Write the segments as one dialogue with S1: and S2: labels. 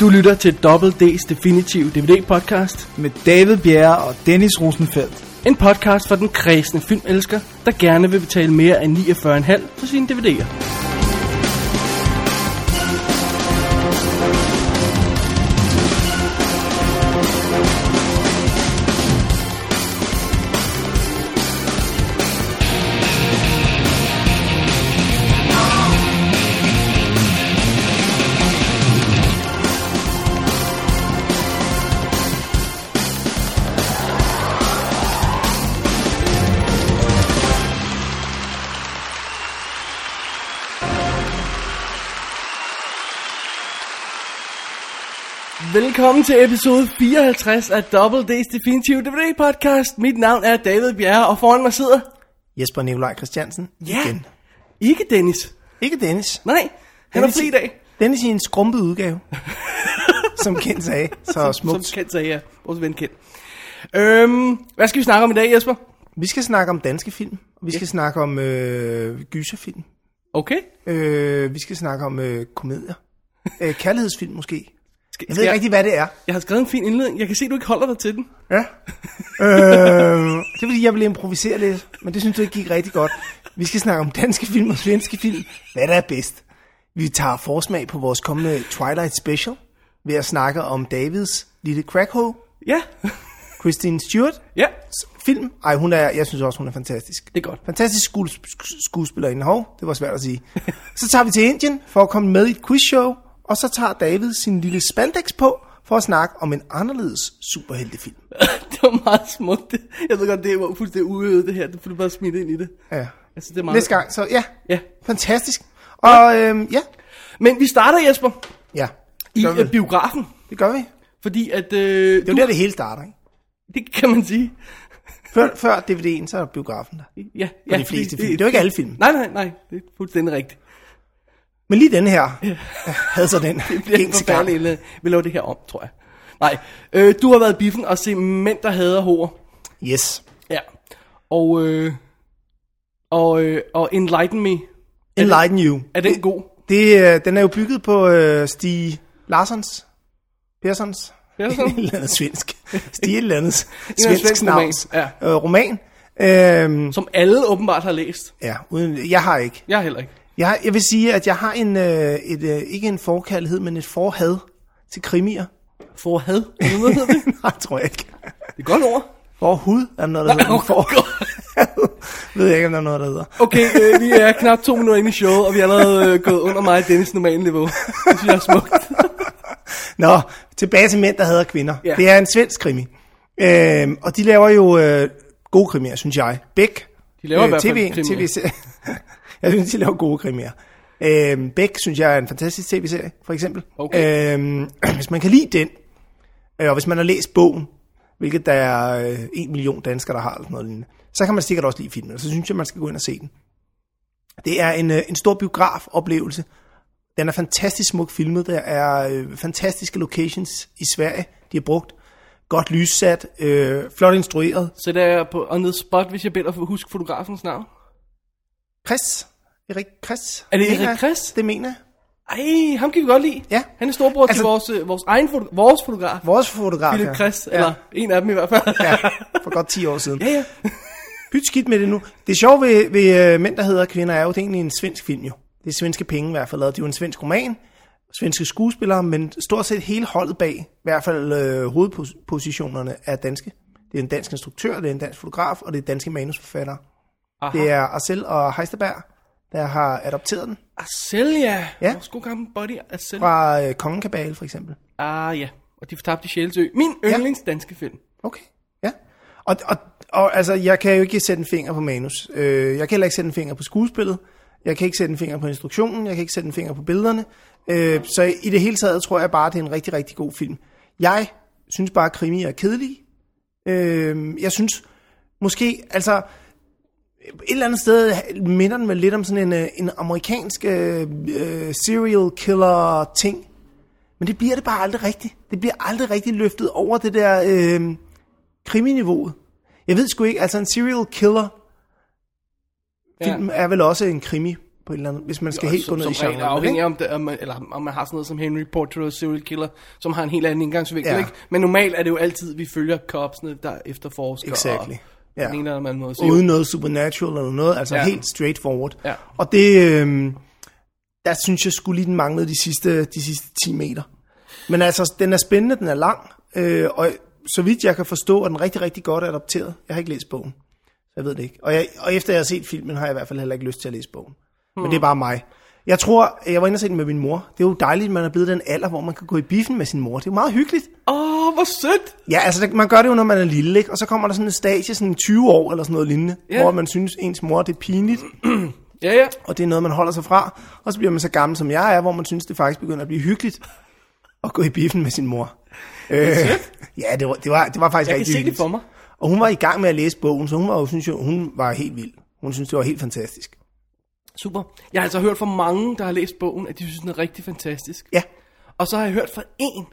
S1: Du lytter til Double D's Definitive DVD-podcast.
S2: med David Bjerre og Dennis Rosenfeldt.
S1: En podcast for den kredsende filmelsker, der gerne vil betale mere end 49,5 for sine DVD'er. Velkommen til episode 54 af Double D's Definitive DVD-podcast. Mit navn er David Bjerre, og foran mig sidder...
S2: Jesper Nikolaj Christiansen igen.
S1: Ikke Dennis.
S2: Ikke Dennis.
S1: Nej, han har fri i dag.
S2: Dennis i en skrumpet udgave. som Ken sagde, så smukt.
S1: Som Kent sagde, ja. Vores ven Kent. Øhm, hvad skal vi snakke om i dag, Jesper?
S2: Vi skal snakke om danske film. og Vi skal snakke om øh, gyserfilm.
S1: Okay.
S2: Øh, vi skal snakke om øh, komedier. Øh, kærlighedsfilm måske.
S1: Skal,
S2: Jeg
S1: skal
S2: ved ikke rigtig, hvad det er.
S1: jeg har skrevet en fin indledning. Jeg kan se, du ikke holder dig til den.
S2: Ja. øh, det er fordi, jeg ville improvisere lidt, men det synes du ikke gik rigtig godt. Vi skal snakke om danske film og svenske film. Hvad der er bedst? Vi tager forsmag på vores kommende Twilight Special ved at snakke om Davids lille crackhole,
S1: Ja.
S2: Christine Stewart
S1: ja.
S2: film. Ej, hun er, jeg synes også, hun er fantastisk.
S1: Det er godt.
S2: Fantastisk skues, sk- skuespillerinde. Hov, det var svært at sige. Så tager vi til Indien for at komme med i et quizshow, og så tager David sin lille spandex på for at snakke om en anderledes superheltefilm.
S1: det var meget smukt. Jeg ved godt, det var fuldstændig uøvet det her. Det blev bare smidt ind i det.
S2: Ja.
S1: Altså, det er meget...
S2: Næste gang, så ja.
S1: Ja.
S2: Fantastisk. Og øhm, ja.
S1: Men vi starter, Jesper,
S2: Ja.
S1: i
S2: Gør vi.
S1: øh, biografen.
S2: Det gør vi. Det
S1: Fordi at... Øh,
S2: er jo der, det hele starter, ikke?
S1: det kan man sige.
S2: Før, før DVD'en, så er biografen der.
S1: Ja,
S2: For
S1: ja,
S2: de fleste
S1: fordi-
S2: film. Det er jo ikke alle film.
S1: Nej, nej, nej. Det er fuldstændig rigtigt.
S2: Men lige den her havde så den
S1: Det er en
S2: gængse gang.
S1: forfærdelig indledning. øh, Vi laver det her om, tror jeg. Nej. Øh, du har været i biffen og se mænd, der hader hår.
S2: Yes.
S1: Ja. Og, øh, og, øh, og Enlighten Me.
S2: Enlighten You.
S1: Er den god?
S2: Det, øh, den er jo bygget på øh, Stig Larsons. Persons.
S1: Persson?
S2: Et eller andet svensk. Stig et eller andet
S1: svensk
S2: svensk snavs.
S1: roman,
S2: Øh, roman. Øhm,
S1: Som alle åbenbart har læst.
S2: ja, uden, jeg har ikke.
S1: Jeg har heller ikke.
S2: Jeg, jeg vil sige, at jeg har en, øh, et, øh, ikke en forkærlighed, men et forhad til krimier.
S1: For had. Hvad hedder det?
S2: Nej, tror jeg ikke.
S1: Det er et godt ord.
S2: Forhud er der noget, der hedder. For... ved jeg ikke, om der er noget, der hedder.
S1: Okay, øh, vi er knap to minutter inde i showet, og vi er allerede øh, gået under mig og Dennis normale niveau. Det synes jeg er smukt.
S2: Nå, tilbage til mænd, der hader kvinder.
S1: Ja.
S2: Det er en svensk krimi. Øhm, og de laver jo øh, gode krimier, synes jeg. Bæk. øh,
S1: De laver i hvert fald
S2: TV1,
S1: krimier.
S2: TV-serie. jeg synes, de laver gode krimier. Øhm, Bæk synes jeg er en fantastisk tv-serie, for eksempel.
S1: Okay.
S2: Øhm, hvis man kan lide den, øh, og hvis man har læst bogen, hvilket der er øh, en million danskere, der har, eller sådan noget lignende, så kan man sikkert også lide filmen, og så synes jeg, man skal gå ind og se den. Det er en, øh, en stor biografoplevelse. Den er fantastisk smuk filmet. Der er øh, fantastiske locations i Sverige, de har brugt. Godt lyssat, øh, flot instrueret.
S1: Så der er jeg på on the spot, hvis jeg beder for at huske fotografens navn.
S2: Chris? Erik Chris?
S1: Er det
S2: Mener
S1: Erik
S2: jeg?
S1: Chris?
S2: Det mener jeg.
S1: Ej, ham kan vi godt lide.
S2: Ja.
S1: Han er storbror altså, til
S2: Altså-
S1: vores, øh, vores egen foto- vores fotograf.
S2: Vores fotograf.
S1: Philip
S2: ja.
S1: Chris, eller en af dem i hvert fald.
S2: Ja, for godt 10 år siden.
S1: ja, ja.
S2: Pyt skidt med det nu. Det sjove ved, ved øh, Mænd, der hedder kvinder, er jo, det er egentlig en svensk film jo. Det er svenske penge i hvert fald lavet. Det er jo en svensk roman, svenske skuespillere, men stort set hele holdet bag, i hvert fald øh, hovedpositionerne, er danske. Det er en dansk instruktør, det er en dansk fotograf, og det er danske manusforfattere.
S1: Aha.
S2: Det er Arcel og Heisterberg, der har adopteret den
S1: Arcelia.
S2: Ja.
S1: Vores gode gamle buddy Arcelia.
S2: fra øh, Kongenkabale for eksempel.
S1: Ah ja, og de fortabte Sjælsø. Min yndlings danske film.
S2: Okay, ja. Og, og, og altså, jeg kan jo ikke sætte en finger på manus. Øh, jeg kan heller ikke sætte en finger på skuespillet. Jeg kan ikke sætte en finger på instruktionen. Jeg kan ikke sætte en finger på billederne. Øh, så i det hele taget tror jeg bare, det er en rigtig, rigtig god film. Jeg synes bare, at krimier er kedelige. Øh, jeg synes måske, altså... Et eller andet sted minder den vel lidt om sådan en, øh, en amerikansk øh, øh, serial killer ting. Men det bliver det bare aldrig rigtigt. Det bliver aldrig rigtigt løftet over det der... Øh, kriminiveauet. Jeg ved sgu ikke, altså en serial killer film
S1: Ja.
S2: er vel også en krimi på et eller andet, hvis man skal helt gå ned
S1: som
S2: i
S1: som regel er
S2: genren.
S1: afhængig
S2: ikke?
S1: om, det, om, man, eller om man har sådan noget som Henry Portrait of Serial Killer, som har en helt anden indgangsvinkel,
S2: Ja.
S1: ja. ikke? Men normalt er det jo altid, vi følger kopsene, der efterforsker.
S2: Exactly.
S1: Og,
S2: Ja.
S1: ja. Den ene eller den anden måde. Så
S2: Uden
S1: Uden...
S2: noget supernatural eller noget, altså ja.
S1: Ja.
S2: helt straightforward.
S1: Ja.
S2: Og det, øh, der synes jeg skulle lige den manglede de sidste, de sidste 10 meter. Men altså, den er spændende, den er lang, øh, og så vidt jeg kan forstå, er den rigtig, rigtig godt adopteret. Jeg har ikke læst bogen. Jeg ved det ikke. Og, jeg, og efter jeg har set filmen, har jeg i hvert fald heller ikke lyst til at læse bogen. Hmm. Men det er bare mig. Jeg tror, jeg var inde og se den med min mor. Det er jo dejligt, at man er blevet den alder, hvor man kan gå i biffen med sin mor. Det er jo meget hyggeligt.
S1: Åh, oh, hvor sødt!
S2: Ja, altså det- man gør det jo, når man er lille, ikke? Og så kommer der sådan en stage, sådan 20 år eller sådan noget lignende,
S1: Ja.
S2: hvor man synes, ens mor det er pinligt,
S1: Ja, ja.
S2: og det er noget, man holder sig fra. Og så bliver man så gammel, som jeg er, hvor man synes, det faktisk begynder at blive hyggeligt at gå i biffen med sin mor. Øh, ja, det var, det, var, det var faktisk
S1: Jeg kan
S2: rigtig
S1: se det
S2: hyggeligt.
S1: for mig.
S2: Og hun var i gang med at læse bogen, så hun var jo, synes jo, hun var helt vild. Hun synes, det var helt fantastisk.
S1: Super. Jeg har altså hørt fra mange, der har læst bogen, at de synes, den er rigtig fantastisk.
S2: Ja,
S1: Og så har jeg hørt fra en,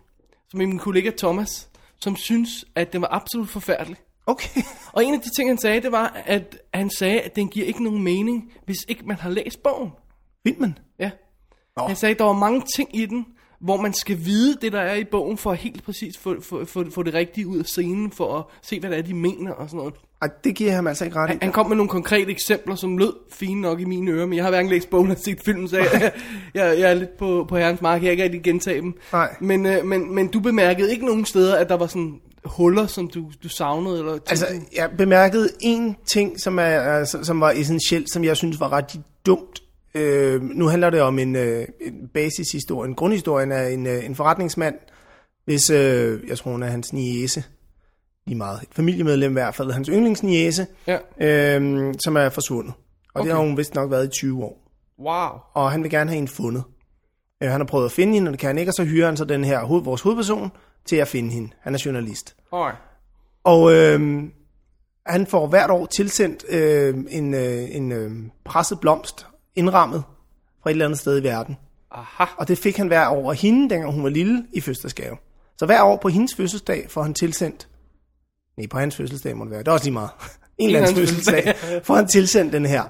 S1: som er min kollega Thomas, som synes, at den var absolut forfærdelig.
S2: okay.
S1: Og en af de ting, han sagde, det var, at han sagde, at den giver ikke nogen mening, hvis ikke man har læst bogen.
S2: Vildt man.
S1: Ja.
S2: Nå.
S1: Han sagde, at der var mange ting i den, hvor man skal vide det, der er i bogen, for at helt præcis få, få, få, få det rigtige ud af scenen, for at se, hvad det er, de mener og sådan noget.
S2: Ej, det giver jeg ham altså ikke ret i.
S1: Han kom med nogle konkrete eksempler, som lød fine nok i mine ører, men jeg har hverken læst bogen eller set filmen, så jeg, jeg, jeg er lidt på, på herrens mark. Jeg kan ikke rigtig gentage dem.
S2: Nej.
S1: Men, øh, men, men du bemærkede ikke nogen steder, at der var sådan huller, som du, du savnede? Eller
S2: Altså,
S1: tænkte-
S2: jeg bemærkede en ting, som, er, altså, som var essentiel, som jeg synes var ret dumt. Øh, nu handler det om en, øh, en basishistorie. En grundhistorien er en, øh, en forretningsmand, hvis, øh, jeg tror hun er hans niese, lige meget, et familiemedlem i hvert fald, hans yndlingsniese,
S1: Ja.
S2: øh, som er forsvundet. Og okay. det
S1: Okay.
S2: har hun vist nok været i 20 år
S1: Wow.
S2: og han vil gerne have en fundet. Øh, han har prøvet at finde hende, og det kan han ikke, og så hyrer han så den her, hoved, vores hovedperson, til at finde hende. Han er journalist.
S1: Alright.
S2: Og øh, han får hvert år tilsendt øh, en, øh, en øh, presset blomst, indrammet fra et eller andet sted i verden.
S1: Aha.
S2: Og det fik han hver år af hende, dengang hun var lille, i fødselsdagsgave. Så hver år på hendes fødselsdag får han tilsendt... Nej, på hans fødselsdag må det være. Det er også lige meget. En eller anden
S1: hans
S2: fødselsdag får han tilsendt den her.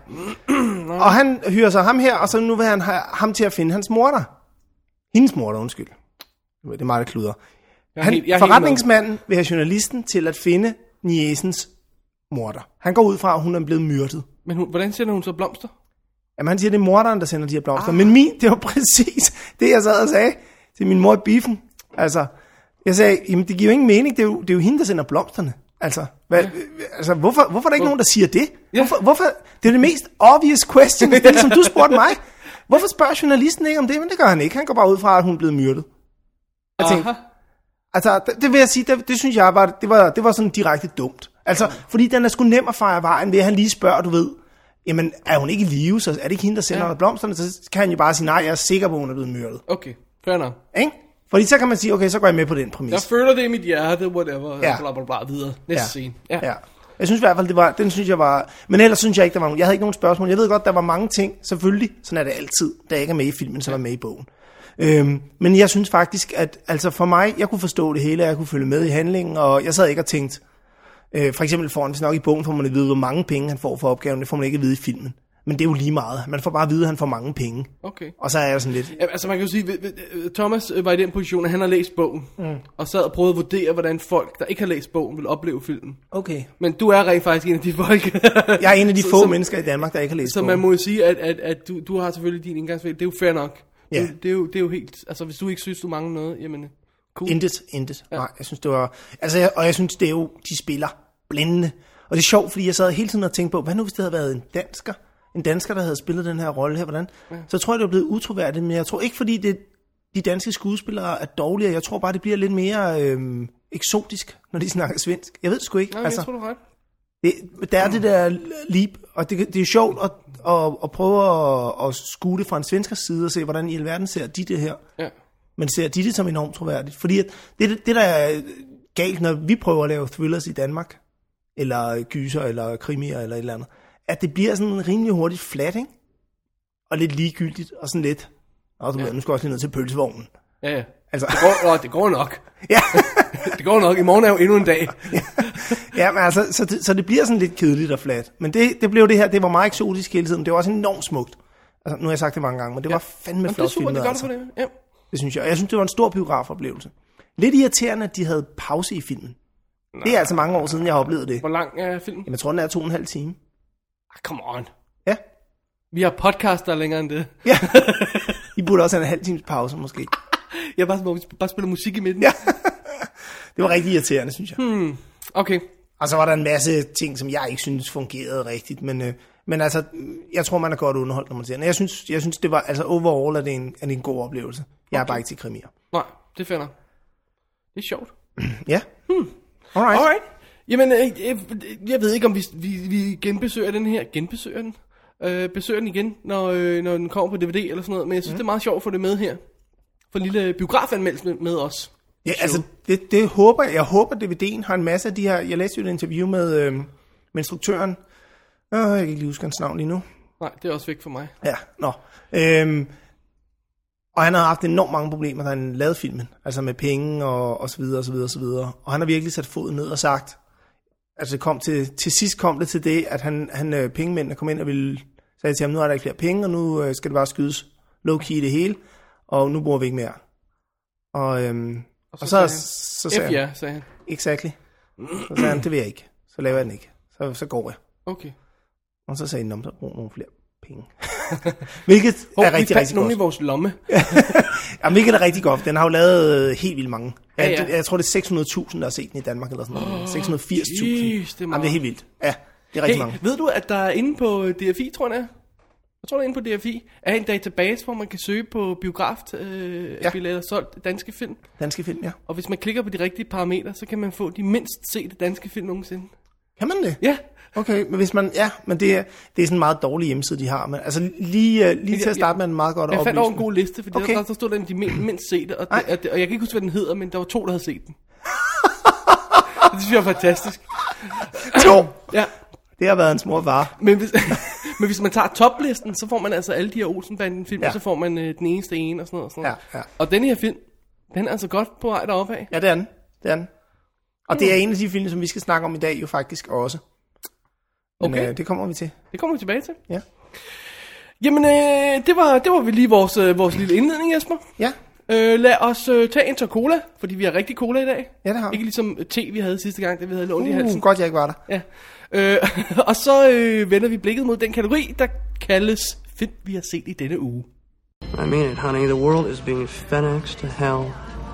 S2: og han hyrer så ham her, og så nu vil han have ham til at finde hans morter. Hendes morter, undskyld. Nu er Det er meget, der kluder.
S1: Jeg er
S2: Han,
S1: helt- jeg er helt med.
S2: forretningsmanden vil have journalisten til at finde Niesens morter. Han går ud fra, at hun er blevet myrdet.
S1: Men hun, hvordan sender hun så blomster?
S2: Jamen, han siger, det er morderen, der sender de her blomster. Ah. Men min, det var præcis det, jeg sad og sagde til min mor i biffen. Altså, jeg sagde, jamen, det giver jo ingen mening. Det er jo, det er jo hende, der sender blomsterne. Altså, hvad, altså hvorfor, hvorfor er der ikke nogen, der siger det?
S1: Ja.
S2: Hvorfor, hvorfor, det er det mest obvious question, det er, som du spurgte mig. Hvorfor spørger journalisten ikke om det? Men det gør han ikke. Han går bare ud fra, at hun er blevet myrdet. Jeg tænkte, Altså, det, det vil jeg sige, det, det synes jeg var, det var, det var sådan direkte dumt. Altså, fordi den er sgu nem at fejre vejen ved, at han lige spørger, du ved, jamen, er hun ikke i live, så er det ikke hende, der sender
S1: Ja.
S2: ja. blomsterne, så kan han jo bare sige, nej, jeg er sikker på, at hun er blevet myrdet.
S1: Okay, fair nok.
S2: Ikke? Fordi så kan man sige, okay, så går jeg med på den præmis.
S1: Jeg føler det i mit hjerte, whatever.
S2: Ja.
S1: Ja. Bla, bla, bla, videre. Næste ja. scene. Ja.
S2: ja. Jeg synes i hvert fald, det var, den synes jeg var... Men ellers synes jeg ikke, der var nogen... Jeg havde ikke nogen spørgsmål. Jeg ved godt, der var mange ting, selvfølgelig. Sådan er det altid, der ikke er med i filmen, som er med i bogen. Øhm, men jeg synes faktisk, at altså for mig, jeg kunne forstå det hele, og jeg kunne følge med i handlingen, og jeg sad ikke og tænkte... Øh, for eksempel får han vist nok i bogen, får man at vide, hvor mange penge han får for opgaven. Det får man ikke at vide i filmen. Men det er jo lige meget. Man får bare at vide, at han får mange penge.
S1: Okay.
S2: Og så er jeg sådan lidt...
S1: Ja, altså man kan jo sige, ved- ved- øh, Thomas øh, var i den position, at han har læst bogen, mm. og sad og prøvede at vurdere, hvordan folk, der ikke har læst bogen, vil opleve filmen.
S2: Okay.
S1: Men du er rent faktisk en af de folk.
S2: Jeg er en af de
S1: Så-
S2: få
S1: så-
S2: mennesker i Danmark, der ikke har læst
S1: Så man må jo sige, at, at, at du, du har selvfølgelig din indgangsvinkel. Det er jo fair nok.
S2: Ja.
S1: Det, det, er jo, det er jo helt... Altså, hvis du ikke synes, du mangler noget, jamen... Cool.
S2: Intet, intet. Ja. Nej, jeg synes, det var... Altså, jeg, og jeg synes, det er jo, de spiller blændende. Og det er sjovt, fordi jeg sad hele tiden og tænkte på, hvad nu hvis det havde været en dansker? En dansker, der havde spillet den her rolle her, hvordan? Ja. Så tror jeg, det var blevet utroværdigt, men jeg tror ikke, fordi det, de danske skuespillere er dårligere. Jeg tror bare, det bliver lidt mere øhm, eksotisk, når de snakker svensk. Jeg ved sgu ikke.
S1: Nej, altså, jeg tror, du har ret.
S2: Det, der er det der leap, og det, det er jo sjovt at, at, at prøve at, at skue det fra en svenskers side og se, hvordan i alverden ser de det her.
S1: Ja.
S2: Men ser de det som enormt troværdigt? Fordi at det, det, det, der er galt, når vi prøver at lave thrillers i Danmark, eller gyser, eller krimier, eller et eller andet, at det bliver sådan rimelig hurtigt flat, ikke? Og lidt ligegyldigt, og sådan lidt, og du ja. ved, nu skal jeg også lige ned til pølsevognen.
S1: Ja, ja.
S2: Altså,
S1: Det går, åh, det går nok.
S2: ja,
S1: Det går nok. I morgen er jo endnu en dag.
S2: ja men altså, så det, så det bliver sådan lidt kedeligt og flat. Men det, det blev det her, det var meget eksotisk hele tiden, det var også enormt smukt. Altså, nu har jeg sagt det mange gange, men det ja. var fandme
S1: Jamen, det er
S2: flot
S1: super, det
S2: filmet,
S1: er godt
S2: altså.
S1: altså. for det. Ja.
S2: Det synes jeg. Og jeg synes, det var en stor biografoplevelse. Lidt irriterende, at de havde pause i filmen. Nej. Det er altså mange år siden, jeg har oplevet det.
S1: Hvor lang er filmen?
S2: Jamen, jeg tror, den er to og en halv time.
S1: Ah, come on.
S2: Ja.
S1: Vi har podcaster længere end det.
S2: Ja. I burde også have en halv times pause, måske.
S1: Jeg bare, hvor vi sp- bare spiller musik i midten.
S2: Ja. Det var rigtig irriterende, synes jeg. Hmm.
S1: Okay.
S2: Og så var der en masse ting, som jeg ikke synes fungerede rigtigt, men, øh, men altså, jeg tror, man er godt underholdt, når man ser den. Jeg synes, jeg synes det var, altså overall er det en, er det en god oplevelse. Jeg er bare ikke til krimier.
S1: Nej, det finder jeg. Det er sjovt.
S2: Ja. Hmm. Alright.
S1: Alright. Jamen, øh, øh, jeg ved ikke, om vi, vi, vi genbesøger den her. Genbesøger den? Øh, besøger den igen, når, øh, når den kommer på DVD eller sådan noget. Men jeg synes, mm. det er meget sjovt at få det med her. For en lille biografanmeldelse med, med os.
S2: Ja, altså, det, det håber jeg. Jeg håber, DVD'en har en masse af de her... Jeg læste jo et interview med, øh, med instruktøren. Øh, jeg kan ikke lige huske hans navn lige nu.
S1: Nej, det er også væk for mig.
S2: Ja, nå. Øhm, og han har haft enormt mange problemer, da han lavede filmen. Altså med penge og, og så videre, og så videre, og så videre. Og han har virkelig sat foden ned og sagt... Altså det kom til, til sidst kom det til det, at han, han øh, pengemændene kom ind og ville, sagde til ham, nu er der ikke flere penge, og nu øh, skal det bare skydes low-key i det hele, og nu bruger vi ikke mere. Og, øhm, og så, og så,
S1: sagde
S2: så, så
S1: F
S2: sagde han,
S1: ja, sagde han.
S2: exactly. Så sagde han, det vil jeg ikke. Så laver jeg den ikke. Så, så går jeg.
S1: Okay.
S2: Og så sagde han, "Nå, men så brug nogle flere penge. hvilket
S1: Hov,
S2: er rigtig,
S1: vi fandt
S2: rigtig
S1: nogen
S2: godt.
S1: i vores lomme.
S2: Jamen, hvilket er rigtig godt. Den har jo lavet øh, helt vildt mange. Ja,
S1: Ja,
S2: ja.
S1: ja.
S2: Jeg, jeg tror, det er 600.000, der har set den i Danmark, eller sådan noget. 680.000.
S1: jeez, det er
S2: Jamen, det er
S1: meget.
S2: helt vildt. Ja, det er rigtig hey. mange.
S1: Hey, ved du, at der er inde på øh, DFI, tror jeg, det er? jeg tror, der er inde på DFI, er en database, hvor man kan søge på biografbilletter
S2: Ja.
S1: øh, billetter solgt af danske film.
S2: Danske film, ja.
S1: Og hvis man klikker på de rigtige parametre, så kan man få de mindst sete danske film nogensinde.
S2: Kan man det?
S1: Ja,
S2: Okay, men hvis man... Ja, men det er, det er sådan en meget dårlig hjemmeside, de har. Men altså, lige, øh, lige til at starte med, er den meget godt
S1: jeg fandt over en
S2: oplysende.
S1: god liste, for okay.
S2: Okay.
S1: der, der stod der, de min- mindst sete, og, det, og, det, og jeg kan ikke huske, hvad den hedder, men der var to, der havde set den. det synes jeg er fantastisk.
S2: Jo,
S1: Ja,
S2: det har været en små vare.
S1: men hvis, men hvis man tager toplisten, så får man altså alle de her Olsenbanden film, ja.
S2: Ja.
S1: og så får man øh, den eneste ene og sådan noget. Og, sådan noget.
S2: Ja, ja.
S1: og den her film, den er altså godt på vej deroppe af.
S2: Ja, det er den. Det er den. Og det er en af de film, som vi skal snakke om i dag jo faktisk også. Men,
S1: Okay.
S2: øh, det kommer vi til.
S1: Det kommer vi tilbage til.
S2: Ja.
S1: Jamen, øh, det, var, det var vi lige vores, øh, vores lille indledning, Jesper.
S2: Ja,
S1: Øh, lad os øh, tage en tår cola, fordi vi har rigtig cola i dag.
S2: ja det har vi.
S1: Ikke ligesom te, vi havde sidste gang, da vi havde lånt i
S2: Uh,
S1: halsen.
S2: godt, jeg ikke var der.
S1: Ja. Øh, og så øh, vender vi blikket mod den kategori, der kaldes film, vi har set i denne uge.
S3: I mean it, honey. The world is being FedExed to hell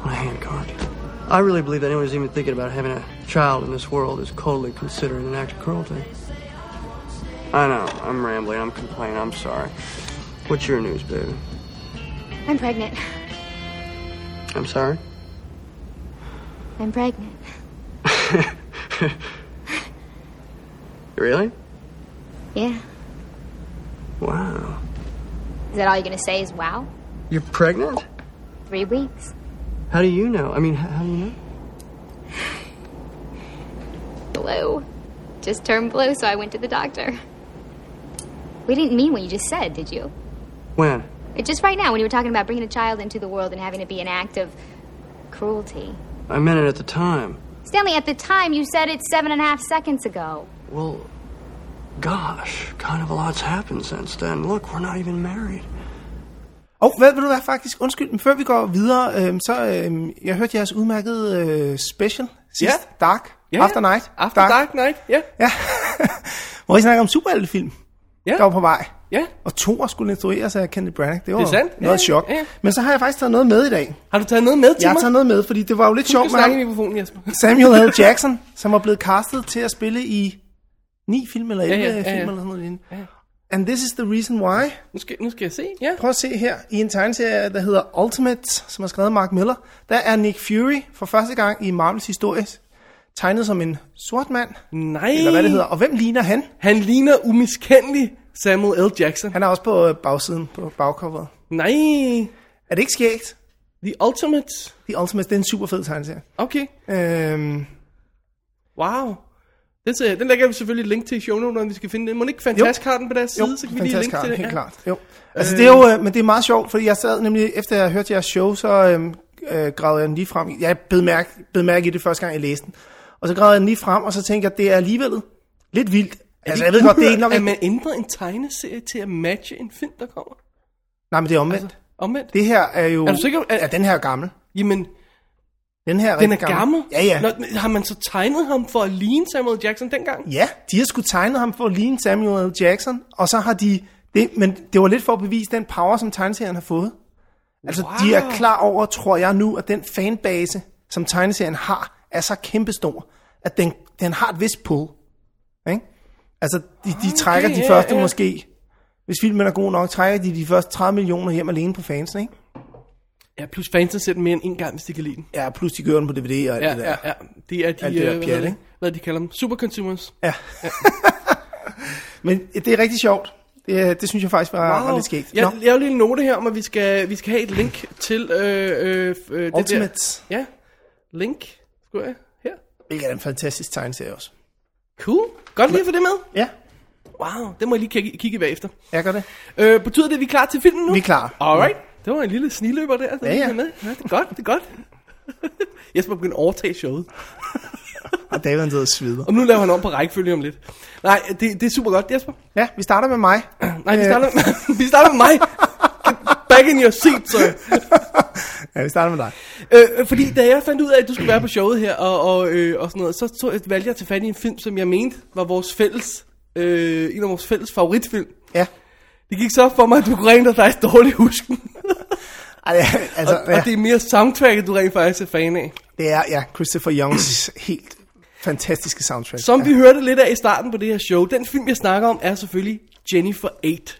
S3: on a handcart. I really believe that anyone's even thinking about having a child in this world is coldly considering an act of cruelty. I know. I'm rambling. I'm complaining. I'm sorry. What's your news, baby?
S4: I'm pregnant.
S3: I'm sorry.
S4: I'm pregnant.
S3: Really?
S4: Yeah.
S3: Wow.
S4: Is that all you're gonna say is wow?
S3: You're pregnant?
S4: Three weeks?
S3: How do you know? I mean, how, how do you know?
S4: Blue. Just turned blue, so I went to the doctor. We didn't mean what you just said, did you?
S3: When?
S4: It- Just right now, when you were talking about bringing a child into the world and having it be an act of cruelty.
S3: I meant it at the time.
S4: Stanley, at the time, you said it seven and a half seconds ago.
S3: Well, gosh, kind of a lot's happened since then. Look, we're not even married.
S2: Og hvad vil du være faktisk? Undskyld, men før vi går videre, øhm, så øhm, jeg hørte jeres udmærkede øh, special sidst,
S1: Ja.
S2: Dark, After Night.
S1: After Dark, Dark Night, ja.
S2: Ja. Hvor I snakker om superheltefilm,
S1: Ja,
S2: der var på vej.
S1: ja.
S2: Og to år skulle instrueres af Kenneth Branagh. Det var
S1: Det er sandt.
S2: noget
S1: Ja,
S2: ja, chok.
S1: ja.
S2: Ja. Men så har jeg faktisk taget noget med i dag.
S1: Har du taget noget med til
S2: Jeg har
S1: mig?
S2: taget noget med, fordi det var jo lidt
S1: Du
S2: sjovt
S1: skal
S2: med
S1: snakke i
S2: ham.
S1: mikrofonen, Jesper.
S2: Samuel L. Jackson, som var blevet castet til at spille i ni film eller
S1: ja,
S2: 11
S1: ja, ja.
S2: film eller sådan noget. lignende. And this is the reason why.
S1: Nu skal, nu skal jeg se, ja.
S2: Prøv at se her. I en tegneserie, der hedder Ultimate, som er skrevet af Mark Miller, der er Nick Fury for første gang i Marvels historie tegnet som en sort mand,
S1: Nej.
S2: eller hvad det hedder. Og hvem ligner han?
S1: Han ligner umiskendelig Samuel L. Jackson.
S2: Han er også på øh, bagsiden, på bagcoveret.
S1: Nej.
S2: Er det ikke skægt?
S1: The Ultimate.
S2: The Ultimate, det er en super fed tegneserie.
S1: Okay.
S2: Øhm,
S1: Wow. Den, ser, jeg- den lægger vi selvfølgelig et link til i show notes, når vi skal finde den. Må den ikke fantastisk har den på deres side, så kan vi lige linke
S2: fantastisk
S1: til
S2: art,
S1: den.
S2: Helt
S1: ja.
S2: klart, jo. Altså, det er jo, øh, men det er meget sjovt, fordi jeg sad nemlig, efter jeg hørte jeres show, så øhm, øh, gravede jeg den lige frem. Jeg bed mærke, bed mærke i det første gang, jeg læste den. Og så gravede jeg den lige frem, og så tænkte jeg, det er alligevel lidt vildt. Altså, jeg ved godt, det er ikke nok...
S1: At man ændrer en tegneserie til at matche en film, der kommer.
S2: Nej, men det er omvendt. Altså,
S1: Omvendt. Det...
S2: det her er jo...
S1: Er du sikker? Er,
S2: Ja, den her er gammel.
S1: Jamen,
S2: Den her er
S1: den er
S2: rigtig
S1: gammel. gammel.
S2: Ja, ja.
S1: Nå, men har man så tegnet ham for at ligne Samuel Jackson dengang?
S2: Ja, de har sgu tegnet ham for at ligne Samuel L. Jackson, og så har de... Det, men det var lidt for at bevise den power, som tegneserien har fået. Altså, wow. de er klar over, tror jeg nu, at den fanbase, som tegneserien har, er så kæmpestor, at den, den har et vist pull. Ikke? Altså, de, de trækker de
S1: ja,
S2: første
S1: Ah, ja.
S2: måske... Hvis filmen er god nok, trækker de de første 30 millioner hjem alene på fansen, ikke?
S1: Ja, plus fansen ser den mere end en gang, hvis de kan lide den.
S2: Ja, plus de gør den på DVD og alt
S1: Ja,
S2: det der.
S1: ja, ja. Det er de,
S2: Alt det der
S1: øh, hvad,
S2: pjat,
S1: hedder det?
S2: ikke?
S1: hvad de kalder dem, super consumers.
S2: Men det er rigtig sjovt. Det, det synes jeg faktisk var, wow. var lidt skægt.
S1: Jeg
S2: Nå,
S1: laver lige en note her om, at vi skal, vi skal have et link til øh, øh, øh, det der.
S2: Ultimates.
S1: Ja, link. Skulle jeg? Her.
S2: Hvilket er en fantastisk tegneserie også.
S1: Cool. Godt lige at få det med.
S2: Ja,
S1: Wow, det må jeg lige kigge, kigge bagefter.
S2: jeg gør det.
S1: Øh, betyder det, at vi er klar til filmen nu?
S2: Vi er klar.
S1: Alright. Det var en lille sniløber der. der
S2: Ja, ja.
S1: lige Med. ja. Det er godt, det er godt. Jesper begyndte at overtage showet.
S2: Og David han sidder og sveder.
S1: Og nu laver han om på rækkefølge om lidt. Nej, det, det er super godt, Jesper.
S2: Ja, vi starter med mig.
S1: Nej,
S2: Øh.
S1: vi starter, med, vi starter med mig. Back in your seat, sir.
S2: Ja, vi starter med dig.
S1: Øh, fordi da jeg fandt ud af, at du skulle være på showet her, og, og, øh, og sådan noget, så tog, valgte jeg til fat i en film, som jeg mente var vores fælles, øh, en af vores fælles favoritfilm.
S2: Ja.
S1: Det gik så op for mig, at du kunne rent og faktisk dårligt huske den.
S2: Ej, ja, altså,
S1: og,
S2: ja,
S1: og det er mere soundtracket, du rent faktisk er fan af.
S2: det er ja, Christopher Youngs helt fantastiske soundtrack.
S1: Som
S2: ja.
S1: vi hørte lidt af i starten på det her show, den film, jeg snakker om, er selvfølgelig Jennifer 8,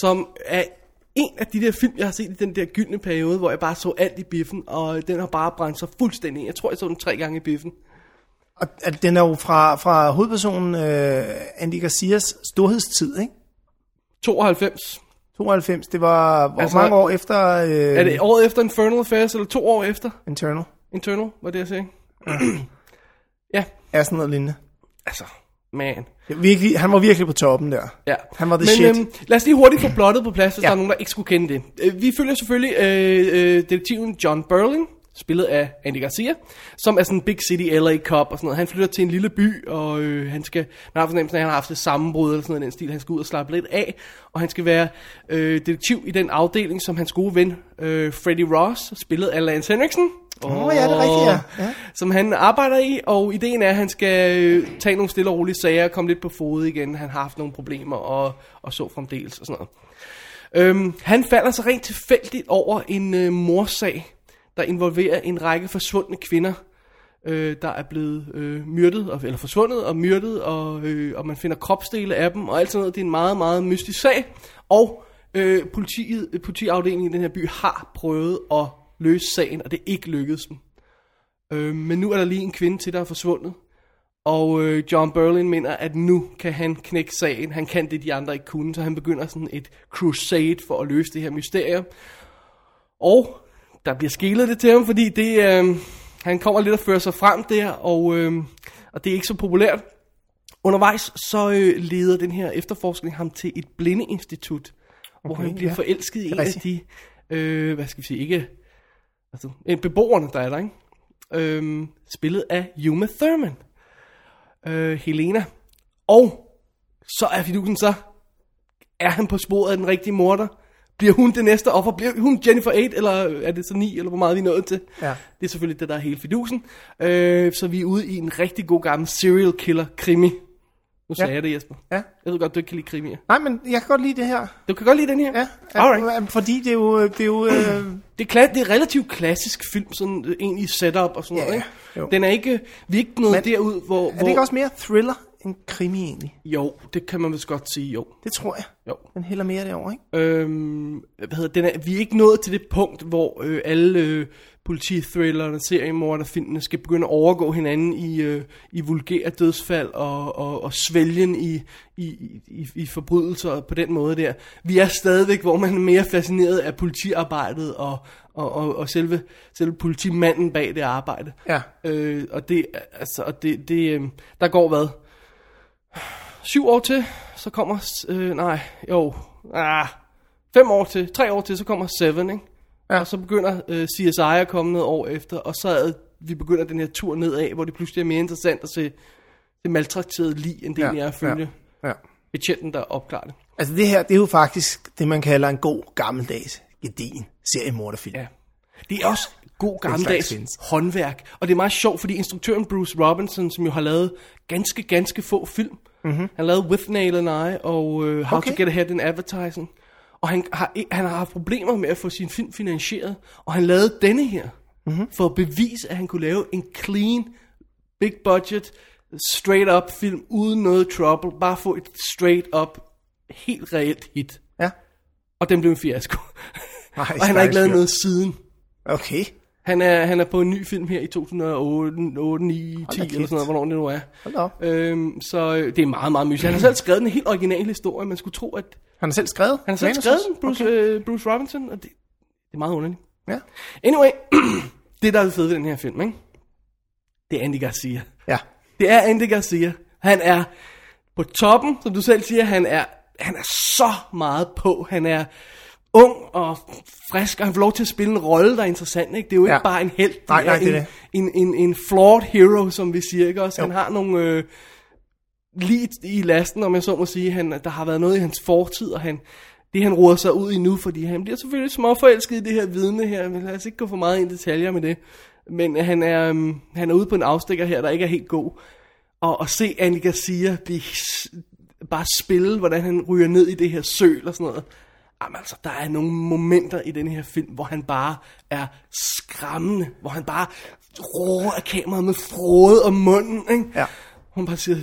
S1: som er en af de der film, jeg har set i den der gyldne periode, hvor jeg bare så alt i biffen, og den har bare brændt sig fuldstændig. Jeg tror, jeg så den tre gange i biffen.
S2: Og at den er jo fra, fra hovedpersonen uh, Andy Garcias storhedstid, ikke?
S1: 92.
S2: 92, det var
S1: Altså,
S2: hvor altså, mange år efter uh,
S1: Er det året efter Infernal Affairs, eller to år efter
S2: Internal.
S1: Internal, var det jeg sagde? ja,
S2: Ja, sådan noget lignende.
S1: altså, man.
S2: Ja, Virkelig, han var virkelig på toppen der.
S1: Ja.
S2: Han var the
S1: Men,
S2: shit.
S1: Øhm, lad os lige hurtigt få plottet på plads, hvis ja.
S2: Ja.
S1: der er nogen, der ikke skulle kende det. Øh, vi følger selvfølgelig øh, øh, detektiven John Burling, spillet af Andy Garcia, som er sådan en big city LA cop og sådan noget. Han flytter til en lille by, og øh, han skal, man har fornemmelsen af, at han har haft et sammenbrud eller sådan noget i den stil. Han skal ud og slappe lidt af, og han skal være øh, detektiv i den afdeling, som hans gode ven øh, Freddy Ross, spillet af Lance Henriksen. Åh,
S2: ja, det er rigtigt, ja. Ja.
S1: som han arbejder i, og ideen er, at han skal øh, tage nogle stille og rolige sager og komme lidt på fod igen. Han har haft nogle problemer og, og så fremdeles og sådan noget. Øhm, han falder så rent tilfældigt over en øh, morsag, der involverer en række forsvundne kvinder, øh, der er blevet øh, myrdet, og, eller forsvundet og myrdet, og, øh, og man finder kropsdele af dem, og alt sådan noget. Det er en meget, meget mystisk sag, og øh, politiet, øh, politiafdelingen i den her by har prøvet at løse sagen, og det er ikke lykkedes dem. Øh, men nu er der lige en kvinde til, der er forsvundet, og øh, John Berlin mener, at nu kan han knække sagen. Han kan det, de andre ikke kunne, så han begynder sådan et crusade for at løse det her mysterium. Og der bliver skælet det til ham, fordi det, øh, han kommer lidt og fører sig frem der, og, øh, og det er ikke så populært. Undervejs så øh, leder den her efterforskning ham til et blindeinstitut, okay, hvor han bliver ja. forelsket i en af
S2: rigtigt.
S1: de, øh, hvad skal vi sige, ikke, altså, en beboerne, der er der, ikke? Øh, spillet af Uma Thurman øh, Helena. Og så er fidusen så, er han på sporet af den rigtige morder? Bliver hun det næste offer? Bliver hun Jennifer 8, eller er det så 9, eller hvor meget vi er nået til?
S2: Ja.
S1: Det er selvfølgelig det, der er hele fidusen. Øh, så vi er ude i en rigtig god gammel serial killer krimi. Nu sagde jeg det, Jesper.
S2: Ja.
S1: Jeg ved godt, du ikke kan lide krimier.
S2: Nej, men jeg kan godt lide det her.
S1: Du kan godt lide den her?
S2: Ja,
S1: Alright.
S2: ja fordi det er jo, det er jo øh,
S1: Det er, kla- det er relativt klassisk film, sådan øh, egentlig setup og sådan
S2: Ja,
S1: noget, ikke?
S2: jo.
S1: Den er ikke, vi er ikke noget
S2: Men
S1: derud, hvor...
S2: Er det ikke også mere thriller end krimi egentlig?
S1: Jo, det kan man vist godt sige, jo.
S2: Det tror jeg.
S1: jo.
S2: Den hælder mere derovre, ikke?
S1: Øhm, hvad hedder den er, vi er ikke nået til det punkt, hvor øh, alle øh, politithrillerne, seriemorderfilmene skal begynde at overgå hinanden i, øh, i vulgære dødsfald og, og, og svælgen i, i, i, i forbrydelser på den måde der. Vi er stadigvæk, hvor man er mere fascineret af politiarbejdet og, og, og, og selve, selve politimanden bag det arbejde.
S2: Ja.
S1: Øh, og det, er- altså, og det, det, øh, der går hvad? Syv år til, så kommer, s- øh, nej, jo, ah, fem år til, tre år til, så kommer Seven, ikke? Ja.
S2: Ja.
S1: Og så begynder øh, CSI at komme noget år efter, og så er, vi begynder den her tur nedad, hvor det pludselig er mere interessant at se det maltrakterede lig, end det egentlig er at følge
S2: ja.
S1: betjenten, der opklarer det.
S2: Altså det her, det er jo faktisk det, man kalder en god, gammeldags, gedigen seriemorderfilm.
S1: Ja. Det er også god
S2: slags
S1: gammeldags
S2: findes.
S1: håndværk. Og det er meget sjovt, fordi instruktøren Bruce Robinson, som jo har lavet ganske, ganske få film. Mm-hmm. Han lavede With Nail and I og øh, How
S2: Mhm. Okay.
S1: to Get Ahead in Advertising. Og han har, i- han har haft problemer med at få sin film finansieret. Og han lavede denne her,
S2: Mhm.
S1: mm-hmm. for at bevise, at han kunne lave en clean, big budget, straight up film, uden noget trouble. Bare få et straight up, helt reelt hit.
S2: ja.
S1: Og den blev en fiasko.
S2: Nej,
S1: og han har ikke
S2: stakkels
S1: lavet
S2: fyr.
S1: noget siden.
S2: Okay.
S1: Han er, han er på en ny film her i 2008, 8, 9, 10
S2: da
S1: eller sådan
S2: kæft.
S1: noget, hvornår det nu er.
S2: Hold da op.
S1: Øhm, så øh, det er meget, meget mysigt. Han har selv skrevet en helt original historie, man skulle tro, at...
S2: Han har selv skrevet?
S1: Han har selv
S2: manuset?
S1: skrevet den, Bruce, okay. øh, Bruce Robinson, og det, det er meget underligt.
S2: Ja.
S1: Anyway, det der er det fede ved den her film, ikke? det er Andy Garcia.
S2: ja.
S1: Det er Andy Garcia. Han er på toppen, som du selv siger. Han er, han er så meget på. Han er ung og frisk, og han får lov til at spille en rolle, der er interessant. Ikke? Det er jo ikke
S2: Ja.
S1: bare en held. Det
S2: Nej,
S1: er
S2: nej, det
S1: en,
S2: er det.
S1: En, en, en flawed hero, som vi siger. Ikke? Også, han har nogle... Øh, lige i lasten, om jeg så må sige, han, der har været noget i hans fortid, og han, det han roder sig ud i nu, fordi han bliver selvfølgelig småforelsket i det her vidne her, men lad os ikke gå for meget ind i detaljer med det. Men han er, øhm, han er ude på en afstikker her, der ikke er helt god. Og at se Andy Garcia blive, s- bare spille, hvordan han ryger ned i det her søl og sådan noget. Jamen altså, der er nogle momenter i den her film, hvor han bare er skræmmende. Hvor han bare råber af kameraet med frode og munden, ikke?
S2: Ja.
S1: Hun bare siger,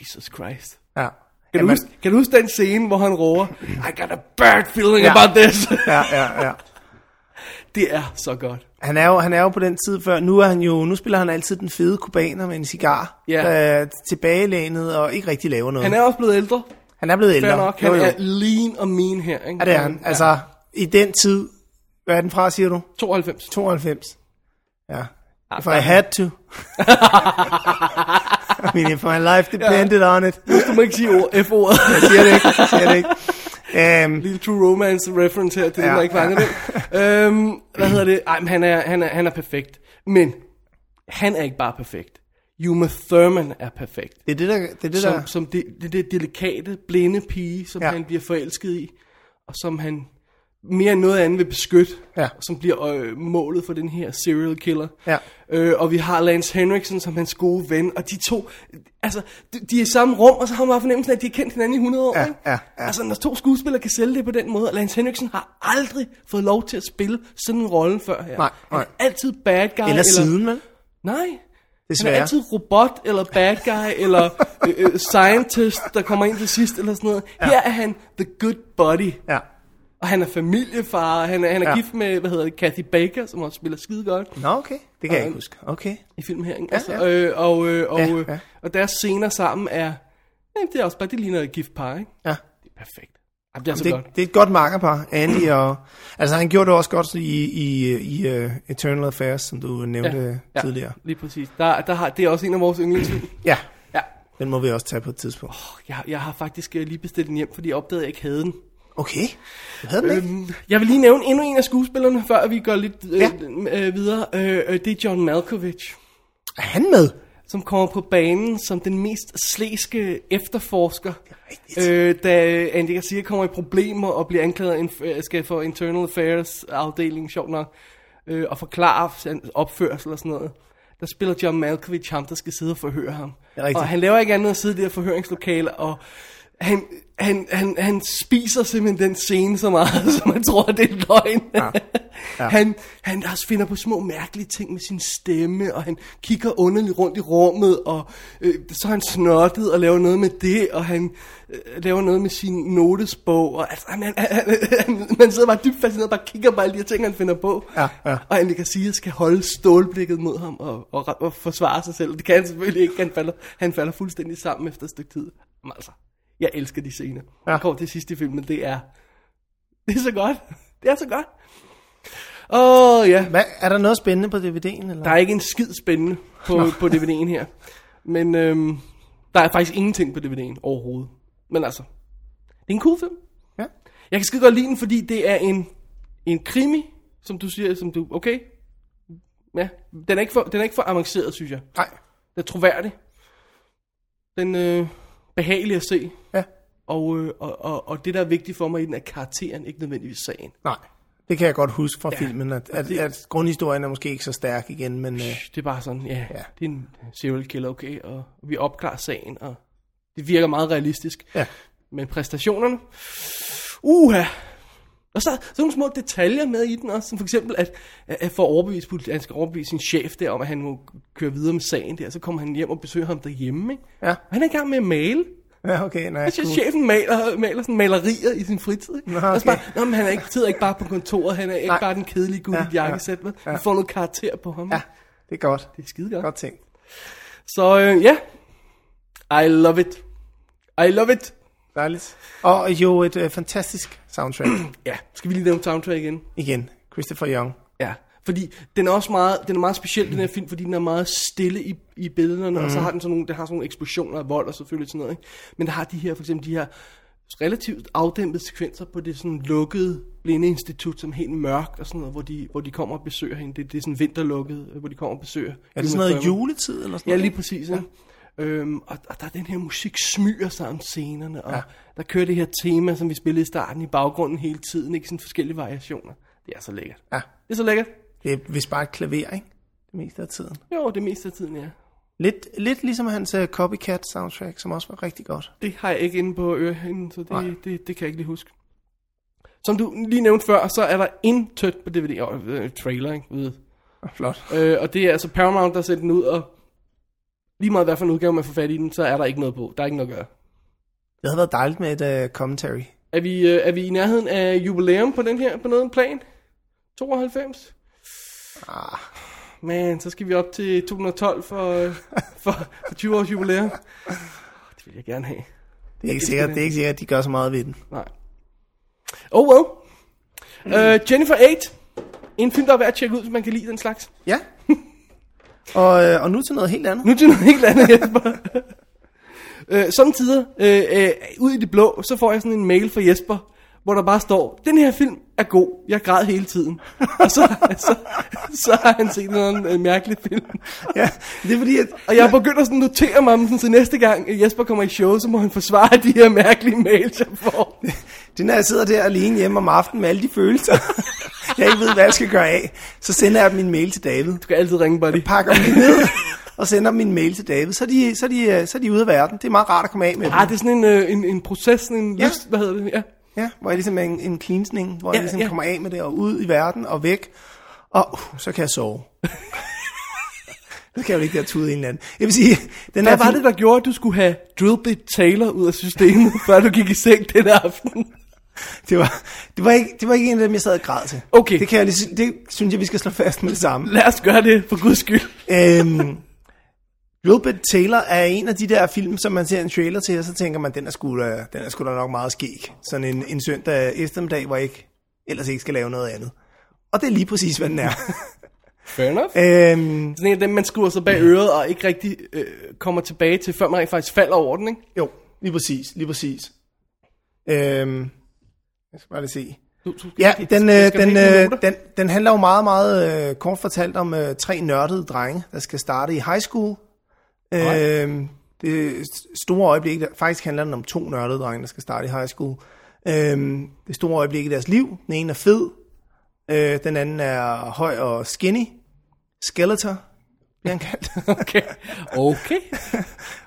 S1: Jesus Christ.
S2: ja.
S1: Kan, du
S2: Jamen, Mm.
S1: huske, kan du huske den scene, hvor han råber, I got a bad feeling
S2: Ja.
S1: about this.
S2: Ja, ja, ja.
S1: det er så godt.
S2: Han er, jo, han er jo på den tid før. Nu, er han jo, nu spiller han altid den fede kubaner med en cigar.
S1: Ja.
S2: der er tilbagelænet og ikke rigtig laver noget.
S1: Han er også blevet ældre,
S2: han er blevet ældre.
S1: fair nok. Han
S2: Jo, jo.
S1: er lean og mean her, ikke?
S2: Ja, det er han. Altså, i den tid... Hvad er den fra, siger du?
S1: 92.
S2: 92. Ja. If I had to. I mean, if my life depended on it.
S1: Du må ikke sige ord, F-ordet.
S2: Jeg siger det ikke. Jeg siger det ikke. Um,
S1: Lille True Romance reference her, til ja,
S2: Ja,
S1: den, der ikke fanger det. Øhm, hvad hedder det? Ej, men han er, han, er, han er perfekt. Men han er ikke bare perfekt. Uma Thurman er perfekt.
S2: det er det, der... Det er det, der
S1: som, som det, det, det delikate, blinde pige, som
S2: Ja.
S1: ja. han bliver forelsket i, og som han mere end noget andet vil beskytte,
S2: Ja.
S1: som bliver øh, målet for den her serial killer.
S2: Ja.
S1: Øh, og vi har Lance Henriksen som hans gode ven, og de to, altså, de, de er i samme rum, og så har man bare fornemmelsen af, at de har kendt hinanden i 100 år.
S2: Ja,
S1: ikke?
S2: ja, ja.
S1: Altså, når to skuespillere kan sælge det på den måde, og Lance Henriksen har aldrig fået lov til at spille sådan en rolle før her.
S2: Nej,
S1: Han er
S2: nej.
S1: altid bad guy.
S2: eller siden, vel?
S1: Nej.
S2: Desværre.
S1: Han er altid robot, eller bad guy, eller øh, øh, scientist, der kommer ind til sidst, eller sådan noget. Ja. Her er han the good buddy.
S2: Ja.
S1: Og han er familiefar, og han er, han er
S2: Ja.
S1: ja. gift med, hvad hedder det, Kathy Baker, som også spiller skide godt
S2: Nå, okay. Det kan jeg ikke huske. Okay.
S1: i filmen her. Ikke?
S2: Ja,
S1: Altså,
S2: ja.
S1: Øh, og, øh, og,
S2: Ja,
S1: øh,
S2: ja.
S1: og deres scener sammen er, jamen, det er også bare, det ligner et gift par, ikke?
S2: Ja.
S1: Det er perfekt. Jamen, det er så
S2: Det,
S1: godt.
S2: det er et godt makkerpar, Andy og... Altså, han gjorde det også godt i, i, i uh, Eternal Affairs, som du nævnte ja. Ja. tidligere.
S1: lige præcis. Der, der har, det er også en af vores yndlingsfilm.
S2: Ja,
S1: Ja.
S2: den må vi også tage på et tidspunkt.
S1: Jeg, jeg har faktisk øh, lige bestilt den hjem, fordi jeg opdagede, at jeg ikke havde den.
S2: Okay. Du havde den ikke?
S1: Øhm, Jeg vil lige nævne endnu en af skuespillerne, før vi går lidt øh,
S2: Ja.
S1: ja. øh, videre. Øh, øh, det er John Malkovich,
S2: Er han med?
S1: som kommer på banen som den mest slæske efterforsker.
S2: rigtigt.
S1: Øh, da Andy Garcia kommer i problemer og bliver anklaget af en, øh, skal for Internal Affairs afdeling, sjovt nok, øh, og forklare hans opførsel og sådan noget. Der spiller John Malkovich ham, der skal sidde og forhøre ham.
S2: er rigtigt.
S1: Og han laver ikke andet end at sidde i det her forhøringslokale, og han, han, han, han spiser simpelthen den scene så meget, som man tror, det er løgn. Ja. Ja. Han, han også finder på små mærkelige ting med sin stemme, og han kigger underligt rundt i rummet, og øh, så er han snottet og laver noget med det, og han øh, laver noget med sin notesbog, og altså, han, han, han, han, man sidder bare dybt fascineret og bare kigger på alle de her ting, han finder på.
S2: Ja, ja.
S1: Og Andy Garcia skal holde stålblikket mod ham og, og, og forsvare sig selv. Det kan han selvfølgelig ikke. Han falder, han falder fuldstændig sammen efter et stykke tid. Men altså, jeg elsker de scener.
S2: Ja.
S1: Ja. Jeg kommer til sidst i filmen, det er... Det er så godt. Det er så godt. Åh, oh, ja.
S2: Hvad, er der noget spændende på DVD'en? Eller?
S1: Der er ikke en skid spændende på, på DVD'en her. Men øhm, der er faktisk ingenting på DVD'en overhovedet. Men altså, det er en cool film.
S2: Ja.
S1: Jeg kan skide godt lide den, fordi det er en, en krimi, som du siger, som du, okay. Ja, den er ikke for, den er ikke for avanceret, synes jeg.
S2: Nej.
S1: Den er troværdig. Den øh, behagelig at se.
S2: Ja.
S1: Og, øh, og, og, og det, der er vigtigt for mig i den, er karakteren, ikke nødvendigvis sagen.
S2: Nej, det kan jeg godt huske fra ja, filmen, at, at, det... at grundhistorien er måske ikke så stærk igen, men øh,
S1: Det er bare sådan, ja,
S2: Ja.
S1: ja. det er en serial killer, okay, og vi opklarer sagen, og det virker meget realistisk.
S2: ja.
S1: Men præstationerne, uha. Og så, så er der nogle små detaljer med i den også, som for eksempel, at, at for at overbevise, politi- han skal overbevise sin chef der, om at han må køre videre med sagen der, så kommer han hjem og besøger ham derhjemme, ikke?
S2: Ja.
S1: Og han er i gang med at male.
S2: øh, Ja, okay, nej.
S1: Jeg synes, chefen maler, maler sådan malerier i sin fritid. ikke?
S2: Nå,
S1: Og så
S2: okay.
S1: bare, Nå, men han er ikke, sidder ikke bare på kontoret, han er ikke
S2: Nej.
S1: bare den kedelige gud i
S2: Ja,
S1: et jakkesæt, vel? Ja,
S2: ja, ja.
S1: får noget karakter på ham.
S2: Ja, det er godt.
S1: Det er skide godt.
S2: Godt tænkt.
S1: Så øh, ja, I love it. I love it.
S2: Dejligt. Og jo et øh, fantastisk soundtrack
S1: Ja, skal vi lige nævne soundtrack igen?
S2: igen. Christopher Young.
S1: Ja, fordi den er også meget, den er meget speciel, den her film, fordi den er meget stille i, i billederne, mm.
S2: Mhm.
S1: og så har den sådan nogle, den har sådan nogle eksplosioner af vold og selvfølgelig sådan noget, ikke? Men der har de her, for eksempel de her relativt afdæmpede sekvenser på det sådan lukkede blindeinstitut, som er helt mørkt og sådan noget, hvor de, hvor de kommer og besøger hende. Det, det er sådan vinterlukket, øh, hvor de kommer og besøger.
S2: Er det sådan
S1: Uma
S2: noget
S1: Thurman.
S2: juletid eller sådan
S1: Ja,
S2: noget?
S1: lige præcis. Ja. Øhm, og, og der er den her musik smyger sig om scenerne, og ja. der kører det her tema, som vi spillede i starten i baggrunden hele tiden, ikke sådan forskellige variationer. Det er så lækkert.
S2: Ja.
S1: Det er så lækkert.
S2: Det er vist bare et klaver, ikke? Det meste af tiden.
S1: Jo, det meste af tiden, ja.
S2: Lidt, lidt ligesom hans uh, copycat soundtrack, som også var rigtig godt.
S1: Det har jeg ikke inde på ørehænden, så
S2: Nej.
S1: det, det, det kan jeg ikke lige huske. Som du lige nævnte før, så er der intet på DVD og øh, trailer, ikke? Ude.
S2: Flot.
S1: Øh, og det er altså Paramount, der sætter den ud, og lige meget hvad for en udgave man får fat i den, så er der ikke noget på. Der er ikke noget at gøre.
S2: Det havde været dejligt med et uh, commentary.
S1: Er vi, øh, er vi i nærheden af jubilæum på den her, på noget plan? 92?
S2: Ah,
S1: Man, så skal vi op til 212 for, øh, for, for 20 års jubilæum. Ah, Det vil jeg gerne have.
S2: det er ikke
S1: elsker
S2: sikkert,
S1: den.
S2: det er ikke sikkert, at de gør så meget ved den.
S1: Nej. Oh well. Øh, Jennifer 8. En film, der er værd at tjekke ud, hvis man kan lide den slags.
S2: Ja. og, øh, og nu til noget helt andet.
S1: Nu til noget helt andet, Jesper. øh, samtidig, øh, øh, ud i det blå, så får jeg sådan en mail fra Jesper, hvor der bare står, den her film er god, jeg græd hele tiden. Og så, så, så har han set noget øh, mærkeligt film.
S2: ja, det er fordi, at...
S1: Og jeg begynder sådan at notere mig, om sådan, så næste gang øh, Jesper kommer i show, så må han forsvare de her mærkelige mails, jeg får.
S2: Det er, når jeg sidder der alene hjemme om aftenen med alle de følelser, jeg ikke ved, hvad jeg skal gøre af, så sender jeg min mail til David.
S1: Du skal altid ringe, buddy.
S2: Pakker dem lige ned og sender min mail til David. Så er, de, så, er de, øh, så er de ude af verden. Det er meget rart at komme af med
S1: Ah,
S2: dem.
S1: det er sådan en, øh, en, en proces, sådan en
S2: Ja.
S1: ja. lyst, hvad hedder det? Ja.
S2: Ja, hvor jeg ligesom er en, en cleansning, hvor jeg
S1: Ja,
S2: ligesom
S1: ja.
S2: kommer af med det og ud i verden og væk. Og uh, så kan jeg sove. Det kan jeg jo ikke der tude en eller anden. Jeg vil sige, den
S1: Hvad
S2: her
S1: var
S2: film-
S1: det, der gjorde, at du skulle have Drillbit Taylor ud af systemet, før du gik i seng den aften?
S2: det, var, det, var ikke, det var ikke en af dem, jeg sad og græd til.
S1: Okay.
S2: Det, kan jeg lige, det synes jeg, vi skal slå fast med det samme.
S1: Lad os gøre det, for guds skyld.
S2: øhm, Robert Taylor er en af de der film, som man ser en trailer til, og så tænker man, den er sgu da, den er sgu da nok meget skæg. Sådan en, en søndag eftermiddag, hvor jeg ikke, ellers ikke skal lave noget andet. Og det er lige præcis, hvad den er.
S1: Fair enough. Mm.
S2: øhm,
S1: Øh, Sådan en af dem, man skruer sig bag øret og ikke rigtig øh, kommer tilbage til, før man rent faktisk falder over den, ikke?
S2: jo, lige præcis, lige præcis. Øhm, jeg skal bare lige se.
S1: Du, du,
S2: Ja, den, øh,
S1: skal
S2: den,
S1: have dine
S2: øh,
S1: noter.
S2: den, den handler jo meget, meget øh, kort fortalt om øh, tre nørdede drenge, der skal starte i high school. Øh, det store øjeblik, der, faktisk handler den om to nørdede drenge, der skal starte i high school. Øh, det store øjeblik i deres liv, den ene er fed, øh, den anden er høj og skinny, skeletor, bliver han kaldt.
S1: Okay. okay.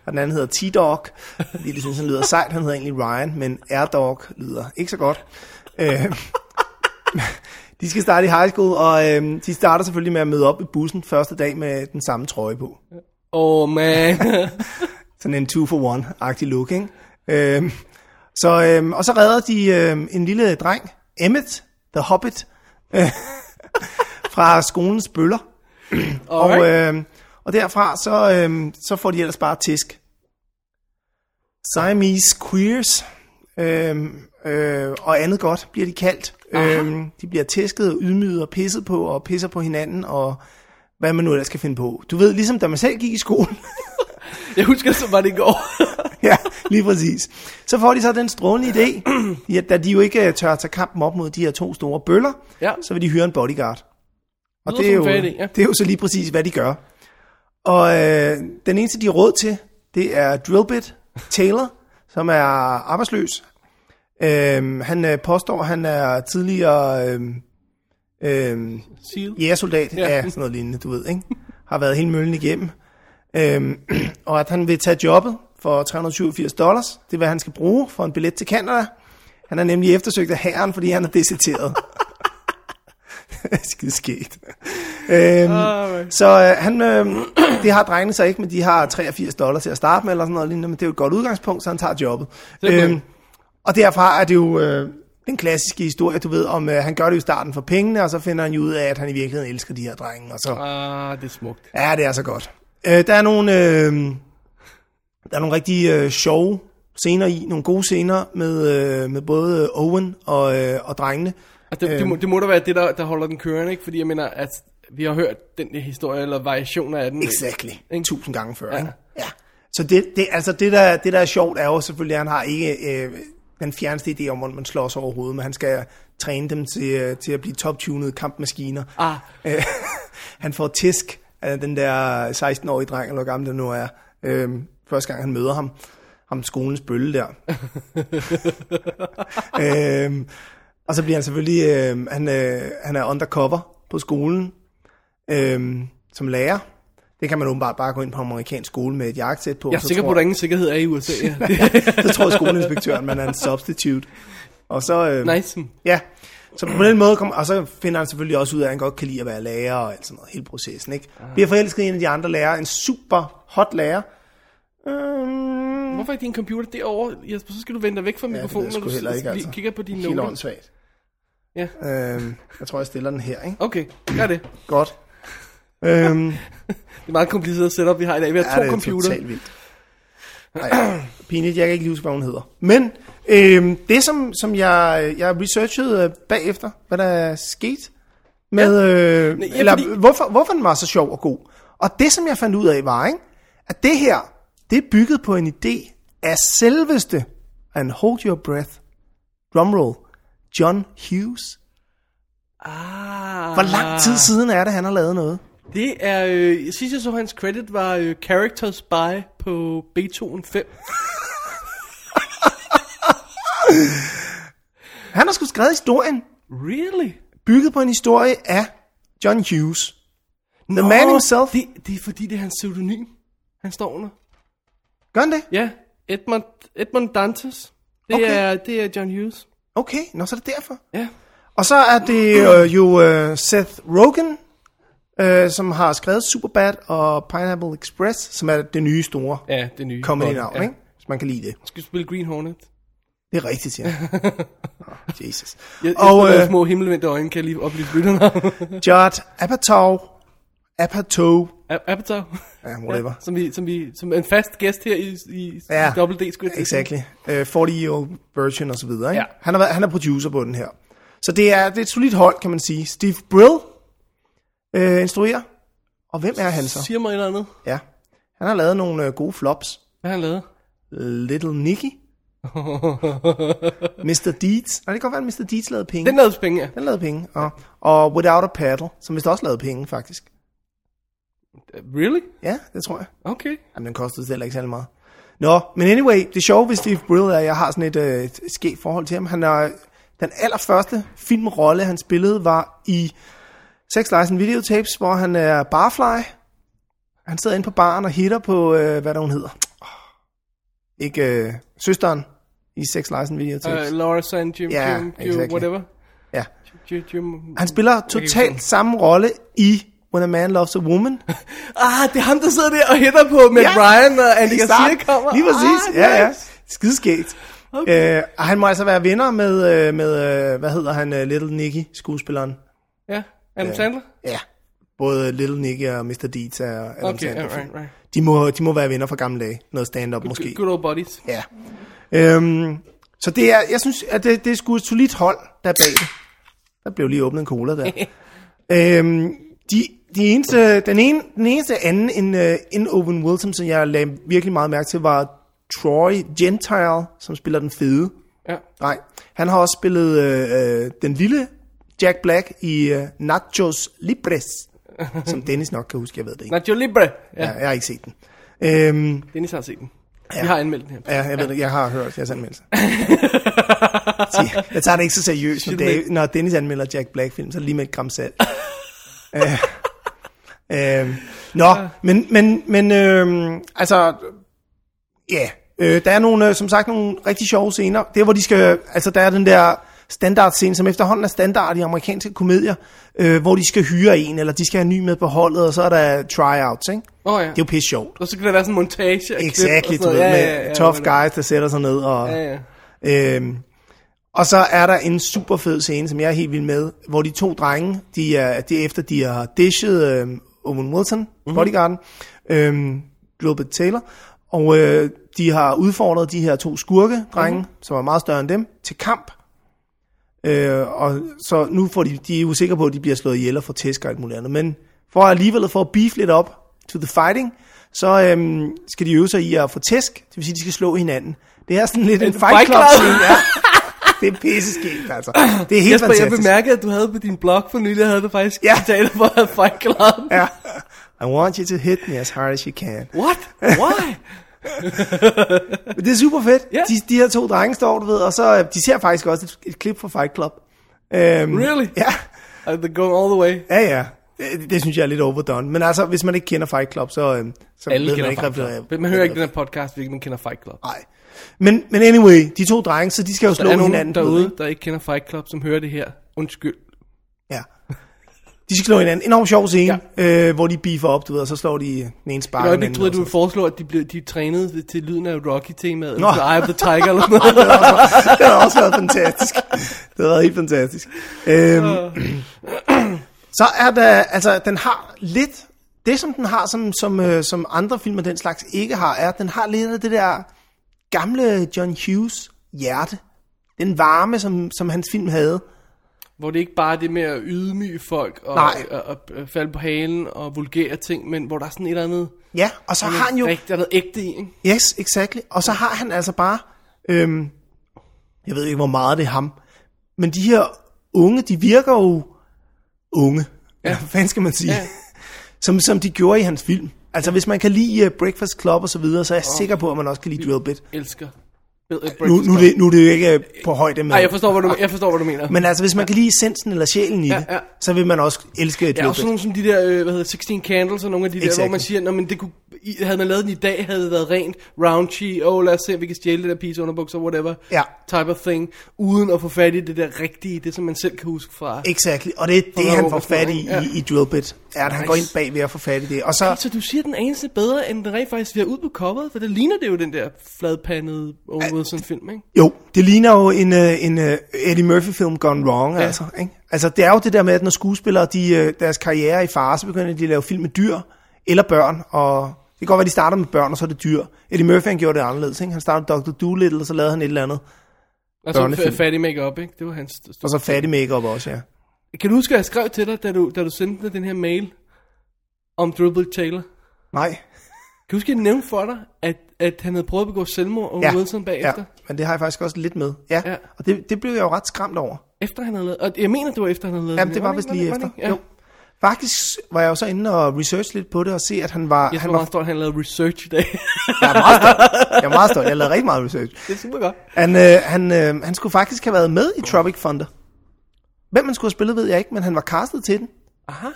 S2: og den anden hedder T-Dog, fordi de synes, han lyder sejt. Han hedder egentlig Ryan, men R-Dog lyder ikke så godt. Øh, de skal starte i high school, og øh, de starter selvfølgelig med at møde op i bussen første dag med den samme trøje på.
S1: Oh man.
S2: Sådan en two-for-one-agtig look, ikke? Øh, så, øh, og så redder de øh, en lille dreng, Emmet, The Hobbit, øh, fra skolens bøller. Og,
S1: Alright.
S2: øh, og derfra, så, øh, så får de ellers bare tisk. Siamese queers øh, øh, og andet godt bliver de kaldt. Øh, de bliver tæsket og ydmyget og pisset på og pisser på hinanden og hvad man nu ellers skal finde på. Du ved, ligesom da man selv gik i skole.
S1: Jeg husker, så var det i går.
S2: ja, lige præcis. Så får de så den strålende idé, ja, da de jo ikke øh, tør at tage kampen op mod de her to store bøller,
S1: Ja.
S2: så vil de hyre en bodyguard. Og
S1: Lyder
S2: det er, jo,
S1: som en fair idé, ja.
S2: det er jo så lige præcis, hvad de gør. Og øh, den eneste, de har råd til, det er Drillbit Taylor, som er arbejdsløs. Øhm, han øh, påstår, at han er tidligere øhm, øhm,
S1: Seal.
S2: jægersoldat, ja.
S1: Ja.
S2: ja, sådan noget lignende, du ved, ikke? Har været hele møllen igennem. Øhm, og at han vil tage jobbet for 387 dollars. Det er, hvad han skal bruge for en billet til Canada. Han er nemlig eftersøgt af herren, fordi han er deserteret. Skide skægt. Øhm,
S1: Alright.
S2: så øh, han, øh, det har drengene så ikke, men de har 83 dollars til at starte med, eller sådan noget lignende, men det er jo et godt udgangspunkt, så han tager jobbet.
S1: Simpelthen.
S2: Øhm, og derfra er det jo øh, den klassiske historie, du ved, om øh, han gør det jo i starten for pengene, og så finder han jo ud af, at han i virkeligheden elsker de her drenge, og så
S1: Ah, det er smukt.
S2: Ja, det er så godt. Øh, der er nogle, øh, der er nogle rigtig øh, sjove scener i, nogle gode scener med, øh, med både øh, Owen og, øh, og drengene.
S1: Altså, det, det, må, det må da være det, der, der holder den kørende, ikke? Fordi jeg mener, at vi har hørt den der historie, eller variationer af den. ikke?
S2: Exactly.
S1: Ikke?
S2: Tusind gange før.
S1: Ja.
S2: Ja. Ikke? ja. Så det, det, altså det, der, det, der er sjovt, er jo selvfølgelig, at han har ikke øh, den fjerneste idé om, hvordan man slår sig overhovedet, men han skal træne dem til, øh, til at blive top-tunede kampmaskiner.
S1: Ah.
S2: Øh, han får tisk af den der 16-årige dreng, eller hvor gammel det nu er, øh, første gang han møder ham. Ham skolens bølle der. øh, og så bliver han selvfølgelig, øh, han, øh, han er undercover på skolen øh, som lærer. Det kan man åbenbart bare gå ind på en amerikansk skole med et jakkesæt på.
S1: Jeg er
S2: så
S1: sikker på,
S2: tror-
S1: at der ingen sikkerhed er i USA. Ja. Det
S2: så tror skoleinspektøren, man er en substitute. Og så, øh,
S1: er nice.
S2: ja, så på den måde, kom, og så finder han selvfølgelig også ud af, at han godt kan lide at være lærer og alt sådan noget, hele processen, ikke? Bliver forelsket i en af de andre lærere, en super hot lærer. Øhm,
S1: Hvorfor er din computer derovre? Jesper, så skal du vende dig væk fra
S2: jeg
S1: mikrofonen,
S2: sgu
S1: når du
S2: heller ikke,
S1: lige
S2: altså.
S1: kigger på dine
S2: helt
S1: noter.
S2: åndssvagt.
S1: Ja.
S2: Øhm, jeg tror, jeg stiller den her, ikke?
S1: Okay, gør det.
S2: Godt. Øhm,
S1: Det er meget kompliceret setup, vi har i dag. Vi har
S2: Ja,
S1: to
S2: det er
S1: computer.
S2: totalt vildt. Ej, pinligt, jeg kan ikke lige huske, hvad hun hedder. Men øhm, det, som, som jeg, jeg researchede øh, bagefter, hvad der er sket med, øh,
S1: ja,
S2: eller
S1: fordi-
S2: hvorfor, hvorfor den var så sjov og god. Og det, som jeg fandt ud af, var, ikke, at det her, det er bygget på en idé af selveste, and hold your breath, drumroll, John Hughes.
S1: Ah,
S2: Hvor lang tid siden er det, han har lavet noget?
S1: Det er, øh, jeg synes, jeg så hans credit var øh, Characters by på Beethoven 5.
S2: Han har sgu skrevet historien,
S1: Really?
S2: bygget på en historie af John Hughes. The
S1: Nå,
S2: man himself.
S1: Det, det er fordi, det er hans pseudonym, han står under.
S2: Gør han det?
S1: Ja, Edmund, Edmund Dantes. Det,
S2: Okay.
S1: okay. er, det er John Hughes.
S2: Okay, nå, så er det derfor.
S1: Ja.
S2: Og så er det øh, jo øh, Seth Rogen, øh, som har skrevet Superbad og Pineapple Express, som er det nye store
S1: Ja, det nye.
S2: comedy navn,
S1: ja.
S2: ikke? Hvis man kan lide det.
S1: Skal spille Green Hornet.
S2: Det er rigtigt, siger han. oh, Jesus.
S1: Jeg, jeg
S2: og
S1: spiller
S2: øh,
S1: små himmelvendte øjne, kan jeg lige oplyse lytterne om.
S2: Judd Apatow, Apatow,
S1: A- Avatar.
S2: ja, whatever.
S1: Som, vi, som, vi, som en fast gæst her i, i,
S2: Ja.
S1: ja. i Double D, skulle jeg til at sige.
S2: Exactly. Uh, 40-year-old version og så videre. Ikke?
S1: Ja.
S2: Han, er, han er producer på den her. Så det er, det er et solidt hold, kan man sige. Steve Brill øh, instruerer. Og hvem er han så?
S1: Siger mig et eller andet.
S2: Ja. Han har lavet nogle øh, gode flops.
S1: Hvad har han lavet?
S2: Little Nicky. Mr. Deeds. Nej, det kan godt være, at Mr. Deeds lavede penge.
S1: Den lavede også penge, ja.
S2: den lavede penge. Og, og Without a Paddle, som vist også lavede penge, faktisk.
S1: Really?
S2: Ja, det tror jeg.
S1: Okay.
S2: Jamen, den kostede selv ikke særlig meget. Nå, men anyway, det sjove ved Steve Brill er, at jeg har sådan et, øh, et skævt forhold til ham. Han er, den allerførste filmrolle, han spillede, var i Sex Lies and Videotapes, hvor han er barfly. Han sidder inde på baren og hitter på, øh, hvad der hun hedder. Ikke øh, søsteren i Sex Lies and Videotapes.
S1: Uh, Laura San Jim,
S2: Ja,
S1: Jim, Jim
S2: exactly.
S1: whatever.
S2: ja.
S1: Jim, Jim.
S2: Han spiller
S1: huske den.
S2: totalt samme rolle i When a Man Loves a Woman.
S1: Ah, det er ham, der sidder der og hætter på med
S2: Ja.
S1: ja. Ryan og Andy
S2: Lige
S1: Garcia
S2: start.
S1: kommer.
S2: Lige præcis,
S1: Ah,
S2: ah, ja, ja.
S1: nice.
S2: Skideskægt. Okay. Øh, og han må altså være venner med, øh, med øh, hvad hedder han, øh, Little Nicky, skuespilleren.
S1: Ja, Adam Sandler?
S2: Ja, både Little Nicky og Mr. Deeds er Adam
S1: Okay,
S2: Sandler.
S1: yeah, right, right.
S2: De, må, de må være venner fra gamle dage, noget stand-up måske.
S1: Good old buddies.
S2: Ja. Øhm, så det er, jeg synes, at det, det er sgu et solidt hold, der er bag det. Der blev lige åbnet en cola der. øhm, de, de eneste, den, ene, den eneste anden end, øh, end Owen Wilson, som jeg lagde virkelig meget mærke til, var Troy Gentile, som spiller den fede.
S1: Ja.
S2: Nej, han har også spillet øh, øh, den lille Jack Black i øh, Nachos Libres, som Dennis nok kan huske, jeg ved det ikke.
S1: Nacho Libre. Ja,
S2: Ja, jeg har ikke set den. Øhm,
S1: Dennis har set den. Ja. Vi har anmeldt den her.
S2: Ja, jeg, ved, det. jeg har hørt jeres anmeldelser. Se, jeg tager det ikke så seriøst, når, Dave, når Dennis anmelder Jack Black-film, så lige med et gram salt. øh, øh, nå, ja. men, men, men øh, altså, ja, yeah. øh, der er nogle, øh, som sagt nogle rigtig sjove scener. Det er, hvor de skal, altså der er den der standardscene, som efterhånden er standard i amerikanske komedier, øh, hvor de skal hyre en, eller de skal have en ny med på holdet, og så er der tryouts, ikke?
S1: Åh oh, ja.
S2: Det er jo pisse sjovt.
S1: Og så kan der være sådan en montage. af klip og
S2: Exactly,
S1: sådan
S2: du ved,
S1: noget.
S2: med
S1: ja, ja, ja,
S2: tough
S1: men-
S2: guys, der sætter sig ned. Og,
S1: Ja, ja.
S2: øhm, og så er der en super fed scene, som jeg er helt vild med, hvor de to drenge, de er, de er efter de har dishet øhm, Owen Wilson,
S1: Mhm.
S2: mm-hmm. bodyguarden, øhm, Gilbert Taylor, og øh, de har udfordret de her to skurke drenge,
S1: Mhm.
S2: mm-hmm. som er meget større end dem, til kamp. Øh, og så nu får de, de er jo sikre på, at de bliver slået ihjel og får tæsk og alt muligt andet. Men for alligevel for at beef lidt op to the fighting, så øhm, skal de øve sig i at få tæsk. Det vil sige, de skal slå hinanden. Det er sådan lidt en, fight
S1: Fight
S2: club
S1: Club.
S2: scene, ja. Det er pisse skægt, altså. Det er helt
S1: Jesper, jeg
S2: fantastisk.
S1: bemærkede, at du havde på din blog for nylig, havde du faktisk
S2: Ja.
S1: ja. citater for Fight Club.
S2: ja. I want you to hit me as hard as you can.
S1: What? Why?
S2: Men det er super fedt.
S1: Ja.
S2: De, de her to drenge står, du ved, og så øh, de ser faktisk også et, et klip fra Fight Club. Øhm,
S1: Really?
S2: Ja.
S1: I've been going all the way.
S2: Ja, ja. Det, det synes jeg er lidt overdone. Men altså, hvis man ikke kender Fight Club, så, øh, så
S1: Alle
S2: ved
S1: kender
S2: man ikke
S1: Fight Club. Men Man hører ikke den her podcast, hvis ikke man kender Fight Club.
S2: Nej. Men, men anyway, de to drenge, så de skal jo
S1: Der
S2: slå
S1: er
S2: hinanden
S1: nogen
S2: du ved,
S1: derude,
S2: ikke?
S1: der ikke kender Fight Club, som hører det her. Undskyld.
S2: Ja. De skal slå hinanden. Enormt sjov scene, ja. øh, hvor de beefer op, du ved, og så slår de den ene
S1: Jeg
S2: spark.
S1: øjeblik troede, at du ville foreslå, at de blev de trænede ved- til lyden af Rocky-temaet.
S2: altså- Nå.
S1: Nå. Eye of the Tiger eller noget.
S2: det har også været fantastisk. Det har været helt fantastisk. Øhm, så er der, altså den har lidt, det som den har, som, som, øh, som andre film af den slags ikke har, er, at den har lidt af det der gamle John Hughes hjerte. Den varme, som, som hans film havde.
S1: Hvor det ikke bare er det med at ydmyge folk og,
S2: Nej.
S1: og, og, og falde på halen og vulgære ting, men hvor der er sådan et eller andet,
S2: Ja, og så har han jo...
S1: rigtig, der er noget ægte i. Ikke?
S2: Yes, exactly. Og så har han altså bare, øhm, jeg ved ikke, hvor meget det er ham, men de her unge, de virker jo unge. Ja. Hvad fanden skal man sige? Ja.
S1: Ja.
S2: som, som de gjorde i hans film. Altså, hvis man kan lide uh, Breakfast Club og så videre, så er jeg oh. sikker på, at man også kan lide Drill Bit.
S1: Elsker. Ved at
S2: Nu, nu, er det, nu er det jo ikke øh, på højde med... Ah,
S1: Ej, jeg forstår, hvad du, jeg forstår, hvad du mener.
S2: Men altså, hvis man kan lide essensen eller sjælen i
S1: Ja,
S2: det,
S1: ja.
S2: så vil man også elske Drill
S1: Ja, og sådan
S2: Bit.
S1: nogle som de der, øh, hvad hedder 16 Candles og nogle af de der,
S2: Exactly.
S1: hvor man siger, Nå, men det kunne, i- havde man lavet den i dag, havde det været rent raunchy, og oh, lad os se, om vi kan stjæle det der piece underbukser, whatever,
S2: Ja.
S1: type of thing, uden at få fat i det der rigtige, det som man selv kan huske fra.
S2: Exactly, og det er det,
S1: noget
S2: han
S1: ung
S2: får
S1: og sådan
S2: fat i
S1: noget, ikke?
S2: i, i Drill Bit. Er, at han
S1: Nice.
S2: går ind bag ved at få fat i det. Og så,
S1: Så du siger, at den eneste er bedre, end den rent faktisk vi har ud på coveret? For det ligner det jo den der fladpandede Owen Wilson film, ikke?
S2: Jo, det ligner jo en, øh, en øh, Eddie Murphy-film gone wrong, ja.
S1: Ja.
S2: altså. Ikke? Altså, det er jo det der med, at når skuespillere, de, øh, deres karriere er i fare, så begynder de at lave film med dyr eller børn, og det kan godt være, de starter med børn, og så er det dyr. Eddie Murphy, han gjorde det anderledes, ikke? Han startede med Dr. Doolittle, og så lavede han et eller andet,
S1: Altså
S2: Børnefilm.
S1: fa- fattig makeup, ikke? Det var hans store.
S2: og så fattig makeup også, ja.
S1: Kan du huske, at jeg skrev til dig, da du, da du sendte mig den her mail om Dribble Taylor?
S2: Nej.
S1: Kan du huske, at jeg nævnte for dig, at, at han havde prøvet at begå selvmord og
S2: Ja.
S1: ja. Wilson bagefter?
S2: ja. Men det har jeg faktisk også lidt med. Ja. ja.
S1: Ja.
S2: Og det, det blev jeg jo ret skræmt over.
S1: Efter han havde lavet... Og jeg mener, det var efter, han havde lavet...
S2: Jamen,
S1: den.
S2: det var
S1: det
S2: vist
S1: ikke-
S2: lige
S1: det
S2: efter.
S1: ikke?
S2: Jo. Faktisk var jeg jo så inde og researche lidt på det, og se, at han var...
S1: Jeg
S2: han
S1: tror
S2: var
S1: meget stort, at han lavede research i dag.
S2: jeg er meget stolt. Jeg er meget stolt. Jeg lavede rigtig meget research.
S1: det er super godt.
S2: Han, øh, han, øh, han skulle faktisk have været med i Tropic Thunder. Hvem man skulle have spillet, ved jeg ikke, men han var castet til den.
S1: Aha.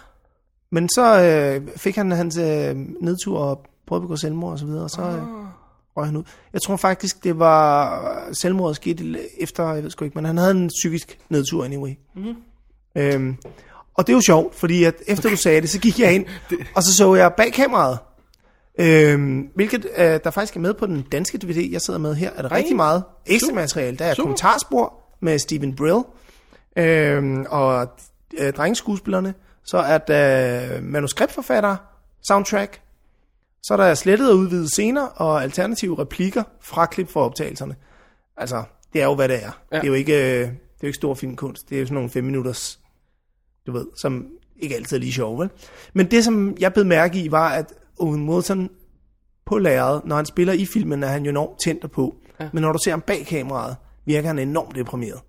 S2: Men så øh, fik han hans øh, nedtur og prøvede at begå selvmord og så videre, og så øh, røg han ud. Jeg tror faktisk, det var øh, selvmordet skete l- efter, jeg ved sgu ikke, men han havde en psykisk nedtur anyway. Mm. Øhm, og det er jo sjovt, fordi at efter du sagde det, så gik jeg ind, og så så jeg bag kameraet, øhm, hvilket øh, der faktisk er med på den danske DVD, jeg sidder med her, er der rigtig meget ekstra materiale. Der er
S1: Super.
S2: kommentarspor med Steven Brill, Øhm, og øh, drengeskuespillerne. Så er der øh, manuskriptforfatter, soundtrack. Så er der slettet og udvidet scener og alternative replikker fra klip fra optagelserne. Altså, det er jo, hvad det er. Ja.
S1: Ja.
S2: Det, er jo ikke, øh, det er jo ikke stor filmkunst. Det er jo sådan nogle fem minutters, du ved, som ikke altid er lige sjove, vel? Men det, som jeg blev mærke i, var, at Owen Wilson på lærredet, når han spiller i filmen, er han jo enormt tændt på. Ja. Men når du ser ham bag kameraet, virker han enormt deprimeret.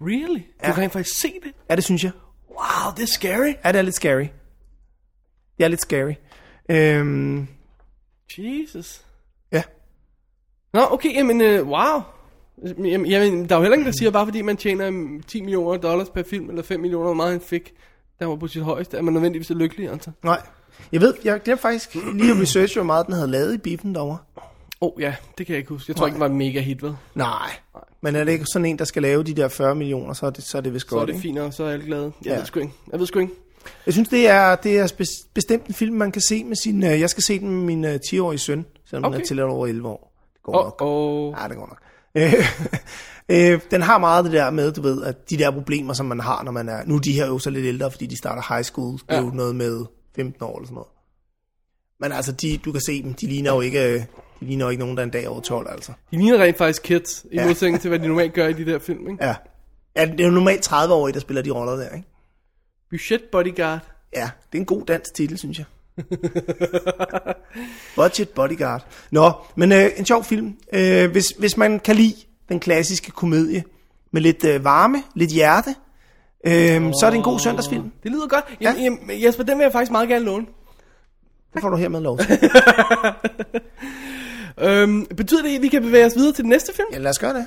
S1: Really? Du kan rent faktisk se det?
S2: Ja, det synes jeg.
S1: Wow, det er scary.
S2: Ja, det er lidt scary. Det er lidt scary. Øhm,
S1: Jesus.
S2: ja.
S1: Nå, okay, jamen, øh, wow. Jamen, jamen, der er jo heller ingen, der siger, bare fordi man tjener mm, 10 millioner dollars per film, eller 5 millioner, hvor meget han fik, der var på sit højeste, er man nødvendigvis er lykkelig, altså.
S2: Nej. Jeg ved, jeg glemte faktisk lige at researche, hvor meget den havde lavet i biffen derovre.
S1: Åh, oh, ja, det kan jeg ikke huske. Jeg tror
S2: Nej.
S1: ikke, den var en mega hit, vel?
S2: Nej. Men er det ikke sådan en, der skal lave de der 40 millioner, så er det, så er det vist
S1: Så er
S2: godt,
S1: det
S2: ikke?
S1: fint, og så er alle glade. Jeg
S2: Ja.
S1: ved sgu ikke. Jeg ved sgu ikke.
S2: Jeg synes, det er, det er spes- bestemt en film, man kan se med sin... Øh, jeg skal se den med min øh, 10-årige søn, selvom okay. han
S1: Okay.
S2: er til over 11 år. Det går nok.
S1: Og, og
S2: Ja, det går nok. Øh, øh, den har meget det der med, du ved, at de der problemer, som man har, når man er... Nu er de her jo så lidt ældre, fordi de starter high school. Det er
S1: Ja.
S2: jo noget med 15 år eller sådan noget. Men altså, de, du kan se dem, de ligner jo ikke, øh, de ligner jo ikke nogen, der er en dag over 12, altså.
S1: de ligner rent faktisk kids, i
S2: Ja.
S1: modsætning til, hvad de normalt gør i de der film, ikke?
S2: Ja. ja det er jo normalt 30-årige, der spiller de roller der, ikke?
S1: Budget Bodyguard.
S2: Ja, det er en god dansk titel, synes jeg. Budget Bodyguard. Nå, men øh, en sjov film. Øh, hvis, hvis man kan lide den klassiske komedie med lidt øh, varme, lidt hjerte, øh, så er det en god søndagsfilm.
S1: Det lyder godt. Jamen, jamen, Jesper, den vil jeg faktisk meget gerne låne.
S2: Det får du hermed lov til.
S1: Øhm, betyder det, at vi kan bevæge os videre til den næste film?
S2: Ja, lad os gøre det.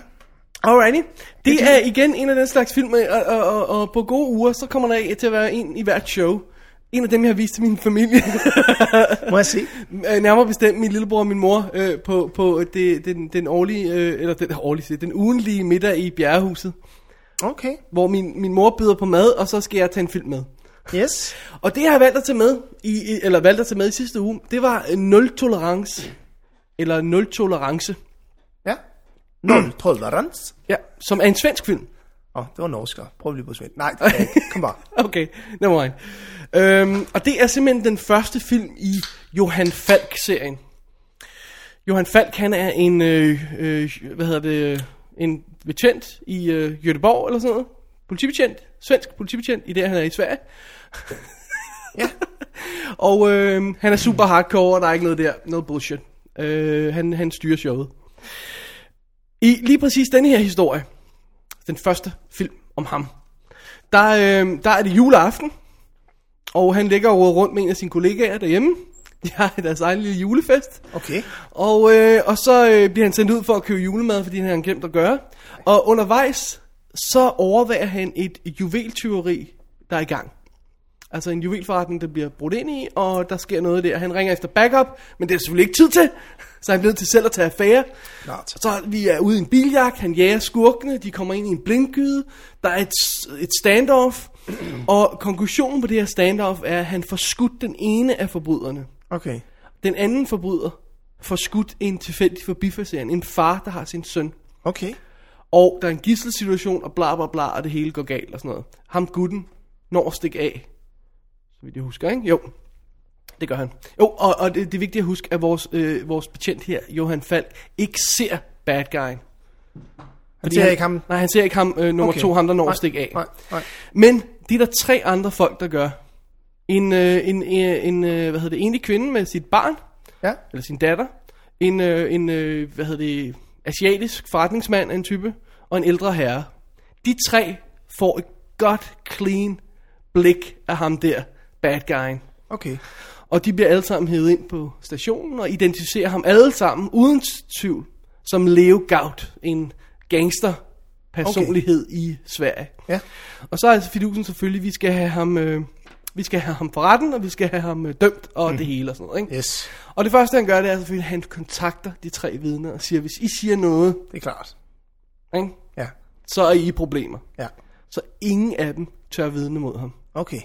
S1: Alrighty. Det er igen en af den slags film, og, og, og, og på gode uger, så kommer der en til at være en i hvert show. En af dem, jeg har vist til min familie.
S2: Må jeg se?
S1: Øh, Nærmere bestemt min lillebror og min mor øh, på, på det, den, den årlige, øh, eller den, årlige, siger jeg, den ugenlige middag i bjerrehuset,
S2: Okay.
S1: hvor min, min mor byder på mad, og så skal jeg tage en film med.
S2: Yes.
S1: Og det, jeg har valgt at tage med, i, i- eller valgt at tage med i sidste uge, det var øh, nul tolerance. Eller nul tolerance.
S2: Ja. Nul tolerance.
S1: Ja, som er en svensk film.
S2: Åh, oh, det var norsker. Prøv lige på svensk. Nej, det kan jeg ikke. Kom bare.
S1: Okay, never mind. Øhm, og det er simpelthen den første film i Johan Falk-serien. Johan Falk, han er en, øh, øh, hvad hedder det, en betjent i øh, Göteborg eller sådan noget. Politibetjent, svensk politibetjent, i det han er i Sverige.
S2: Ja.
S1: Og øh, han er super hardcore, og der er ikke noget der, noget bullshit. Øh, han, han styrer showet. I lige præcis denne her historie, den første film om ham, der, øh, der er det juleaften, og han ligger og roder rundt med en af sine kollegaer derhjemme. De har deres egen lille julefest.
S2: Okay.
S1: Og, øh, og så øh, bliver han sendt ud for at købe julemad, fordi han har glemt at gøre. Og undervejs, så overværer han et juveltyveri, der er i gang. Altså en juvelforretning, der bliver brudt ind i, og der sker noget der. Han ringer efter backup, men det er der selvfølgelig ikke tid til. Så han bliver nødt til selv at tage affære.
S2: Klart.
S1: Så vi er ude i en biljagt, han jager skurkene, de kommer ind i en blindgyde, der er et, et standoff, og konklusionen på det her standoff er, at han får skudt den ene af forbryderne.
S2: Okay.
S1: Den anden forbryder får skudt en tilfældig forbipasserende, en far, der har sin søn.
S2: Okay.
S1: Og der er en gisselsituation, og bla bla bla, og det hele går galt og sådan noget. Ham gutten når at stikke af. Så vidt jeg husker, ikke? Jo. Det gør han. Jo, og, og det, det er vigtigt at huske, at vores, øh, vores betjent her, Johan Falk, ikke ser bad guyen.
S2: Han ser ikke ham.
S1: Nej, han ser ikke ham, øh, nummer
S2: Okay.
S1: okay. to, ham der når
S2: Nej,
S1: at stikke af.
S2: Nej, nej.
S1: Men det er der tre andre folk, der gør. En, øh, en, øh, en øh, hvad hedder det, enlig kvinde med sit barn,
S2: Ja.
S1: eller sin datter, en, øh, en øh, hvad hedder det, asiatisk forretningsmand af en type, og en ældre herre. De tre får et godt, clean blik af ham der, bad guyen.
S2: Okay.
S1: Og de bliver alle sammen hævet ind på stationen og identificerer ham alle sammen, uden tvivl, som Leo Gaut, en gangster personlighed okay. i Sverige.
S2: Ja.
S1: Og så er altså fidusen selvfølgelig, vi skal have ham, øh, vi skal have ham for retten, og vi skal have ham øh, dømt, og mm. det hele og sådan noget. Ikke?
S2: Yes.
S1: Og det første, han gør, det er selvfølgelig, at han kontakter de tre vidner og siger, hvis I siger noget,
S2: Det er klart.
S1: ikke,
S2: Ja.
S1: så er I i problemer.
S2: Ja.
S1: Så ingen af dem tør vidne mod ham.
S2: Okay.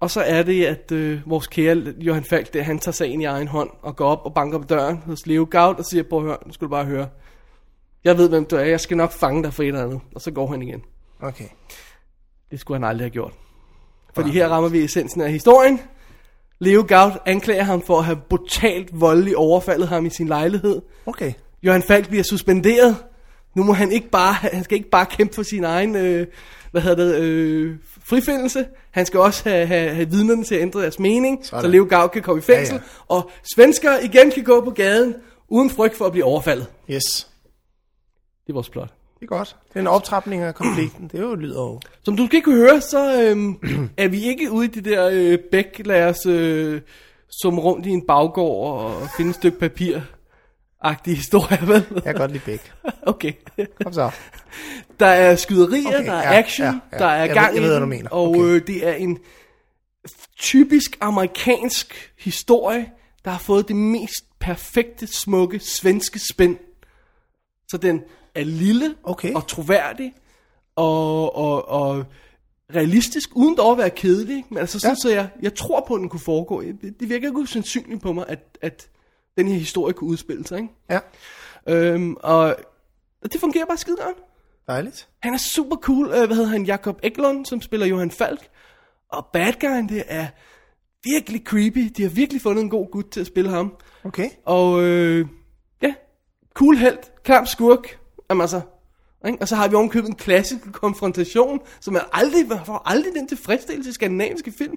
S1: Og så er det, at øh, vores kære Johan Falk, det, han tager sagen i egen hånd og går op og banker på døren hos Leo Gaut og siger, prøv at høre, nu skal du bare høre. Jeg ved, hvem du er, jeg skal nok fange dig for et eller andet. Og så går han igen.
S2: Okay.
S1: Det skulle han aldrig have gjort. Fordi her rammer vi essensen af historien. Leo Gaut anklager ham for at have brutalt voldeligt overfaldet ham i sin lejlighed.
S2: Okay.
S1: Johan Falk bliver suspenderet. Nu må han ikke bare, han skal ikke bare kæmpe for sin egen, øh, hvad hedder det, øh, frifindelse. Han skal også have, have, have vidnerne til at ændre deres mening, Sådan. så Leo Gav kan komme i fængsel.
S2: Ja,
S1: Ja, ja. Og svenskere igen kan gå på gaden, uden frygt for at blive overfaldet.
S2: Yes.
S1: Det er vores plot.
S2: Det er godt. Det er en optrapning af konflikten. Det er jo lyder jo.
S1: Som du skal kunne høre, så øhm, er vi ikke ude i det der øh, bæk, lad os øh, summe rundt i en baggård og finde et stykke papir. agtige historier, vel?
S2: Jeg kan godt lide begge.
S1: Okay.
S2: Kom så.
S1: Der er skyderier,
S2: Okay,
S1: okay, der er
S2: ja,
S1: action,
S2: ja, ja.
S1: der er
S2: Jeg ved-
S1: gang
S2: jeg ved,
S1: i
S2: hvad
S1: den,
S2: du mener.
S1: Og
S2: Okay.
S1: øh, det er en typisk amerikansk historie, der har fået det mest perfekte, smukke svenske spænd. Så den er lille
S2: Okay.
S1: og troværdig og, og, og realistisk, uden dog at være kedelig. ikke? Men altså, sådan,
S2: Ja.
S1: ja. så jeg, jeg tror på, at den kunne foregå. Det det virker ikke usandsynligt på mig, at, at den her historie kunne udspille sig. Ikke?
S2: Ja,
S1: Øhm, og og det fungerer bare skide godt.
S2: dejligt.
S1: Han er super cool. Øh, Hvad hedder han? Jakob Eklund, som spiller Johan Falk. Og bad guyen, det er virkelig creepy. De har virkelig fundet en god gut til at spille ham.
S2: Okay.
S1: Og øh, ja, cool held, klam skurk. Jamen altså, ikke? og så har vi ovenkøbet en klassisk konfrontation, som man aldrig, man får aldrig den tilfredsstillelse i skandinaviske film.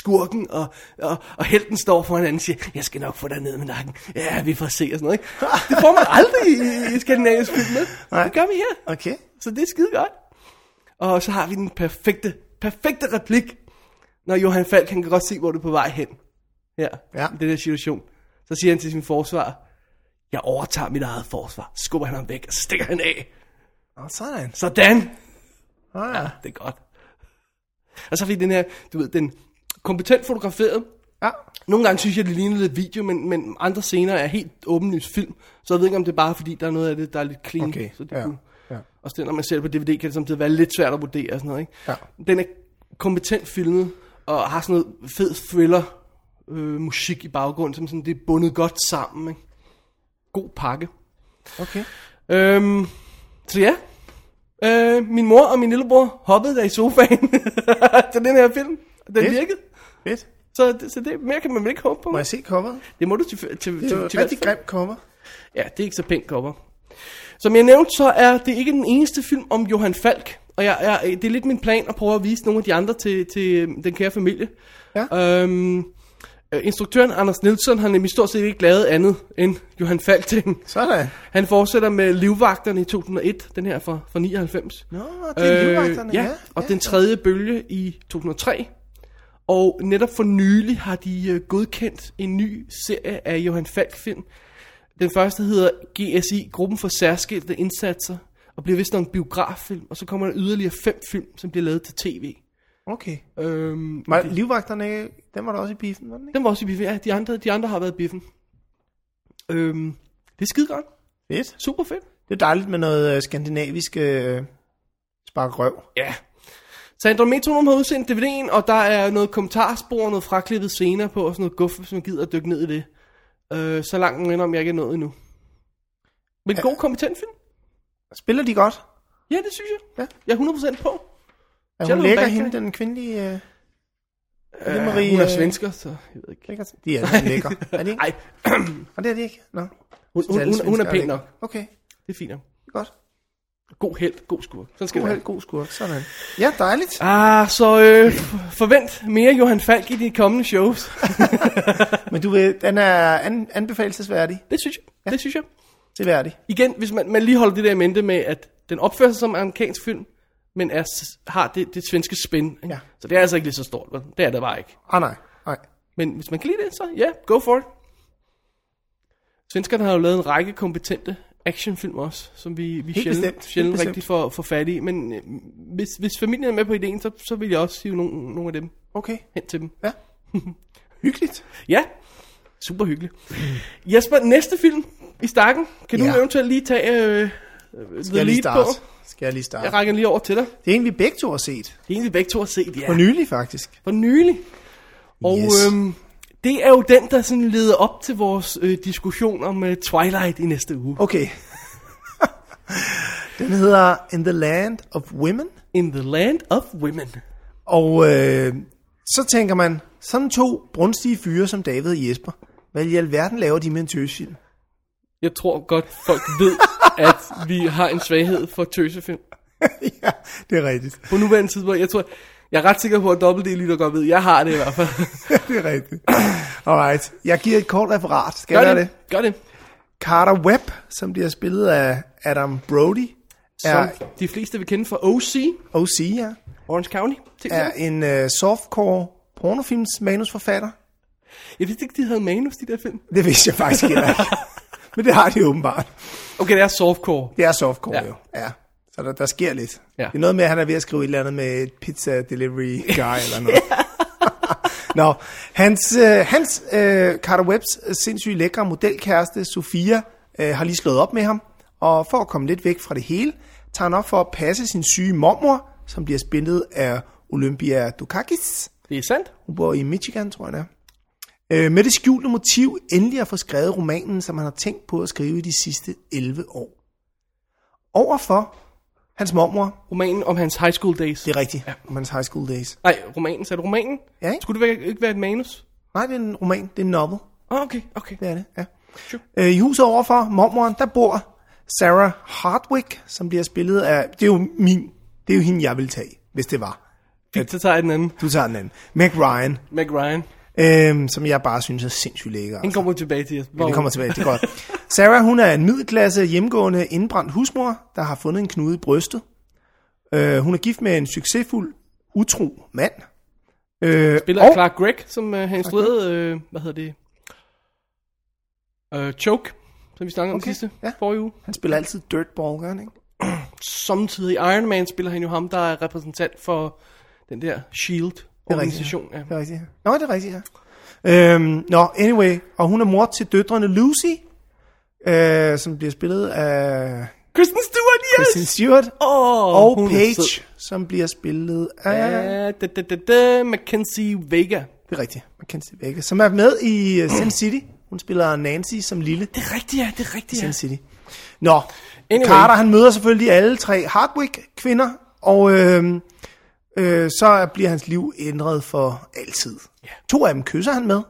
S1: Skurken og, og, og helten står foran hinanden og siger, jeg skal nok få dig ned med nakken. Ja, vi får se og sådan noget. Ikke? Det får man aldrig i, i skandinavisk film.
S2: Nej.
S1: Nej. Det gør vi her.
S2: Okay.
S1: Så det er skide godt. Og så har vi den perfekte, perfekte replik, når Johan Falk han kan godt se, hvor du er på vej hen. Her,
S2: Ja.
S1: ja. i den her situation. Så siger han til sin forsvar, jeg overtager mit eget forsvar. Skubber han ham væk, og så stikker han af.
S2: Nå, sådan.
S1: Sådan.
S2: Ah, ja.
S1: Det er godt. Og så har vi den her, du ved, den kompetent fotograferet.
S2: ja.
S1: Nogle gange synes jeg, det ligner lidt video, men, men andre scener er helt åbenlyst film. Så jeg ved ikke, om det er bare fordi, der er noget af det, der er lidt clean.
S2: Okay.
S1: Så det
S2: ja.
S1: kunne-
S2: ja.
S1: og selv når man ser det på DVD, kan det samtidig være lidt svært at vurdere og sådan noget, ikke?
S2: Ja.
S1: Den er kompetent filmet, og har sådan noget fed thriller øh, musik i baggrunden, som sådan, det er bundet godt sammen, ikke? God pakke.
S2: Okay.
S1: Øhm, så ja, øh, min mor og min lillebror hoppede der i sofaen til den her film. Den
S2: Fedt.
S1: virkede.
S2: Fedt.
S1: Så, det- så det, mere kan man vel ikke håbe på.
S2: Må jeg se coveret?
S1: Det må du til, til, til,
S2: Det er jo et
S1: til
S2: rigtig grimt cover.
S1: Ja, det er ikke så pænt cover. Som jeg nævnte, så er det ikke den eneste film om Johan Falk. Og jeg, jeg, det er lidt min plan at prøve at vise nogle af de andre til, til øhm, den kære familie.
S2: Ja.
S1: Øhm, øh, instruktøren Anders Nielsen har nemlig stort set ikke lavet andet end Johan Falk ting.
S2: Sådan.
S1: Han fortsætter med Livvagterne i 2001, den her fra, fra 99.
S2: Nå, det er livvagterne,
S1: Øh, ja, og den tredje bølge i 2003. Og netop for nylig har de øh, godkendt en ny serie af Johan Falk-film. Den første hedder GSI, Gruppen for Særskilte Indsatser, og bliver vist nok en biograffilm. Og så kommer der yderligere fem film, som bliver lavet til tv.
S2: Okay.
S1: Øhm,
S2: Var livvagterne, den var der også i biffen, var den ikke?
S1: den var også i biffen. Ja, de andre, de andre har været i biffen. Øhm, det er skide godt.
S2: Fedt.
S1: Super fedt.
S2: Det er dejligt med noget øh, skandinavisk øh, spark røv.
S1: Ja. Så Andrometronum har udsendt DVD'en, og der er noget kommentarspor og noget fraklippet scener på, og sådan noget guf, hvis man gider at dykke ned i det. Øh, så langt må jeg om jeg ikke er nået endnu. Men ja. god kompetent film.
S2: Spiller de godt?
S1: Ja, det synes jeg.
S2: Ja.
S1: Jeg er 100% på.
S2: Er hun
S1: Gentleman
S2: lækker
S1: Banker.
S2: hende, den kvindelige... Øh, er det
S1: Øh,
S2: Marie,
S1: hun er
S2: øh,
S1: svensker, så jeg ved ikke.
S2: lækker? De er altid lækker. Er de ikke?
S1: Nej,
S2: Og det er de ikke? Nå.
S1: hun, hun,
S2: Alle
S1: hun, hun er
S2: svenskere
S1: pæn
S2: lækre.
S1: nok.
S2: Okay,
S1: Det er fint nok.
S2: godt.
S1: God held, god skurk. Sådan skal
S2: God
S1: det
S2: held,
S1: være.
S2: god skurk. Sådan. Ja, dejligt.
S1: Ah, så øh, f- forvent mere Johan Falk i de kommende shows.
S2: Men du ved, den er an, anbefalesværdig.
S1: Det synes jeg. Ja. Det synes jeg.
S2: Seværdig.
S1: igen, hvis man, man lige holder det der i mente med, at den opfører sig som en amerikansk film, men er, s- har det, det svenske spin. ikke?
S2: Ja.
S1: Så det er altså ikke lige så stort, vel? Det er det bare ikke.
S2: Ah, nej. Nej.
S1: Men hvis man kan lide det, så ja, yeah, go for it. Svenskerne har jo lavet en række kompetente actionfilm også, som vi, vi
S2: bestemt,
S1: sjældent,
S2: helt
S1: sjældent
S2: bestemt.
S1: rigtig får, får fat i. Men øh, hvis, hvis familien er med på ideen, så, så vil jeg også hive nogle, nogle af dem
S2: Okay.
S1: hen til dem.
S2: Ja. Hyggeligt.
S1: Ja, super hyggeligt. Jesper, næste film i stakken. Kan du
S2: Ja.
S1: eventuelt lige tage øh,
S2: Skal
S1: The
S2: jeg lige
S1: Lead
S2: starte?
S1: på?
S2: Skal jeg lige starte?
S1: Jeg rækker den lige over til dig.
S2: Det er en, vi begge to har set.
S1: Det er egentlig begge to har set, ja.
S2: For nylig, faktisk.
S1: For nylig. Og
S2: Yes.
S1: øhm, det er jo den, der sådan leder op til vores øh, diskussion om øh, Twilight i næste uge.
S2: Okay. den hedder In the Land of Women.
S1: In the land of women.
S2: Og øh, så tænker man, sådan to brunstige fyre som David og Jesper, hvad i alverden laver de med en tøsfilm?
S1: Jeg tror godt, folk ved, at vi har en svaghed for tøsefilm.
S2: ja, det er rigtigt.
S1: På nuværende tidspunkt, jeg tror... Jeg er ret sikker på, at dobbelt D lytter godt ved. Jeg har det i hvert fald.
S2: det er rigtigt. Alright, jeg giver et kort referat. Skal jeg
S1: Gør
S2: gøre
S1: det.
S2: det?
S1: Gør det.
S2: Carter Webb, som bliver spillet af Adam Brody, er
S1: Som de fleste vil kende fra OC,
S2: OC, ja,
S1: Orange County. Ting
S2: er en øh, softcore pornofilms manusforfatter.
S1: Jeg vidste ikke, de havde manus, de der film.
S2: Det vidste jeg faktisk heller ikke. Men det har de åbenbart.
S1: Okay, det er softcore.
S2: Det er softcore
S1: Ja.
S2: ja. jo. Ja. Så der, der sker lidt.
S1: Ja.
S2: Ja. Det er noget med, at han er ved at skrive et eller andet med et pizza delivery guy eller noget. Nå, hans, øh, hans øh, Carter Webbs sindssygt lækre modelkæreste, Sofia, øh, har lige slået op med ham. Og for at komme lidt væk fra det hele, tager han op for at passe sin syge mormor, som bliver spillet af Olympia Dukakis.
S1: Det er sandt.
S2: Hun bor i Michigan, tror jeg det er. Øh, med det skjulte motiv endelig at få skrevet romanen, som han har tænkt på at skrive i de sidste 11 år. Overfor hans mormor,
S1: Romanen om hans high school days.
S2: det er rigtigt, ja. om hans high school days.
S1: Nej, romanen. Sagde du romanen?
S2: Ja, ikke?
S1: Skulle det være- ikke være et manus?
S2: Nej, det er en roman, det er en novel,
S1: Ah, okay, okay.
S2: det er det, ja.
S1: Sure.
S2: Øh, I huset overfor mormoren, der bor Sarah Hardwick, som bliver spillet af, det er jo min, det er jo hende, jeg ville tage, hvis det var.
S1: Fint, så tager jeg den anden.
S2: Du tager den anden. Meg Ryan,
S1: Meg Ryan.
S2: øh, som jeg bare synes er sindssygt lækker.
S1: Den kommer vi tilbage til. Jesper.
S2: Men det kommer tilbage, det er godt. Sarah, hun er en middelklasse hjemgående indbrændt husmor, der har fundet en knude i brystet. Øh, hun er gift med en succesfuld, utro mand. Øh,
S1: Spiller
S2: og,
S1: Clark Gregg, som øh, har instrueret, øh, hvad hedder det? Øh, Choke, som vi snakkede om
S2: Okay,
S1: sidste
S2: ja.
S1: forrige uge.
S2: Han spiller altid dirtball, gør han ikke?
S1: Samtidig i Iron Man spiller han jo ham, der er repræsentant for den der S.H.I.E.L.D.-organisation. Ja.
S2: Det er rigtigt, ja. Nå, det er rigtigt, ja. Øhm, nå, anyway, og hun er mor til døtrene Lucy, øh, som bliver spillet af
S1: Kristen Stewart, yes!
S2: Kristen Stewart,
S1: Åh,
S2: og
S1: hun er sød.
S2: Paige, som bliver spillet af...
S1: Ja, da, da, da, da, Mackenzie Vega.
S2: Det er rigtigt, Mackenzie Vega, som er med i uh, Sin City. Hun spiller Nancy som lille i
S1: Det er rigtigt, ja, det er rigtigt, ja.
S2: Sin City. Nå,
S1: Anyway.
S2: anyway. Carter han møder selvfølgelig alle tre Hardwick-kvinder, og øh, øh, så bliver hans liv ændret for altid. Yeah. To af dem kysser han med. Jeg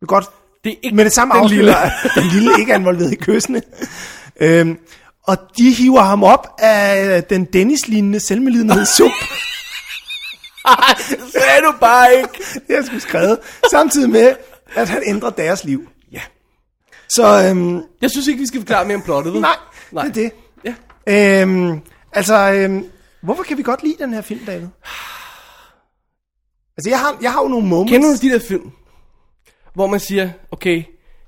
S2: vil godt
S1: Det er ikke
S2: med det samme
S1: den
S2: afslører, at den lille ikke er involveret i kyssene. Øhm, og de hiver ham op af øh, den Dennis-lignende selvmedlidenhedssump.
S1: Ej, det sagde du bare ikke.
S2: Det er sgu skrevet. Samtidig med, at han ændrer deres liv.
S1: Ja.
S2: Så øhm,
S1: Jeg synes ikke, vi skal forklare mere om plottet. vel?
S2: nej,
S1: Nej.
S2: Nej, det er det.
S1: Ja.
S2: Øhm, altså, øhm, hvorfor kan vi godt lide den her film, David? Altså, jeg har, jeg har jo nogle moments.
S1: Kender du de der film, hvor man siger, okay,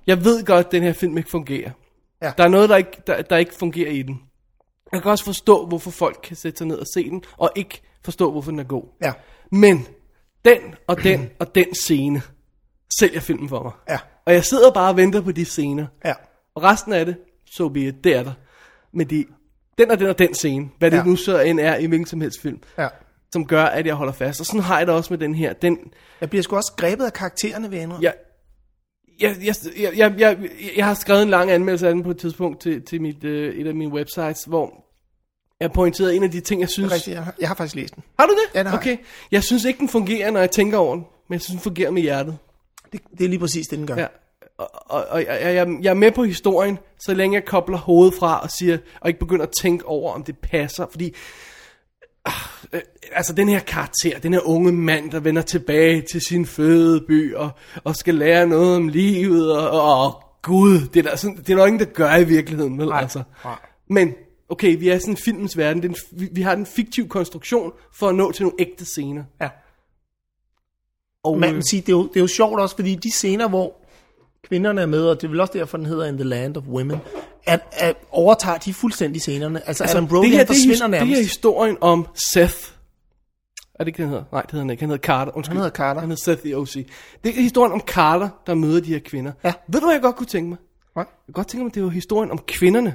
S1: jeg ved godt, at den her film ikke fungerer.
S2: Ja.
S1: Der er noget, der ikke, der, der ikke fungerer i den. Jeg kan også forstå, hvorfor folk kan sætte sig ned og se den, og ikke forstå, hvorfor den er god.
S2: Ja,
S1: Men den og den og den scene sælger filmen for mig.
S2: Ja.
S1: Og jeg sidder bare og venter på de scener.
S2: ja.
S1: Og resten af det, so be it, det er der. Men det, den og den og den scene, hvad det ja.
S2: Ja.
S1: nu så end er i hvilken som helst film,
S2: Ja.
S1: som gør, at jeg holder fast. Og sådan har jeg det også med den her. Den,
S2: Jeg bliver sgu også grebet af karaktererne ved andre.
S1: jeg, jeg, jeg, jeg, jeg, jeg, jeg har skrevet en lang anmeldelse af den på et tidspunkt til, til mit, øh, et af mine websites, hvor jeg pointerede en af de ting, jeg synes...
S2: Rigtigt, jeg har, jeg har faktisk læst den.
S1: Har du det?
S2: Ja, det har
S1: okay. Jeg synes ikke, den fungerer, når jeg tænker over den, men jeg synes, den fungerer med hjertet.
S2: Det, det er lige præcis det, den gør.
S1: Ja. Og, og, og jeg, jeg, jeg er med på historien, så længe jeg kobler hovedet fra og siger, og ikke begynder at tænke over, om det passer. Fordi, ah, øh, altså den her karakter, den her unge mand, der vender tilbage til sin fødeby, og, og skal lære noget om livet, og, og, og gud, det er, der, sådan, det er der jo ingen, der gør i virkeligheden, vel? Nej, altså.
S2: nej.
S1: Men, okay, vi er sådan i filmens verden, den, vi, vi har den fiktiv konstruktion for at nå til nogle ægte scener.
S2: ja.
S1: Og,
S2: Man
S1: øh,
S2: kan sige, det er, jo, det er jo sjovt også, fordi de scener, hvor kvinderne er med, og det er vel også derfor, den hedder In the Land of Women, at, at overtager de fuldstændig scenerne. Altså, altså Adam Brody, han
S1: det
S2: forsvinder
S1: er, his-
S2: nærmest.
S1: Det er historien om Seth. Er det ikke, den hedder? Nej, det hedder han ikke. Han hedder Carter. Undskyld.
S2: Han hedder Carter.
S1: Han hedder Seth i O.C. Det er historien om Carter, der møder de her kvinder.
S2: Ja.
S1: Ved du, hvad jeg godt kunne tænke mig?
S2: Hvad?
S1: Jeg kunne godt tænke mig, at det var historien om kvinderne,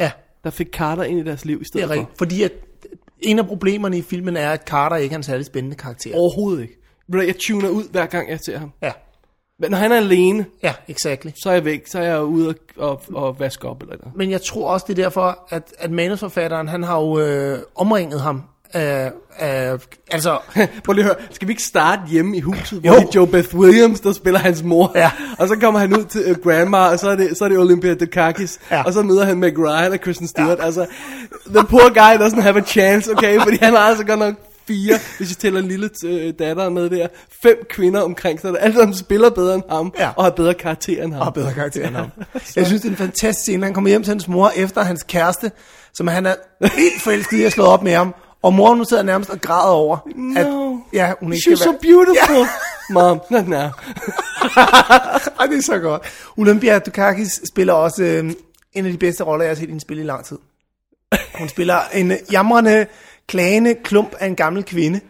S2: ja,
S1: der fik Carter ind i deres liv i stedet
S2: det er
S1: for.
S2: rigtigt. Fordi at en af problemerne i filmen er, at Carter ikke er en særlig spændende karakter.
S1: Overhovedet ikke. Ved du hvad, Jeg tuner ud, hver gang jeg ser ham.
S2: Ja,
S1: Men når han er alene,
S2: ja, exactly.
S1: så er jeg væk. Så er jeg ude og, og, og vaske op eller noget.
S2: Men jeg tror også, det er derfor, at, at manusforfatteren, han har jo øh, omringet ham. Øh, øh, altså,
S1: Prøv lige at høre, skal vi ikke starte hjemme i huset, hvor
S2: Jo.
S1: det er Joe Beth Williams, der spiller hans mor,
S2: Ja.
S1: og så kommer han ud til uh, grandma, og så er det, så er det Olympia Dukakis,
S2: Ja.
S1: og så møder han Meg Ryan og Kristen Stewart, ja. altså, the poor guy doesn't have a chance, okay, fordi han har altså godt nok fire, hvis jeg tæller en lille øh, datter med der, fem kvinder omkring sig, der alle sammen spiller bedre end ham,
S2: Ja.
S1: og har bedre karakter end ham.
S2: og har bedre karakter end ham. Jeg synes, det er en fantastisk scene. Han kommer hjem til hans mor efter hans kæreste, som han er helt forelsket i at slå op med ham. Og moren nu sidder nærmest og græder over,
S1: No.
S2: at ja, hun ikke
S1: She's so
S2: skal være...
S1: beautiful. Mom, not now.
S2: Ej, det er så godt. Olympia Dukakis spiller også øh, en af de bedste roller, jeg har set hende spille i lang tid. Hun spiller en øh, jamrende, klagende klump af en gammel kvinde,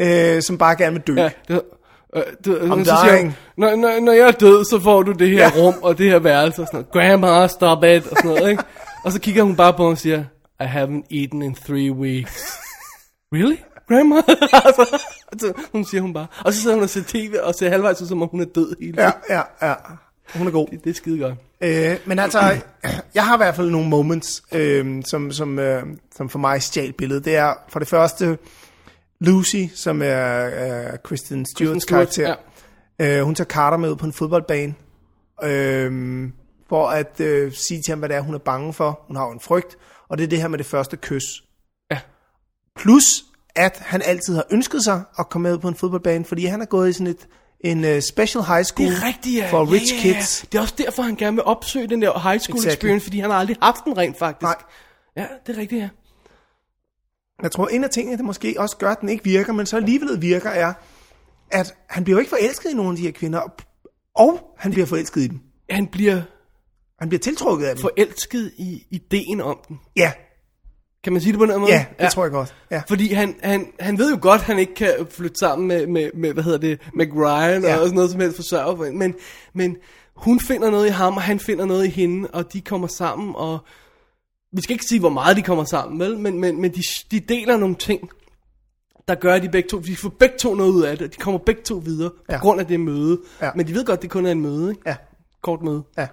S2: øh, som bare gerne vil dø.
S1: Ja,
S2: Ja.
S1: det, øh, det, så
S2: I'm
S1: siger
S2: dying.
S1: hun, når, når, når jeg er død, så får du det her
S2: Ja.
S1: ja. rum og det her værelse og sådan noget. Grandma, stop it og sådan noget, ikke? Og så kigger hun bare på ham og siger, I haven't eaten in three weeks. really? Grandma? altså, altså, hun siger hun bare. Og så sidder hun og ser tv og ser halvvejs ud, som om hun er død hele
S2: ja,
S1: tiden.
S2: ja, ja. Hun er god.
S1: Det, det er skide godt.
S2: Øh, men altså, jeg har i hvert fald nogle moments, øh, som, som, øh, som for mig stjal billedet. Det er for det første Lucy, som er øh, Kristen Stewart's karakter. Øh, hun tager Carter med ud på en fodboldbane, øh, for at øh, sige til ham, hvad det er, hun er bange for. Hun har jo en frygt, og det er det her med det første kys.
S1: Ja.
S2: Plus, at han altid har ønsket sig at komme med ud på en fodboldbane, fordi han er gået i sådan et, en øh, special high school
S1: Det er rigtigt, ja.
S2: for
S1: ja,
S2: rich
S1: ja, ja.
S2: kids.
S1: Det er også derfor, han gerne vil opsøge den der high school
S2: Exactly.
S1: exactly. experience, fordi han har aldrig haft den rent faktisk.
S2: Nej.
S1: Ja, det er rigtigt, ja.
S2: Jeg tror, en af tingene, der måske også gør, at den ikke virker, men så alligevel virker, er, at han bliver jo ikke forelsket i nogen af de her kvinder, og- og han bliver forelsket i dem.
S1: Han bliver
S2: Han bliver tiltrukket af dem.
S1: forelsket i ideen om den.
S2: Ja,
S1: Kan man sige det på den her måde?
S2: ja, det tror jeg godt. Ja.
S1: Fordi han, han, han ved jo godt, han ikke kan flytte sammen med, med, med hvad hedder det, med Ryan
S2: Ja.
S1: ja. og sådan noget som helst forsørger for hende. Men, men hun finder noget i ham, og han finder noget i hende, og de kommer sammen, og vi skal ikke sige, hvor meget de kommer sammen, vel? Men, men, men de, de deler nogle ting, der gør, at de begge to, de får begge to noget ud af det, og de kommer begge to videre, på
S2: Ja.
S1: grund af det møde.
S2: Ja.
S1: Men de ved godt, det kun er en møde, ikke?
S2: Ja,
S1: Kort møde.
S2: ja.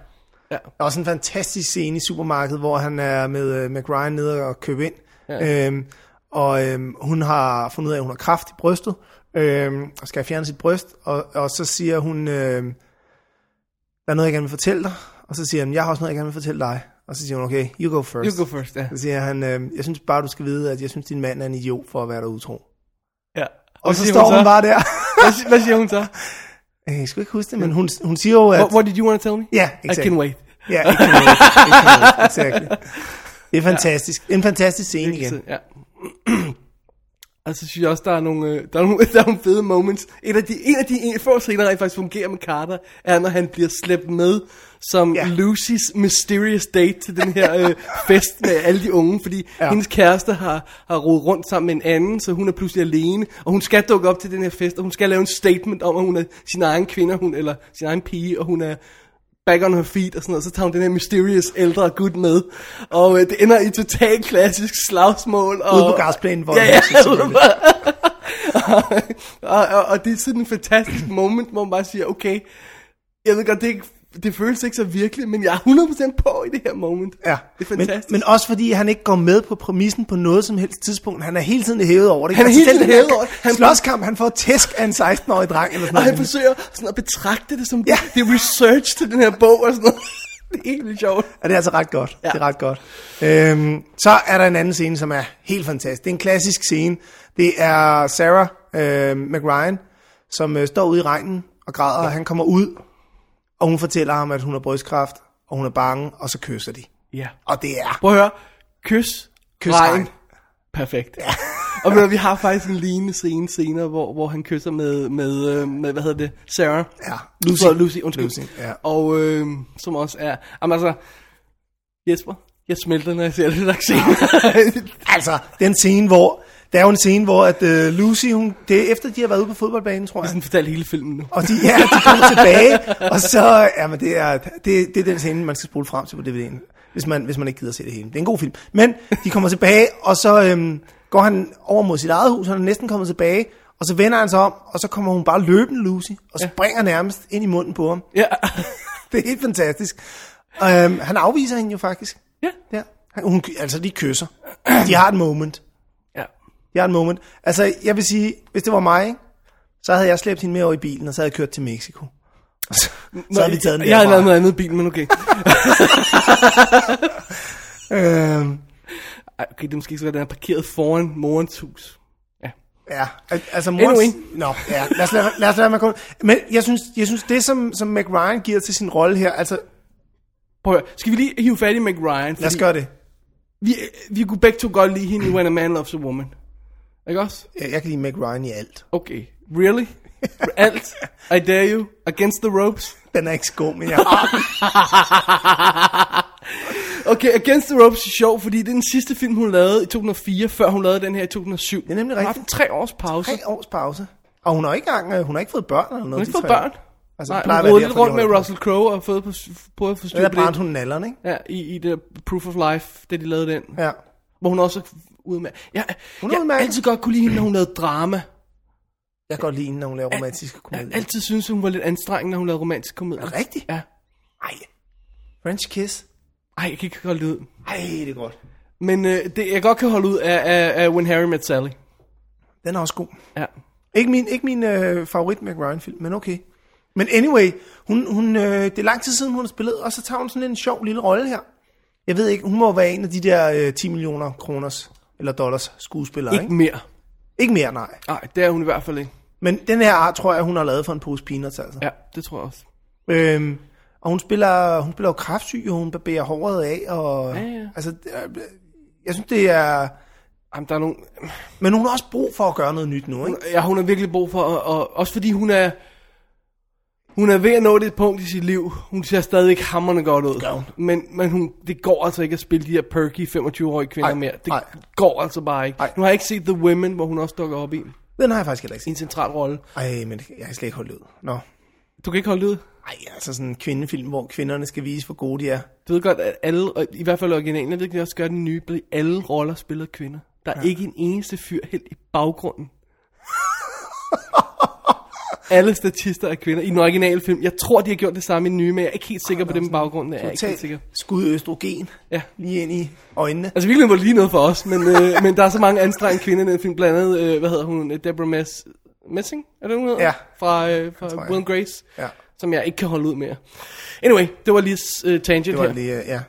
S1: Ja.
S2: Der er også en fantastisk scene i supermarkedet, hvor han er med øh, McRyan nede og købe ind. Ja. Øhm, og øhm, hun har fundet ud af, at hun har kraft i brystet, øhm, og skal fjerne sit bryst. Og, og så siger hun, øhm, der er noget, jeg gerne vil fortælle dig. Og så siger han, jeg har også noget, jeg gerne vil fortælle dig. Og så siger hun, okay, you go first.
S1: You go first, ja.
S2: Så siger han, øh, jeg synes bare, du skal vide, at jeg synes, din mand er en idiot for at være der utro.
S1: ja.
S2: Og så
S1: siger
S2: står hun bare der.
S1: Hvad, si- hvad siger hun så?
S2: jeg skal ikke huske det, men hun, hun siger jo, at...
S1: What, what did you want to tell me?
S2: Ja,
S1: I
S2: exakt.
S1: can wait.
S2: Ja, ikke noget, ikke noget, exactly. Det er fantastisk. En fantastisk scene igen.
S1: Ja. Og så synes jeg også, der er nogle, øh, der er nogle, der er nogle fede moments. Et af de, en af de en, få scener, der rent faktisk fungerer med Carter, er, når han bliver slæbt med som
S2: Ja.
S1: ja. Lucy's mysterious date til den her øh, fest med alle de unge, fordi
S2: Ja.
S1: ja. hendes kæreste har, har rodet rundt sammen med en anden, så hun er pludselig alene, og hun skal dukke op til den her fest, og hun skal lave en statement om, at hun er sin egen kvinde, og hun, eller sin egen pige, og hun er back on her feet og sådan noget, så tager hun den her mysterious ældre gut med, og øh, det ender i total klassisk slagsmål. Og,
S2: Ude på græsplænen, hvor
S1: ja,
S2: han
S1: ja,
S2: er så
S1: ude på- og, og, og, det er sådan en fantastisk moment, hvor man bare siger, okay, jeg ved godt, det, er ikke, det føles ikke så virkelig, men jeg er 100% på i det her moment.
S2: Ja.
S1: Det er fantastisk.
S2: Men, men også fordi han ikke går med på præmissen på noget som helst tidspunkt. Han er hele tiden hævet over det. Altså,
S1: Han er hele
S2: selv
S1: tiden
S2: den her
S1: hævet over det. Han-
S2: Slåskamp, han får tæsk af en 16-årig dreng eller sådan
S1: Og han
S2: noget.
S1: forsøger sådan at betragte det som
S2: Ja.
S1: ja. det er research til den her bog og sådan noget. Det er helt vildt sjovt.
S2: Ja, det er altså ret godt. Ja.
S1: Ja.
S2: Det er ret godt. Øhm, så er der en anden scene, som er helt fantastisk. Det er en klassisk scene. Det er Sarah øh, McRyan, som øh, står ude i regnen og græder, ja. og han kommer ud, og hun fortæller ham, at hun har brystkræft, og hun er bange, og så kysser de.
S1: Ja.
S2: Og det er...
S1: Prøv at høre. Kys.
S2: Kys,
S1: Kys regn.
S2: regn.
S1: Perfekt. Ja. og ved du, vi har faktisk en lignende scene senere, hvor, hvor han kysser med, med, øh, med hvad hedder det, Sarah.
S2: Ja, Lucy.
S1: Så, Lucy, undskyld.
S2: Lucy, ja.
S1: Og øh, som også er, jamen altså, Jesper, jeg smelter, når jeg ser det slags scene.
S2: Altså, den scene, hvor... Der er jo en scene, hvor at, øh, Lucy, hun, det er efter, de har været ude på fodboldbanen, tror jeg.
S1: sådan fortalt hele filmen nu.
S2: Og de, ja, de kommer tilbage, og så, ja, men det er, det, det er den scene, man skal spole frem til på DVD'en, hvis man, hvis man ikke gider se det hele. Det er en god film. Men de kommer tilbage, og så øhm, går han over mod sit eget hus, han er næsten kommet tilbage, og så vender han sig om, og så kommer hun bare løbende, Lucy, og springer nærmest ind i munden på ham.
S1: Ja.
S2: Det er helt fantastisk. Øhm, han afviser hende jo faktisk.
S1: ja.
S2: Ja. Han- Hun, altså, de kysser. De har et moment.
S1: Ja.
S2: De har et moment. Altså, jeg vil sige, hvis det var mig, ikke, så havde jeg slæbt hende med over i bilen, og så havde jeg kørt til Mexico. Og Så, så havde vi taget den
S1: Jeg har lavet
S2: derfra.
S1: noget andet i bilen, men okay.
S2: Øhm,
S1: Ej, okay, det er måske ikke så, at den er parkeret foran morens hus. Ja.
S2: ja, al- altså mors...
S1: Anyway.
S2: Nå, ja, lad os lade, lad os lade mig kun... Men jeg synes, jeg synes det, som, som McRyan giver til sin rolle her, altså,
S1: Prøv at høre. Skal vi lige hive fat i McRyan?
S2: lad os
S1: Fordi-
S2: gøre det.
S1: vi, vi kunne begge to godt lide hende i When a Man Loves a Woman. Ikke også?
S2: Jeg jeg kan lide McRyan i alt.
S1: Okay. Really? Alt, I dare you, against the ropes.
S2: Den er ikke så god, men jeg har
S1: Okay, Against the Ropes er sjov, fordi det er den sidste film, hun lavede i 2004, før hun lavede den her i 2007. Det
S2: er nemlig
S1: Hun har haft
S2: rigtigt.
S1: en tre års pause.
S2: tre års pause. Og hun har ikke engang, øh, hun har ikke fået børn eller noget.
S1: Hun har ikke
S2: de
S1: fået
S2: tre år.
S1: børn.
S2: Altså,
S1: Altså,
S2: det
S1: Nej,
S2: plejer at
S1: hun
S2: være
S1: rodede lidt
S2: derfor, de
S1: rundt med
S2: holder på.
S1: Russell Crowe og fået på, prøvet at få styr
S2: Der
S1: på
S2: brændte
S1: det.
S2: hun nalleren, ikke?
S1: Ja, i, i det der Proof of Life, da de lavede den.
S2: Ja.
S1: Hvor hun også er ude med. Jeg,
S2: Hun
S1: hun
S2: er
S1: jeg
S2: udmærket.
S1: altid godt kunne lide hende, når hun lavede drama.
S2: Jeg kan godt lide hende, når hun laver romantiske
S1: Jeg
S2: komedier.
S1: altid synes hun var lidt anstrengende, når hun lavede romantisk komedie.
S2: Mm. Er det rigtigt?
S1: Ja.
S2: Ej. French Kiss.
S1: Ej, jeg kan ikke holde det ud.
S2: Ej, det er godt.
S1: Men øh, det, jeg godt kan holde ud af, af, af When Harry Met Sally.
S2: Den er også god.
S1: Ja.
S2: Ikke min, ikke min øh, favorit Meg Ryan-film, men okay. Men anyway, hun, hun, øh, det er lang tid siden, hun har spillet, og så tager hun sådan en sjov lille rolle her. Jeg ved ikke, hun må være en af de der øh, 10 millioner kroners eller dollars skuespillere, ikke?
S1: Ikke mere.
S2: Ikke mere, nej.
S1: Nej, det er hun i hvert fald ikke.
S2: Men den her art, tror jeg, hun har lavet for en pose peanuts, altså.
S1: Ja, det tror jeg også.
S2: Øhm, og hun spiller, hun spiller jo kraftsyg, og hun barberer håret af, og...
S1: Ja, ja.
S2: Altså, det er- jeg synes, det er...
S1: Jamen, der er nogle...
S2: Men hun har også brug for at gøre noget nyt nu, ikke?
S1: Ja, hun har virkelig brug for... Og, og, også fordi hun er... Hun er ved at nå det punkt i sit liv. Hun ser stadig ikke hammerne godt ud.
S2: Gør hun.
S1: Men, men hun, det går altså ikke at spille de her perky 25-årige kvinder
S2: Ej,
S1: mere. Det
S2: ej.
S1: går altså bare ikke.
S2: Ej.
S1: Nu har jeg ikke set The Women, hvor hun også dukker op i
S2: Den har jeg faktisk heller ikke
S1: i
S2: set.
S1: en central rolle.
S2: Ej, men jeg kan slet ikke holde det ud. Nå.
S1: Du kan ikke holde det ud?
S2: Ej, altså sådan en kvindefilm, hvor kvinderne skal vise, hvor gode de er.
S1: Du ved godt, at alle, og i hvert fald originalen, jeg ved ikke, om de også gør den nye, blev alle roller spillet af kvinder. Der er ja. ikke en eneste fyr helt i baggrunden. alle statister er kvinder i den originale film. Jeg tror, de har gjort det samme i den nye, men jeg er ikke helt sikker på det med baggrunden. Jeg er ikke helt sikker.
S2: Tag skud østrogen
S1: Ja.
S2: lige ind i øjnene.
S1: Altså virkelig var det lige noget for os, men, øh, men der er så mange anstrengende kvinder i den film. Blandt andet, øh, hvad hedder hun, øh, Deborah Mess, Messing, er det hun hedder?
S2: Ja.
S1: Fra, øh,
S2: tror jeg.
S1: fra Will and Grace,
S2: Ja.
S1: som jeg ikke kan holde ud mere. Anyway, det var lige øh, tangent
S2: Det
S1: her.
S2: var lige, øh, ja.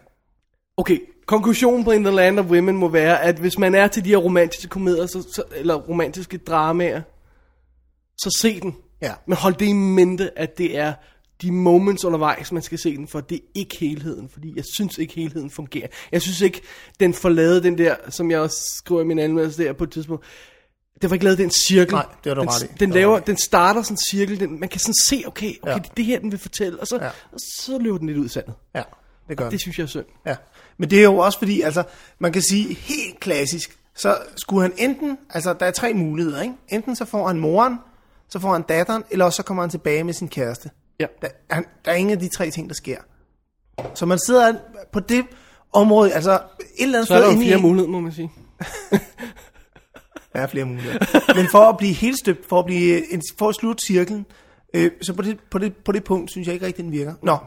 S1: Okay, konklusionen på In the Land of Women må være, at hvis man er til de her romantiske komedier, så, så, eller romantiske dramaer, så se den.
S2: Ja.
S1: Men hold det i mente, at det er de moments undervejs, man skal se den for. Det er ikke helheden, fordi jeg synes ikke, helheden fungerer. Jeg synes ikke, den får lavet den der, som jeg også skriver i min anmeldelse der på et tidspunkt, det var ikke lavet den cirkel.
S2: Nej, det har du
S1: den,
S2: ret i. Det har
S1: Den,
S2: du
S1: laver,
S2: ret i.
S1: den starter sådan en cirkel. Den, man kan sådan se, okay, okay
S2: Ja.
S1: ja. det er det her, den vil fortælle. Og så,
S2: Ja.
S1: ja. og så løber den lidt ud i sandet.
S2: Ja, det gør
S1: Det
S2: det.
S1: synes jeg er synd.
S2: Ja. Men det er jo også fordi, altså, man kan sige helt klassisk, så skulle han enten, altså der er tre muligheder, ikke? Enten så får han moren, så får han datteren, eller også så kommer han tilbage med sin kæreste.
S1: Ja.
S2: Der, han, der er ingen af de tre ting, der sker. Så man sidder på det område, altså et eller andet
S1: Så er der
S2: sted
S1: jo
S2: inde i
S1: flere
S2: en-
S1: muligheder, må man sige.
S2: Der er flere muligheder. Men for at blive helt støbt, for at, blive, øh, en- for at slutte cirklen, øh, så på det, på, det, på det punkt, synes jeg ikke rigtig, den virker. Nå,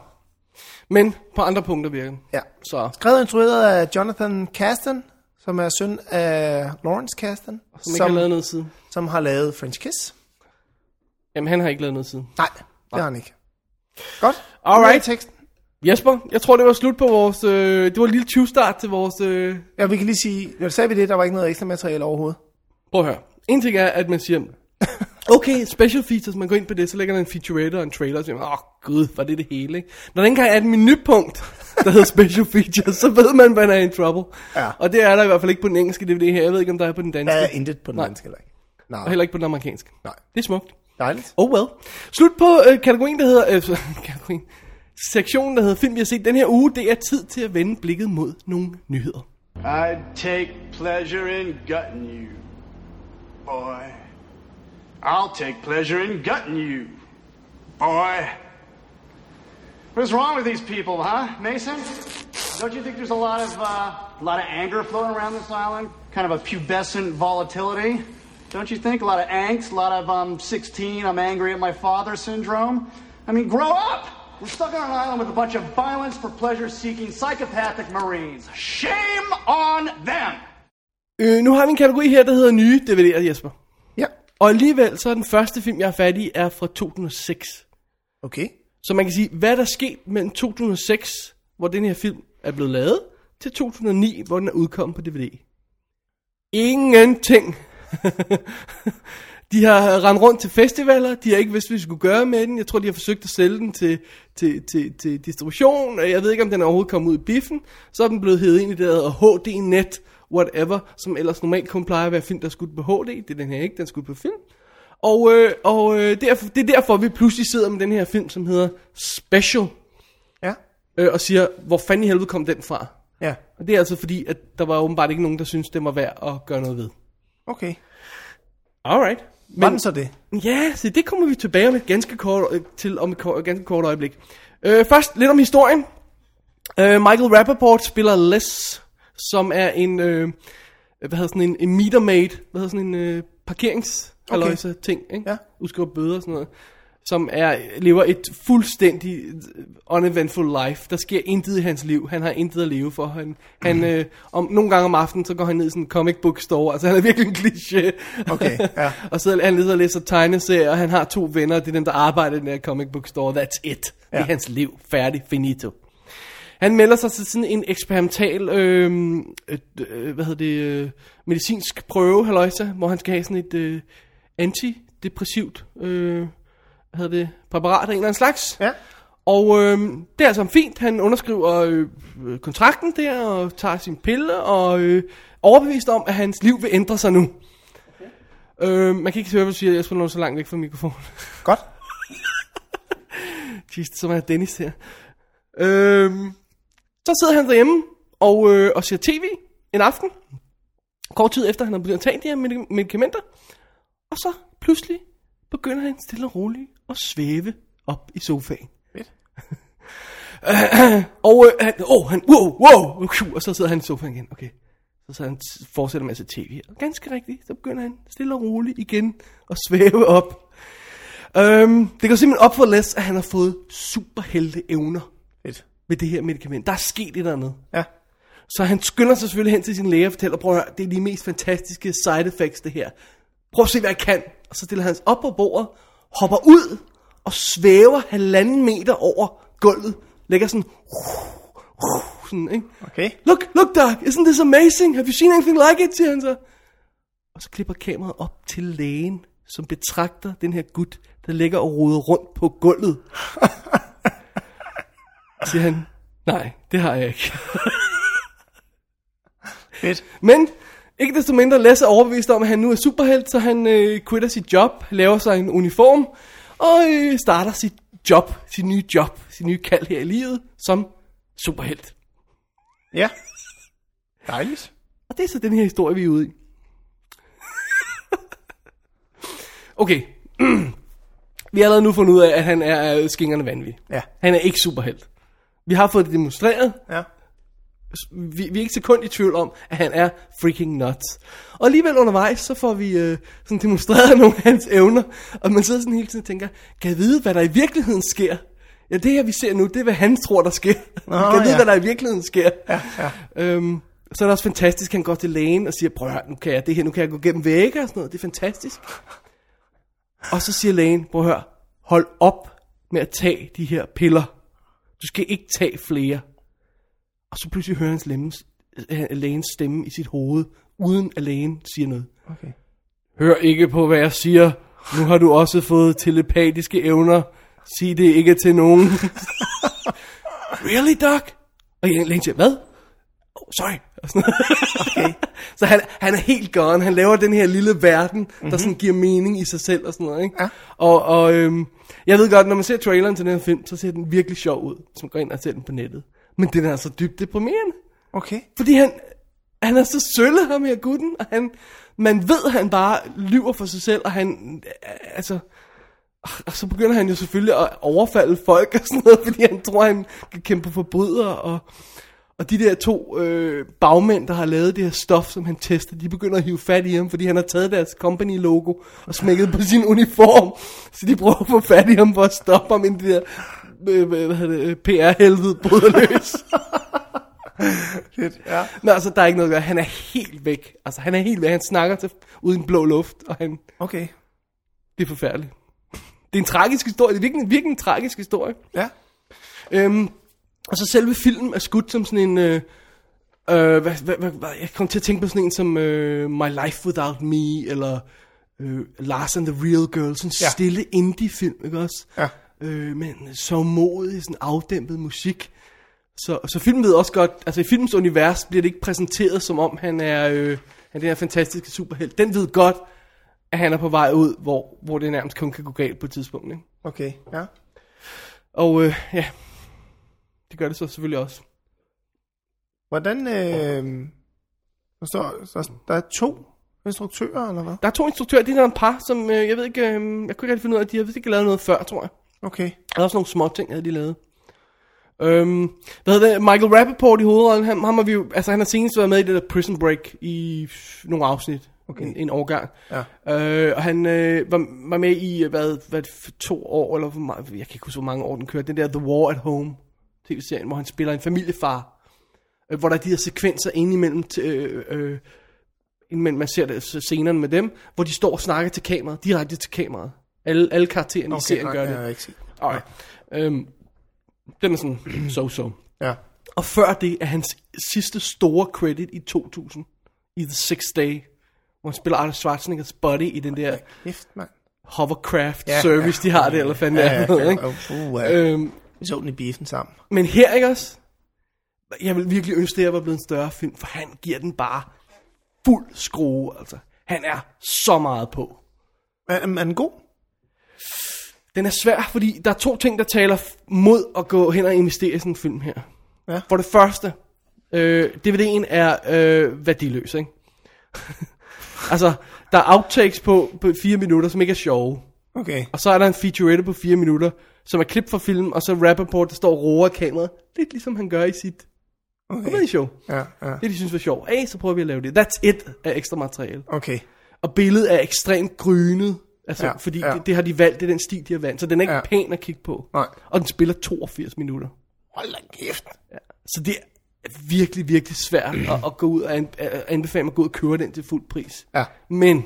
S1: Men på andre punkter virker den.
S2: ja.
S1: Så,
S2: Skrevet og instrueret af Jonathan Kasten, som er søn af Lawrence Kasten,
S1: som ikke har lavet noget siden.
S2: som har lavet French Kiss.
S1: Jamen, han har ikke lavet noget siden.
S2: Nej, det har han ikke. Godt.
S1: Alright.
S2: Videre i Teksten.
S1: Jesper, jeg tror, det var slut på vores... Øh, det var en lille 20-start til vores... Øh,
S2: Ja, vi kan lige sige, når sagde vi det, der var ikke noget ekstra materiale overhovedet.
S1: prøv at høre. En ting er, at man siger... Okay, special features, man går ind på det, så lægger der en featurette og en trailer, og så siger man, åh oh, gud, var det det hele, ikke? Når der ikke engang er et menupunkt, der hedder special features, så ved man, man er i trouble.
S2: Ja.
S1: Og det er der i hvert fald ikke på den engelske DVD her, jeg ved ikke, om der er på den danske,
S2: Der er intet på den
S1: Nej.
S2: danske heller ikke.
S1: og
S2: Nej,
S1: heller ikke på den amerikanske.
S2: nej.
S1: Det er smukt.
S2: Dejligt.
S1: Oh well. Slut på øh, kategorien, der hedder... Øh, kategorien, sektionen, der hedder film, vi har set den her uge. Det er tid til at vende blikket mod nogle nyheder.
S5: I'd take pleasure in gutting you, boy. I'll take pleasure in gutting you, boy. What's wrong with these people, huh, Mason? Don't you think there's a lot of uh, a lot of anger floating around this island? Kind of a pubescent volatility, don't you think? A lot of angst, a lot of um, 16, I'm angry at my father syndrome. I mean, grow up. We're stuck on an island with a bunch of violence for pleasure-seeking psychopathic Marines. Shame on them.
S1: Øh, nu har vi en kategori her, der hedder nye DVD'er, Jesper.
S2: Ja,
S1: Og alligevel, så er den første film, jeg har fat i, er fra 2006.
S2: okay.
S1: Så man kan sige, hvad der skete mellem 2006, hvor den her film er blevet lavet, til 2009, hvor den er udkommet på DVD. Ingenting. de har rendt rundt til festivaler, de har ikke vidst, hvad de skulle gøre med den. Jeg tror, de har forsøgt at sælge den til, til, til, til distribution, og jeg ved ikke, om den overhovedet kom ud i biffen. Så er den blevet hævet ind i det, der hedder HD Net, whatever, som ellers normalt kun plejer at være film, der er skudt på HD. Det er den her ikke, den er skudt på film. Og, øh, og øh, derfor, det er derfor, vi pludselig sidder med den her film, som hedder Special,
S2: Ja.
S1: øh, og siger, hvor fanden i helvede kom den fra?
S2: Ja.
S1: Og det er altså fordi, at der var åbenbart ikke nogen, der syntes, det var værd at gøre noget ved.
S2: Okay.
S1: Alright.
S2: Var den så det?
S1: Ja, så det kommer vi tilbage om et ganske kort, øh, til om et kort, ganske kort øjeblik. Øh, først lidt om historien. Øh, Michael Rappaport spiller Les, som er en, øh, hvad hedder sådan en, en meter maid, hvad hedder sådan en øh, parkerings okay. ting, ikke?
S2: Ja.
S1: Udskriver bøder og sådan noget. Som er, lever et fuldstændig uneventful life. Der sker intet i hans liv. Han har intet at leve for. Han, han, øh, om, nogle gange om aftenen, så går han ned i sådan en comic book store. Altså, han er virkelig en kliché.
S2: Okay, ja.
S1: Og så han leder og læser tegneserier, og han har to venner, det er dem, der arbejder i den her comic book store. That's it. Ja. Det
S2: Ja.
S1: er hans liv. Færdig. Finito. Han melder sig til sådan en eksperimental, øh, øh, øh, hvad hedder det, øh, medicinsk prøve, halløjsa, hvor han skal have sådan et øh, antidepressivt, øh, hvad hedder det, præparat af en eller anden slags.
S2: Ja.
S1: Og øh, det er altså fint. Han underskriver øh, øh, kontrakten der, og tager sin pille, og øh, overbevist om, at hans liv vil ændre sig nu. Øh, man kan ikke høre, hvad du siger, jeg spiller så langt væk fra mikrofonen.
S2: Godt.
S1: Jesus, som er Dennis her. Øhm, så sidder han derhjemme og, øh, og ser tv en aften. Kort tid efter, han har begyndt at tage de her medika- medicamenter. Og så pludselig begynder han stille og roligt at svæve op i sofaen.
S2: Fedt.
S1: og øh, han, oh, han, wow, wow, phew, og så sidder han i sofaen igen. Okay. Så sidder han t- fortsætter med at se tv. Og ganske rigtigt, så begynder han stille og roligt igen at svæve op. Øhm, det går simpelthen op for Les, at han har fået superhelte evner
S2: Fedt.
S1: med det her medicament. Der er sket et eller andet.
S2: Ja.
S1: Så han skynder sig selvfølgelig hen til sin læge og fortæller, prøv at høre, det er de mest fantastiske side effects, det her. Prøv at se, hvad jeg kan. Og så stiller han sig op på bordet, hopper ud og svæver halvanden meter over gulvet. Lægger sådan, sådan, ikke?
S2: Okay.
S1: Look, look, Doc, isn't this amazing? Have you seen anything like it, siger han så. Og så klipper kameraet op til lægen, som betragter den her gut, der ligger og roder rundt på gulvet. Og siger han, nej, det har jeg ikke.
S2: Fedt.
S1: Men ikke desto mindre Lasse er overbevist om, at han nu er superhelt, så han øh, quitter sit job, laver sig en uniform og øh, starter sit job, sit nye job, sit nye kald her i livet som superhelt.
S2: Ja. Dejligt.
S1: Og det er så den her historie, vi er ude i. okay. vi har allerede nu fundet ud af, at han er øh, skingerne vanvittig.
S2: Ja.
S1: Han er ikke superhelt. Vi har fået det demonstreret.
S2: Ja.
S1: Vi, vi er ikke sekund i tvivl om, at han er freaking nuts. Og alligevel undervejs, så får vi øh, sådan demonstreret nogle af hans evner. Og man sidder sådan hele tiden og tænker, kan jeg vide, hvad der i virkeligheden sker? Ja, det her vi ser nu, det er, hvad han tror, der sker. Nå, kan jeg vide,
S2: ja.
S1: hvad der i virkeligheden sker? Ja, ja. Øhm, så er det også fantastisk, at han går til lægen og siger, prøv at høre, nu kan jeg det her, nu kan jeg gå gennem vægge og sådan noget. Det er fantastisk. Og så siger lægen, prøv at høre, hold op med at tage de her piller. Du skal ikke tage flere. Og så pludselig hører hans lemmes, øh, lægens stemme i sit hoved, uden at lægen siger noget.
S2: Okay.
S1: Hør ikke på, hvad jeg siger. Nu har du også fået telepatiske evner. Sig det ikke til nogen. really, Doc? Og jeg længte siger, hvad? Oh, sorry. Og sådan noget. så han, han er helt gone. Han laver den her lille verden, mm-hmm. der sådan giver mening i sig selv og sådan noget. Ikke?
S2: Ja.
S1: Og, og øhm, jeg ved godt, når man ser traileren til den her film, så ser den virkelig sjov ud, som går ind og ser den på nettet. Men den er altså dybt deprimerende.
S2: Okay.
S1: Fordi han, han er så sølle, ham her gutten, og han, man ved, at han bare lyver for sig selv, og han, øh, altså, og så begynder han jo selvfølgelig at overfalde folk og sådan noget, fordi han tror, han kan kæmpe forbrydere, og, og de der to øh, bagmænd, der har lavet det her stof, som han tester, de begynder at hive fat i ham, fordi han har taget deres company-logo og smækket på sin uniform, så de prøver at få fat i ham for at stoppe ham, inden det der øh, hvad hedder det, øh, PR-helvede bryder løs.
S2: Fedt. Ja.
S1: Nå, altså, der er ikke noget at gøre. Han er helt væk. Altså, han er helt væk. Han snakker til, uden blå luft, og han...
S2: Okay.
S1: Det er forfærdeligt. Det er en tragisk historie. Det er virkelig, virkelig en tragisk historie.
S2: Ja.
S1: Øhm, og så selve filmen er skudt som sådan en... Øh, øh, hvad, hvad, hvad, hvad, jeg kom til at tænke på sådan en som øh, My Life Without Me, eller øh, Lars and the Real Girl. Sådan en ja.
S2: Ja.
S1: stille indie-film, ikke også?
S2: Ja.
S1: Øh, men så modig, sådan afdæmpet musik. Så, så filmen ved også godt, altså i filmens univers bliver det ikke præsenteret som om han er, øh, han er den her fantastiske superhelt. Den ved godt, at han er på vej ud, hvor, hvor det nærmest kun kan gå galt på et tidspunkt. Ikke?
S2: Okay, ja.
S1: Og øh, ja, det gør det så selvfølgelig også.
S2: Hvordan, øh, der, står, der, der er to instruktører, eller hvad?
S1: Der er to instruktører, de er en par, som øh, jeg ved ikke, øh, jeg kunne ikke rigtig finde ud af, de har vist ikke lavet noget før, tror jeg.
S2: Okay.
S1: Der er også nogle små ting, havde de lavet. Øhm, hvad hedder det? Michael Rappaport i hovedrollen, han, ham har vi jo, altså han har senest været med i det der Prison Break i f- nogle afsnit.
S2: Okay.
S1: En, en årgang.
S2: Ja.
S1: Øh, og han øh, var, var med i, hvad, hvad, f- to år, eller hvor meget, jeg kan ikke huske, hvor mange år den kørte, den der The War at Home tv-serien, hvor han spiller en familiefar. Øh, hvor der er de her sekvenser ind imellem, t- øh, øh, indimellem man ser det, scenerne med dem, hvor de står og snakker til kameraet, direkte til kameraet. Alle, alle karaktererne i serien
S2: nej,
S1: gør det.
S2: jeg har ikke set.
S1: Alright. Øhm, den er sådan so-so.
S2: Ja.
S1: Og før det er hans sidste store credit i 2000, i The Sixth Day, hvor han spiller Arnold Schwarzeneggers buddy i den der
S2: Kæft, mand.
S1: hovercraft
S2: Ja,
S1: service, de har det, eller fanden det er.
S2: ja,
S1: ikke?
S2: uh, uh,
S1: Øhm,
S2: Vi så den i biffen sammen.
S1: men her, ikke også? Jeg vil virkelig ønske, det her var blevet en større film, for han giver den bare fuld skrue, altså. Han er så meget på.
S2: Er, er den god?
S1: Den er svær, fordi der er to ting, der taler f- mod at gå hen og investere i sådan en film her.
S2: Ja.
S1: For det første, øh, DVD'en er øh, værdiløs, ikke? altså, der er outtakes på, på fire minutter, som ikke er sjove.
S2: Okay.
S1: Og så er der en featurette på fire minutter, som er klip fra film, og så Rappaport, der står og roer af kameraet. Lidt ligesom han gør i sit
S2: Okay.
S1: comedy-show.
S2: Ja, ja.
S1: Det, de synes var sjovt. Hey, så prøver vi at lave det. That's it af ekstra materiale.
S2: Okay.
S1: Og billedet er ekstremt grynet. Altså,
S2: Ja,
S1: ja, fordi
S2: ja.
S1: ja. Det, det har de valgt, det er den stil, de har valgt. Så den er ikke
S2: Ja.
S1: ja. pæn at kigge på.
S2: Nej.
S1: Og den spiller 82 minutter.
S2: Hold da kæft.
S1: Så det er virkelig, virkelig svært at, at gå ud og an, at anbefale mig at gå ud og købe den til fuld pris.
S2: Ja.
S1: Men,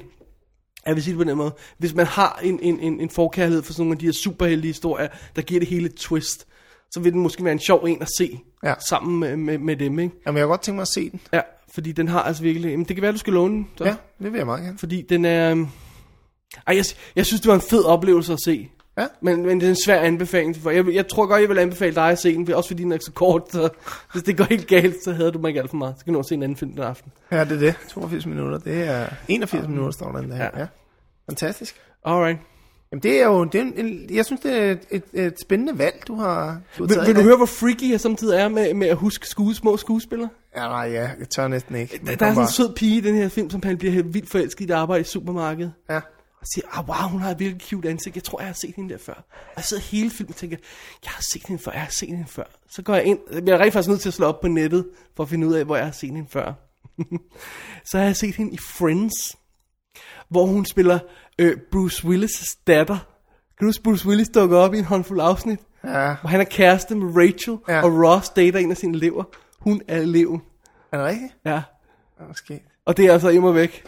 S1: jeg vil sige det på den måde, hvis man har en, en, en, en forkærlighed for sådan nogle af de her superheldige historier, der giver det hele et twist, så vil den måske være en sjov en at se
S2: Ja.
S1: sammen med, med, med dem, ikke?
S2: Jamen, jeg kunne godt tænke mig at se den.
S1: Ja, fordi den har altså virkelig... Jamen, det kan være, du skal låne den. Så.
S2: Ja, det vil jeg meget gerne.
S1: Fordi den er... øhm, Ej, jeg, jeg synes, det var en fed oplevelse at se.
S2: Ja.
S1: Men, men det er en svær anbefaling. For jeg, vil- jeg tror godt, jeg vil anbefale dig at se den, også fordi den er så kort. Så hvis det går helt galt, så hader du mig ikke alt for meget. Så kan du også se en anden film den aften.
S2: Ja, det er det. 82 minutter. Det er 81 minutter, står der den der. Ah.
S1: Ja.
S2: Ja. ja. Fantastisk.
S1: Alright.
S2: Jamen, det er jo... Det er en, en, jeg synes, det er et, et, et spændende valg, du har, du har
S1: Vil,
S2: taget
S1: vil
S2: der.
S1: du høre, hvor freaky jeg samtidig er med, med at huske skue, små skuespillere?
S2: Ja, nej, ja. Jeg tør næsten ikke.
S1: Der, der er sådan en sød pige i den her film, som han bliver helt vildt forelsket i, der arbejder i supermarkedet.
S2: Ja.
S1: Og siger, ah, wow, hun har et virkelig cute ansigt. Jeg tror, jeg har set hende der før. Og jeg sidder hele filmen og tænker, jeg har set hende før, jeg har set hende før. Så går jeg ind, jeg er rent faktisk nødt til at slå op på nettet, for at finde ud af, hvor jeg har set hende før. så har jeg set hende i Friends, hvor hun spiller øh, Bruce Willis' datter. Kan du huske, Bruce Willis dukker op i en håndfuld afsnit?
S2: Ja.
S1: Hvor han er kæreste med Rachel,
S2: Ja.
S1: ja. og Ross dater en af sine elever. Hun er eleven.
S2: Er det rigtigt?
S1: Ja.
S2: Ja, Måske.
S1: Og det er altså imod væk.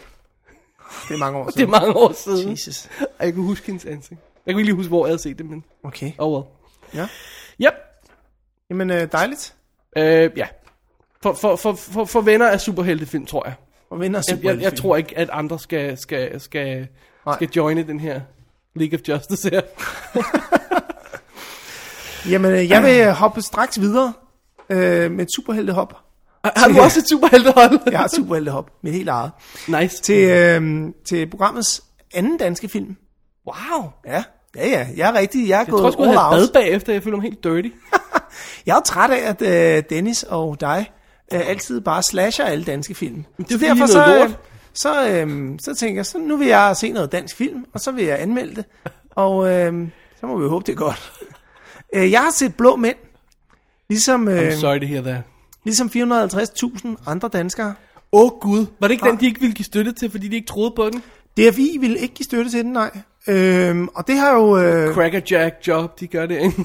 S2: Det er mange år
S1: Det er
S2: siden.
S1: mange år siden.
S2: Jesus.
S1: Og jeg kunne huske hendes ansigt. Jeg kunne ikke lige huske, hvor jeg havde set det, men...
S2: Okay.
S1: Oh well.
S2: Ja.
S1: Yep.
S2: Jamen, øh, dejligt.
S1: Øh, ja. For, for, for, for, for venner af superheltefilm, tror jeg.
S2: Og vinder
S1: Jeg, jeg, jeg tror ikke, at andre skal, skal, skal,
S2: Nej.
S1: skal joine den her League of Justice her.
S2: Jamen, øh, jeg vil øh, hoppe straks videre øh, med et superheltehop.
S1: Har du også et superheltehold?
S2: Jeg har et superheltehop, mit helt eget.
S1: Nice.
S2: Til, øh, til programmets anden danske film.
S1: Wow.
S2: Ja, ja, ja. Jeg er rigtig, jeg er
S1: Jeg
S2: gået
S1: tror sgu, jeg
S2: all
S1: havde
S2: out.
S1: bad bagefter. Jeg føler mig helt dirty.
S2: Øhm. Jeg er jo træt af, at øh, Dennis og dig øh, altid bare slasher alle danske film.
S1: det er
S2: Så
S1: fordi, I er
S2: så,
S1: noget
S2: øh, så, øh, så tænker jeg, så nu vil jeg se noget dansk film, og så vil jeg anmelde det. Og øh, så må vi jo håbe, det er godt. Øh, jeg har set Blå Mænd, ligesom, øh,
S1: I'm sorry to hear that.
S2: ligesom 450.000 andre danskere.
S1: Åh oh, gud. Var det ikke den, de ikke ville give støtte til, fordi de ikke troede på den?
S2: DFI ville ikke give støtte til den, nej. Øhm, og det har jo... Øh,
S1: Crackerjack job, de gør det, ikke?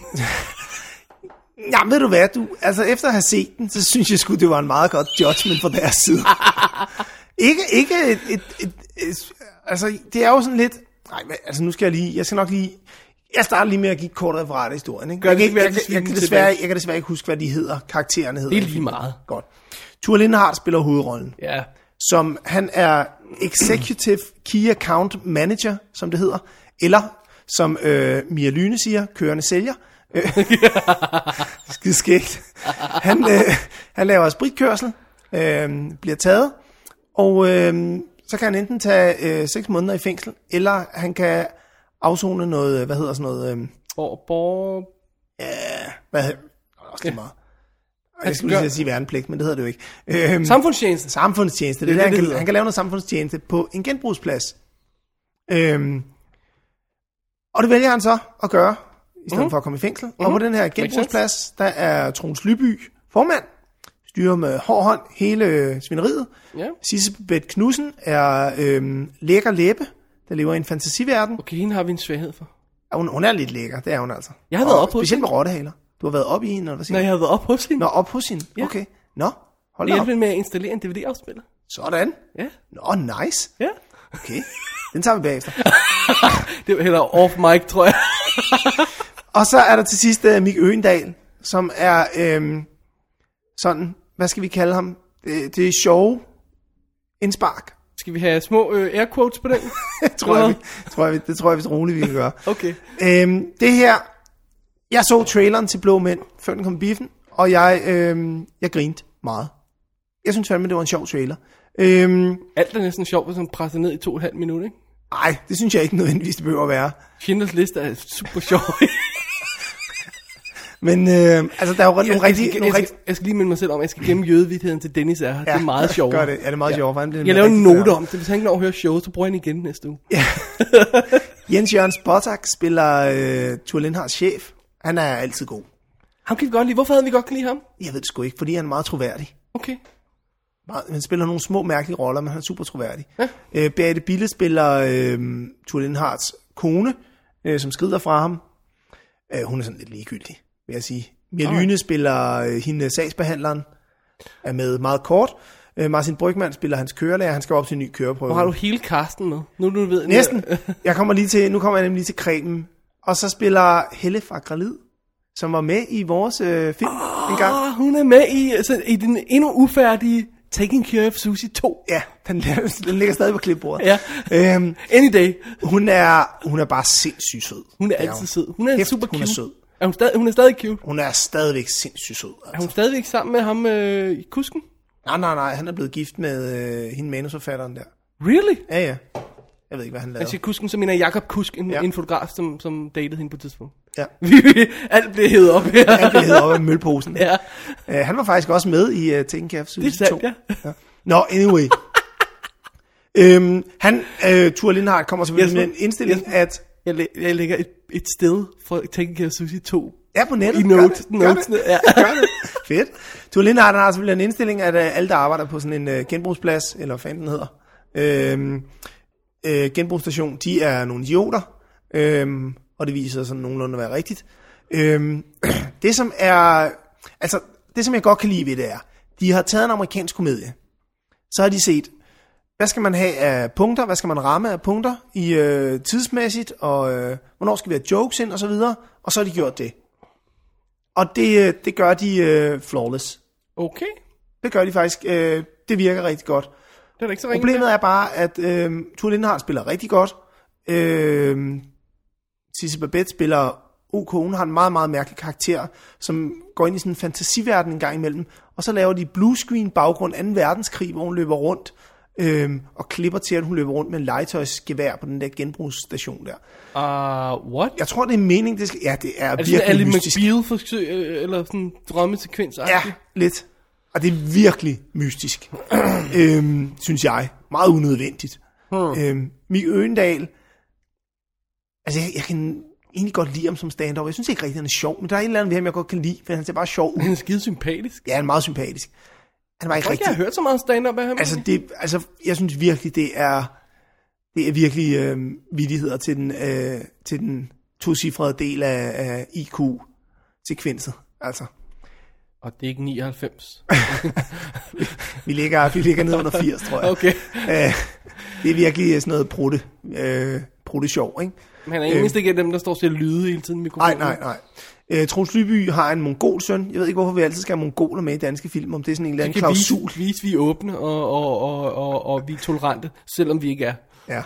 S2: jamen, ved du hvad, du, altså efter at have set den, så synes jeg sgu, det var en meget godt judgment fra deres side. ikke, ikke et, et, et, et, altså det er jo sådan lidt, nej, men, altså nu skal jeg lige, jeg skal nok lige, jeg starter lige med at give et kort referat af historien. Ikke?
S1: Gør
S2: jeg,
S1: det,
S2: kan ikke,
S1: vi
S2: jeg,
S1: er
S2: jeg,
S1: altid
S2: jeg, kan
S1: svinen
S2: desværre,
S1: tilbage.
S2: jeg kan desværre ikke huske, hvad de hedder, karaktererne hedder.
S1: Det er lige meget.
S2: Godt. Thur Lindhardt spiller hovedrollen.
S1: Ja.
S2: som han er Executive Key Account Manager, som det hedder, eller som øh, Mia Lyne siger, kørende sælger. Øh, Skide skægt. Han, øh, han laver spritkørsel, øh, bliver taget, og øh, så kan han enten tage øh, 6 måneder i fængsel, eller han kan afzone noget, øh, hvad hedder sådan noget, øh,
S1: Bor, bor,
S2: hvad hedder, også lige meget. Jeg
S1: Han
S2: skulle lige til
S1: gør-
S2: at sige værnepligt, men det hedder det jo ikke. Øhm,
S1: samfundstjeneste.
S2: Samfundstjeneste, det er
S1: Det
S2: det,
S1: er
S2: han,
S1: det, det
S2: kan,
S1: hedder.
S2: han kan lave noget samfundstjeneste på en genbrugsplads. Øhm, og det vælger han så at gøre, i
S1: Mhm.
S2: stedet mm-hmm. for at komme i fængsel. Mm-hmm. Og på den her genbrugsplads, der er Trons Lyby formand, styrer med hård hånd hele øh, svineriet.
S1: Ja.
S2: Sissebeth Knudsen er øhm, lækker læbe, der lever i en fantasiverden.
S1: Okay, hende har vi en svaghed for.
S2: Ja, hun, hun er lidt lækker, det er hun altså.
S1: Jeg har været
S2: Og
S1: oppe hos
S2: Specielt med rottehaler. Du har været oppe i hende, eller hvad siger
S1: Når
S2: du?
S1: jeg har været op hos hende.
S2: Nå, op hos hende.
S1: Ja.
S2: Okay. Nå, hold
S1: Jeg
S2: da op.
S1: hjælper med at installere en DVD-afspiller.
S2: Sådan.
S1: Ja,
S2: Nå, nice.
S1: ja.
S2: Okay, den tager vi bagefter.
S1: Det var heller off mic, tror jeg.
S2: Og så er der til sidst uh, Mik Øgendal, som er øhm, sådan, hvad skal vi kalde ham? Det, det er sjove indspark,
S1: Skal vi have små øh, air quotes på den?
S2: tror
S1: Nå.
S2: jeg, vi, tror jeg, vi- det tror jeg vist roligt, vi kan gøre.
S1: Okay.
S2: Øhm, det her, jeg så traileren til Blå Mænd, før den kom i biffen, og jeg, øhm, jeg grinte meget. Jeg synes fandme, det var en sjov trailer. Øhm,
S1: Alt er næsten sjovt, hvis man presser ned i to og et halvt minut, ikke?
S2: ej, det synes jeg ikke nødvendigvis, det behøver at være.
S1: Schindlers liste er super sjov.
S2: Men øh, altså, der er jo nogle
S1: jeg, skal,
S2: rigtig...
S1: jeg,
S2: Nogle
S1: skal,
S2: rigtig
S1: jeg skal lige minde mig selv om, at jeg skal gemme jødevidtigheden til Dennis er her. Det er meget sjovt.
S2: Gør det. Ja, det er meget sjovt. for han bliver
S1: Jeg laver en
S2: rigtig
S1: note
S2: større.
S1: om det. Hvis han ikke når at høre showet, så bruger jeg den igen næste uge.
S2: Jens Jørgens Botak spiller øh, Thur Lindhards chef. Han er altid god.
S1: Ham kan vi godt lide. Hvorfor havde vi godt kan lide ham?
S2: Jeg ved det sgu ikke, fordi han er meget troværdig.
S1: Okay.
S2: Meget- Han spiller nogle små mærkelige roller, men han er super troværdig. Ja. Øh, Beate Bille spiller øh, Thur Lindhards kone, øh, som skrider fra ham. Øh, hun er sådan lidt ligegyldig, vil jeg sige. Mia Lyne spiller øh, hende sagsbehandleren, er med meget kort. Øh, Martin Brygman spiller hans kørelærer, han skal op til en ny køreprøve.
S1: Nu har du hele Karsten med. Nu du ved
S2: Næsten. Jeg kommer lige til, nu kommer jeg nemlig lige til cremen. Og så spiller Helle fra Gralid, som var med i vores øh, film oh. en gang.
S1: Ah, hun er med i, altså, i den endnu ufærdige Taking Care of Susie 2.
S2: Ja, den, ligger- den ligger stadig på klipbordet.
S1: Ja.
S2: Øhm,
S1: Any day.
S2: hun, er, hun er bare sindssygt sød.
S1: Hun er
S2: Det
S1: altid sød. Hun er
S2: Kæft,
S1: super cute.
S2: hun er sød.
S1: Er hun, stadig, hun er stadig cute.
S2: Hun er stadigvæk sindssygt sød.
S1: Er
S2: Altså.
S1: hun stadigvæk sammen med ham øh, i kusken?
S2: Nej, nej, nej, han er blevet gift med øh, hende manusforfatteren der.
S1: Really?
S2: Ja, ja. Jeg ved ikke, hvad han
S1: Jeg
S2: lavede.
S1: siger kusken, så mener jeg Jakob Kusk, en,
S2: Ja.
S1: ja. en fotograf, som, som datede hende på et tidspunkt.
S2: Ja.
S1: Alt blev hævet op her.
S2: Han blev hedder op af mølposen.
S1: ja.
S2: Øh, han var faktisk også med i uh, Taking Care of
S1: Det
S2: Susie
S1: er
S2: 2.
S1: sandt, ja.
S2: Nå, anyway. øhm, han, øh, Thur Lindhardt, kommer selvfølgelig
S1: Jesper.
S2: med en indstilling,
S1: Jesper.
S2: at...
S1: Jeg, læ- jeg lægger et, et sted for Taking Care of Susie 2.
S2: Ja, på nettet.
S1: I
S2: Gør
S1: notes-
S2: det,
S1: notes,
S2: Gør det.
S1: ja.
S2: gør det. Fedt. Thur Lindhardt har altså selvfølgelig en indstilling, at øh, alle, der arbejder på sådan en øh, genbrugsplads, eller hvad fanden den hedder, øhm, øh, genbrugsstation, de er nogle idioter, øhm, og det viser sig sådan nogenlunde at være rigtigt. Øhm, det, som er... Altså, det, som jeg godt kan lide ved det er, de har taget en amerikansk komedie, så har de set, hvad skal man have af punkter, hvad skal man ramme af punkter i øh, tidsmæssigt, og øh, hvornår skal vi have jokes ind, og så videre, og så har de gjort det. Og det, øh, det gør de øh, flawless.
S1: Okay.
S2: Det gør de faktisk. Øh, det virker rigtig godt.
S1: Det er da ikke så ringe.
S2: Problemet er bare, at øh, Thur Lindhardt spiller rigtig godt. Øh, Sisse Babette spiller OK. Hun har en meget, meget mærkelig karakter, som går ind i sådan en fantasiverden en gang imellem. Og så laver de bluescreen baggrund 2. verdenskrig, hvor hun løber rundt øh, og klipper til, at hun løber rundt med en legetøjsgevær på den der genbrugsstation der.
S1: Ah, uh, what?
S2: Jeg tror, det er meningen, det skal... Ja, det er,
S1: Er det sådan en
S2: virkelig
S1: Ali
S2: mystisk.
S1: McBeal forsøg, øh, eller sådan en drømmesekvens?
S2: Ja, lidt. Og det er virkelig mystisk, øhm, synes jeg. Meget unødvendigt. Hmm. Øhm, Mik Øgendal, altså jeg, jeg kan egentlig godt lide ham som stand-up. Jeg synes ikke rigtig, han er sjov, men der er et eller andet ved ham, jeg godt kan lide, for han ser bare sjov ud.
S1: Han er skide sympatisk.
S2: Ja, han er meget sympatisk. Han var
S1: Jeg
S2: ikke
S1: tror ikke, jeg
S2: rigtig...
S1: har hørt så meget stand-up af ham.
S2: Altså, det, altså, jeg synes virkelig, det er, det er virkelig øh, vidigheder til den, øh, til den tocifrede del af, af IQ-sekvenset. Altså,
S1: Og det er ikke 99.
S2: vi ligger, vi ligger ned under 80, tror jeg.
S1: Okay.
S2: Øh, det er virkelig sådan noget prutte, øh, prutte sjov, ikke?
S1: Men han er eneste ikke af dem, der står til at lyde hele tiden i
S2: Nej,
S1: mikrofonen.
S2: nej, nej. Øh, Troels Lyby har en mongol søn. Jeg ved ikke, hvorfor vi altid skal have mongoler med i danske film, om det er sådan en eller anden
S1: Kan vise,
S2: klausul.
S1: vise, vi er åbne og, og, og, og, og vi er tolerante, selvom vi ikke er.
S2: Ja.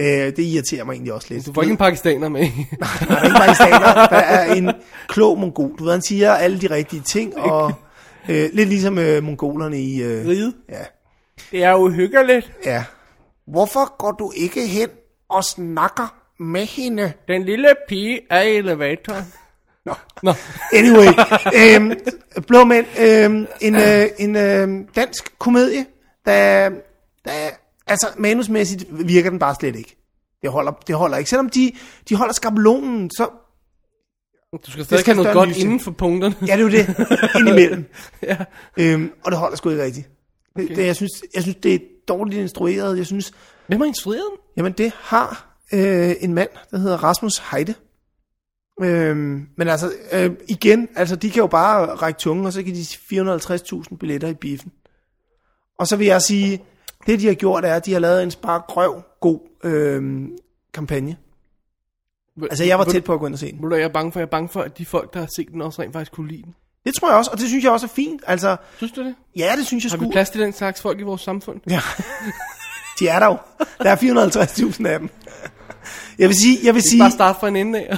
S2: Øh, det irriterer mig egentlig også lidt.
S1: Du får ikke en pakistaner med.
S2: Der er ikke pakistaner. Der er en klog mongol. Du ved, han siger alle de rigtige ting, og øh, lidt ligesom øh, mongolerne i... Øh,
S1: Ride.
S2: ja,
S1: Det er jo hyggeligt.
S2: ja. Hvorfor går du ikke hen og snakker med hende?
S1: Den lille pige er i elevatoren.
S2: Nå.
S1: Nå,
S2: Anyway, øhm, Blå Mænd, øhm, en, øh, en øh, dansk komedie, der, der, altså manusmæssigt virker den bare slet ikke. Det holder, det holder ikke. Selvom de, de holder skabelonen, så
S1: du skal stadig
S2: skal
S1: have noget
S2: større
S1: godt
S2: lyse.
S1: inden for punkterne.
S2: ja, det er jo det, indimellem.
S1: ja.
S2: Øhm, og det holder sgu ikke rigtigt. Okay. Det, det, jeg, synes, jeg synes, det er dårligt instrueret. Jeg synes,
S1: Hvem har instrueret den?
S2: Jamen, det har øh, en mand, der hedder Rasmus Heide. Øhm, men altså, øh, igen, altså, de kan jo bare række tungen, og så kan de 450.000 billetter i biffen. Og så vil jeg sige, det de har gjort er, at de har lavet en spar grøv god øh, kampagne. Altså, jeg var tæt på at gå ind og se den.
S1: Ved du, hvad jeg er bange for? Jeg er bange for, at de folk, der har set den, også rent faktisk kunne lide den.
S2: Det tror jeg også, og det synes jeg også er fint. Altså,
S1: Synes du det?
S2: ja, det synes jeg
S1: Har vi
S2: sgu.
S1: plads til den slags folk i vores samfund?
S2: Ja. De er der jo. Der er 450.000 af dem. Jeg vil sige, jeg vil
S1: Sige.
S2: sige...
S1: Bare starte fra en ende af.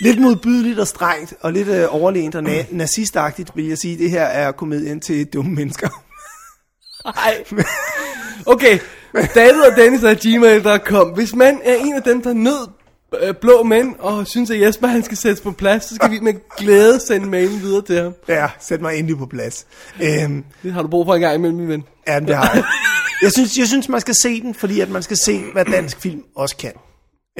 S2: lidt modbydeligt og strengt, og lidt øh, overlænt og na- nazistagtigt, vil jeg sige, det her er komedien til dumme mennesker.
S1: Nej. Okay, David og Dennis er gmail.com. Hvis man er en af dem, der nød øh, blå mænd, og synes, at Jesper han skal sættes på plads, så skal vi med glæde sende mailen videre til ham.
S2: ja, sæt mig endelig på plads. Øhm,
S1: Det har du brug for en gang imellem, min ven.
S2: ja, men det har jeg. Jeg synes, jeg synes, man skal se den, fordi at man skal se, hvad dansk film også kan.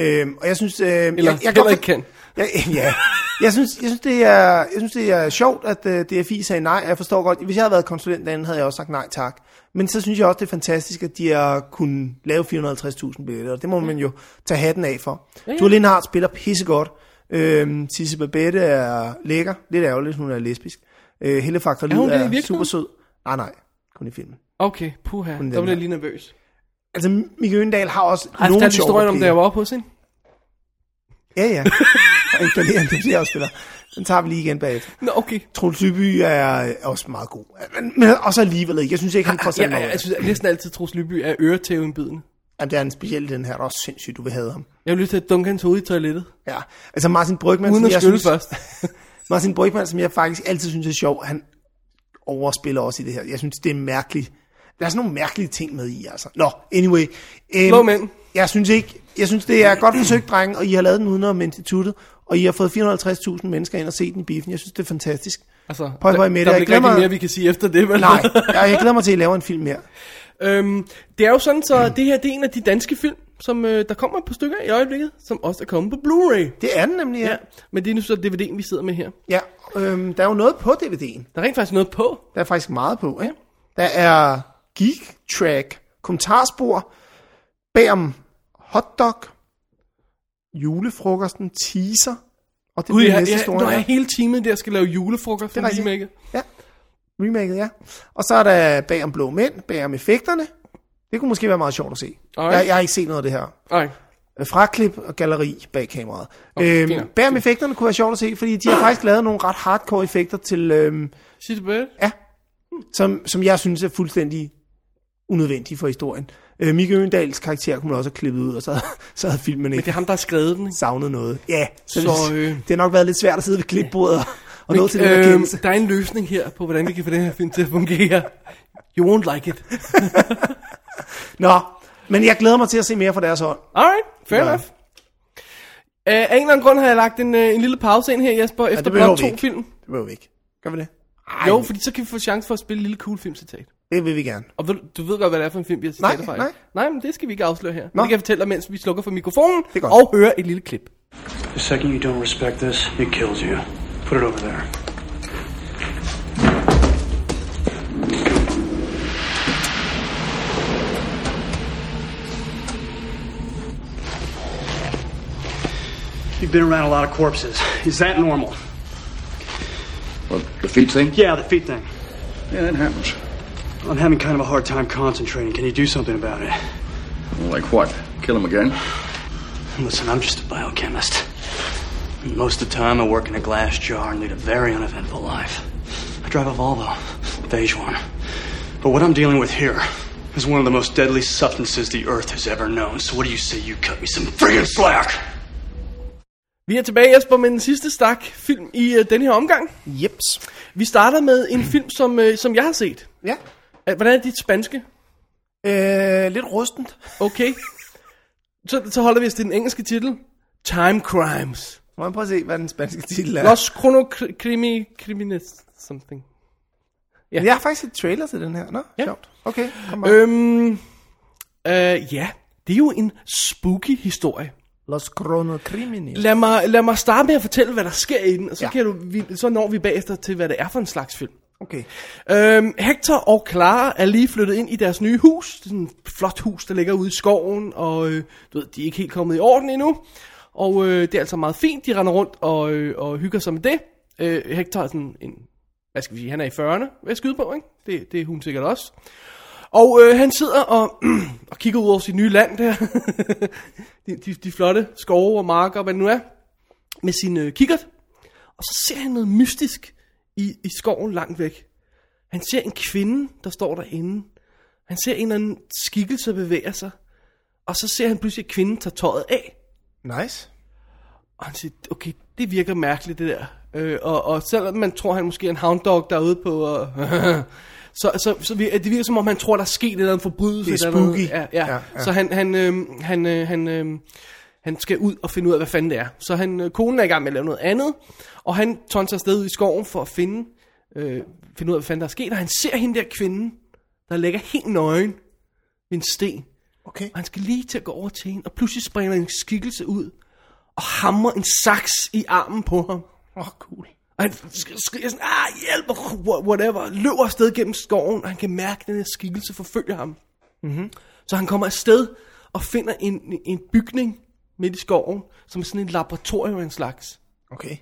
S2: Øhm, og jeg synes... Øhm,
S1: Eller
S2: jeg,
S1: jeg,
S2: jeg
S1: heller
S2: godt-
S1: ikke kan.
S2: Ja, ja. Jeg synes, jeg synes, det er, jeg synes, det er sjovt, at øh, DFI sagde nej. og Jeg forstår godt, hvis jeg havde været konsulent derinde, havde jeg også sagt nej tak. Men så synes jeg også, det er fantastisk, at de har kunnet lave 450.000 billetter. og Det må man jo tage hatten af for. Ja. Dua Lindhardt spiller pissegodt. Øhm, Tisse Babette er lækker. Lidt ærgerligt, hun er lesbisk. Øh, Helle Faktor
S1: Er hun det i
S2: er, er
S1: virkeligheden?
S2: super sød. Nej, nej. Kun i filmen.
S1: Okay, puha. Der
S2: den
S1: blev jeg
S2: her.
S1: lige nervøs.
S2: Altså, Mikke Øndal har også
S1: Har jeg
S2: nogle
S1: fortalt
S2: sjove
S1: historien om, da
S2: replikker.
S1: jeg var oppe hos hende?
S2: Ja, ja. Og imponerende, det er også spiller. Den tager vi lige igen bagefter.
S1: Nå, okay.
S2: Troels Lyby er øh, også meget god. Men, men også alligevel ikke. Jeg synes ikke, han får
S1: Ja,
S2: sådan
S1: jeg,
S2: noget.
S1: jeg synes at næsten altid, Troels Lyby er øretæveindbydende.
S2: Jamen, der er en speciel i den her, der er også sindssygt, du vil have ham.
S1: Jeg har lyst til at dunke hans hoved i toilettet.
S2: Ja. Altså Martin Brygman,
S1: Uden
S2: som
S1: at
S2: jeg
S1: skylle
S2: synes,
S1: først.
S2: Martin Brygman, som jeg faktisk altid synes er sjov, han overspiller også i det her. Jeg synes, det er mærkeligt. Der er sådan nogle mærkelige ting med i, altså. Nå, anyway. Øhm,
S1: Blå mænd.
S2: Jeg synes ikke, jeg synes, det er godt forsøgt, drenge, og I har lavet den udenom instituttet, og I har fået 450.000 mennesker ind og set den i biffen. Jeg synes, det er fantastisk.
S1: Altså,
S2: Prøv at
S1: der,
S2: være med det.
S1: der
S2: Jeg
S1: er ikke rigtig
S2: glemmer-
S1: mere, vi kan sige efter det, vel?
S2: Nej, jeg, jeg glæder mig til, at I laver en film mere.
S1: Øhm, det er jo sådan, så det her det er en af de danske film, som øh, der kommer et par stykker af i øjeblikket, som også er kommet på Blu-ray.
S2: Det er den nemlig, ja.
S1: Ja. Men det er nu så DVD'en, vi sidder med her.
S2: Ja, øhm, der er jo noget på DVD'en.
S1: Der er rent faktisk noget på.
S2: Der er faktisk meget på, ikke? Der er geek track, kommentarspor, bag om hotdog, julefrokosten, teaser, og det
S1: Gud,
S2: bliver
S1: jeg,
S2: næste
S1: jeg,
S2: store.
S1: når
S2: ja.
S1: jeg hele timen der skal lave julefrokost for
S2: Det er rigtigt.
S1: remaket.
S2: Ja, remaket, ja. Og så er der bag om blå mænd, bag om effekterne. Det kunne måske være meget sjovt at se.
S1: Alright.
S2: Jeg, jeg har ikke set noget af det her.
S1: Nej,
S2: Øh, Fraklip og galleri bag kameraet. Okay,
S1: Okay,
S2: øhm,
S1: fint.
S2: bag om effekterne kunne være sjovt at se, fordi de har faktisk lavet nogle ret hardcore effekter til... Øhm,
S1: sig det bedre.
S2: Ja. Som, som jeg synes er fuldstændig unødvendig for historien. Øh, Mikke Øgendals karakter kunne man også have klippet ud, og så, så havde filmen
S1: Men det
S2: ikke
S1: er ham, der har skrevet den. ikke?
S2: savnet noget. Ja,
S1: Så,
S2: så, så
S1: øh,
S2: øh, det har nok været lidt svært at sidde ved klipbordet og, og nå til den her
S1: Øhm,
S2: kendelse.
S1: der er en løsning her på, hvordan vi kan få den her film til at fungere. You won't like it.
S2: Nå, men jeg glæder mig til at se mere fra deres hånd.
S1: Alright, fair
S2: Ja.
S1: ja. enough. Uh, af en eller anden grund har jeg lagt en, uh, en lille pause ind her, Jesper, efter
S2: behøver
S1: blot
S2: vi
S1: to
S2: ikke.
S1: film.
S2: Det behøver vi ikke. Gør vi det?
S1: Ej. Jo, fordi så kan vi få chance for at spille en lille cool filmcitat.
S2: Det vil vi gerne.
S1: Og ved, du ved godt, hvad det er for en film, vi har
S2: Nej,
S1: citater fra.
S2: nej.
S1: ikke? nej, men det skal vi ikke afsløre her.
S2: Nå.
S1: Men det kan jeg fortælle dig, mens vi slukker for mikrofonen
S2: er godt.
S1: og hører et lille klip.
S5: The second you don't respect this, it kills you. Put it over there.
S3: You've been around a lot of corpses. Is that normal?
S6: What, the feet thing?
S3: Yeah, the feet thing.
S6: Yeah, that happens.
S3: I'm having kind of a hard time concentrating. Can you do something about it?
S6: Like what? Kill him again?
S3: Listen, I'm just a biochemist. And Most of the time, I work in a glass jar and lead a very uneventful life. I drive a Volvo, a beige one. But what I'm dealing with here is one of the most deadly substances the Earth has ever known. So what do you say you cut me some friggin' slack?
S1: Vi er tilbage, Jesper, med den sidste stak film i uh, denne her omgang.
S2: Jeps.
S1: Vi starter med en film, som, uh, som øh, jeg har set.
S2: Ja.
S1: Uh, hvordan er dit spanske?
S2: Øh, lidt rustent.
S1: Okay. Så, så holder vi os til den engelske titel. Time Crimes.
S2: Må jeg prøve at se, hvad den spanske titel er?
S1: Los Chronocrimi... Crimines... Something.
S2: Jeg har faktisk et trailer til den her. Nå, ja. sjovt. Okay, kom bare.
S1: Øhm... Øh, ja. Det er jo en spooky historie.
S2: Los Cronocrimini.
S1: Lad mig, lad mig starte med at fortælle, hvad der sker i den, og så,
S2: Ja.
S1: ja. kan du, vi, så når vi bagefter til, hvad det er for en slags film.
S2: Okay.
S1: Øhm, Hector og Clara er lige flyttet ind i deres nye hus. Det er sådan et flot hus, der ligger ude i skoven, og øh, du ved, de er ikke helt kommet i orden endnu. Og øh, det er altså meget fint, de render rundt og, øh, og hygger sig med det. Øh, Hector er sådan en, hvad skal vi sige, han er i 40'erne, vil jeg skyde på, ikke? Det, det er hun sikkert også. Og øh, han sidder og, og kigger ud over sit nye land der. de, de, de flotte skove og marker, og hvad det nu er. Med sin øh, kikkert. Og så ser han noget mystisk i, i skoven langt væk. Han ser en kvinde, der står derinde. Han ser en eller anden skikkelse bevæge sig. Og så ser han pludselig, at kvinden tager tøjet af.
S2: Nice.
S1: Og han siger, okay, det virker mærkeligt det der. Øh, og, og selvom man tror, han måske er en hound dog derude på... Og så, så, så vir- det virker som om, han tror, der er sket en eller anden forbrydelse.
S2: Det er
S1: eller noget.
S2: spooky.
S1: Ja, ja.
S2: Ja,
S1: Ja,
S2: ja.
S1: ja. Så han, han, øh, han, øh, han, øh, han skal ud og finde ud af, hvad fanden det er. Så han, øh, konen er i gang med at lave noget andet, og han tonser afsted ud i skoven for at finde, øh, finde ud af, hvad fanden der er sket. Og han ser hende der kvinde, der ligger helt nøgen ved en sten.
S2: Okay.
S1: Og han skal lige til at gå over til hende, og pludselig springer en skikkelse ud, og hamrer en saks i armen på ham.
S2: Åh, oh, cool.
S1: Og han sk- skriger sådan, ah, hjælp, og wha- whatever, løber afsted gennem skoven, og han kan mærke, at den her skikkelse forfølger ham. Mm-hmm. Så han kommer afsted og finder en, en bygning midt i skoven, som er sådan et laboratorium af en slags.
S2: Okay.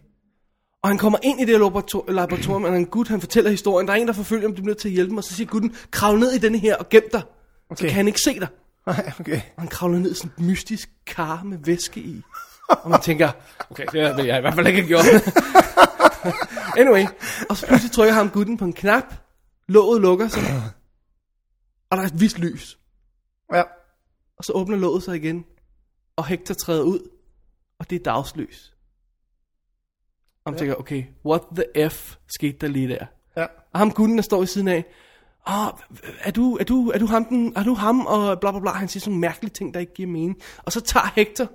S1: Og han kommer ind i det her laborator- laboratorium, og en gut, han fortæller historien. Der er en, der forfølger ham, du bliver nødt til at hjælpe mig. Og så siger gutten, krav ned i denne her og gem dig. Okay. Så
S2: Okay.
S1: kan han ikke se dig.
S2: Nej, okay.
S1: Og han kravler ned i sådan et mystisk kar med væske i. Og man tænker, okay, det vil jeg i hvert fald ikke have gjort. anyway, og så pludselig trykker ham gutten på en knap. Låget lukker sig. Og der er et vist lys.
S2: Ja.
S1: Og så åbner låget sig igen. Og Hector træder ud. Og det er dagslys. Og man tænker, okay, what the F skete der lige der?
S2: Ja.
S1: Og ham gutten, der står ved siden af, Åh, er du, er, du, er, du ham den, er du ham, og bla bla bla, han siger sådan nogle mærkelige ting, der ikke giver mening. Og så tager Hector,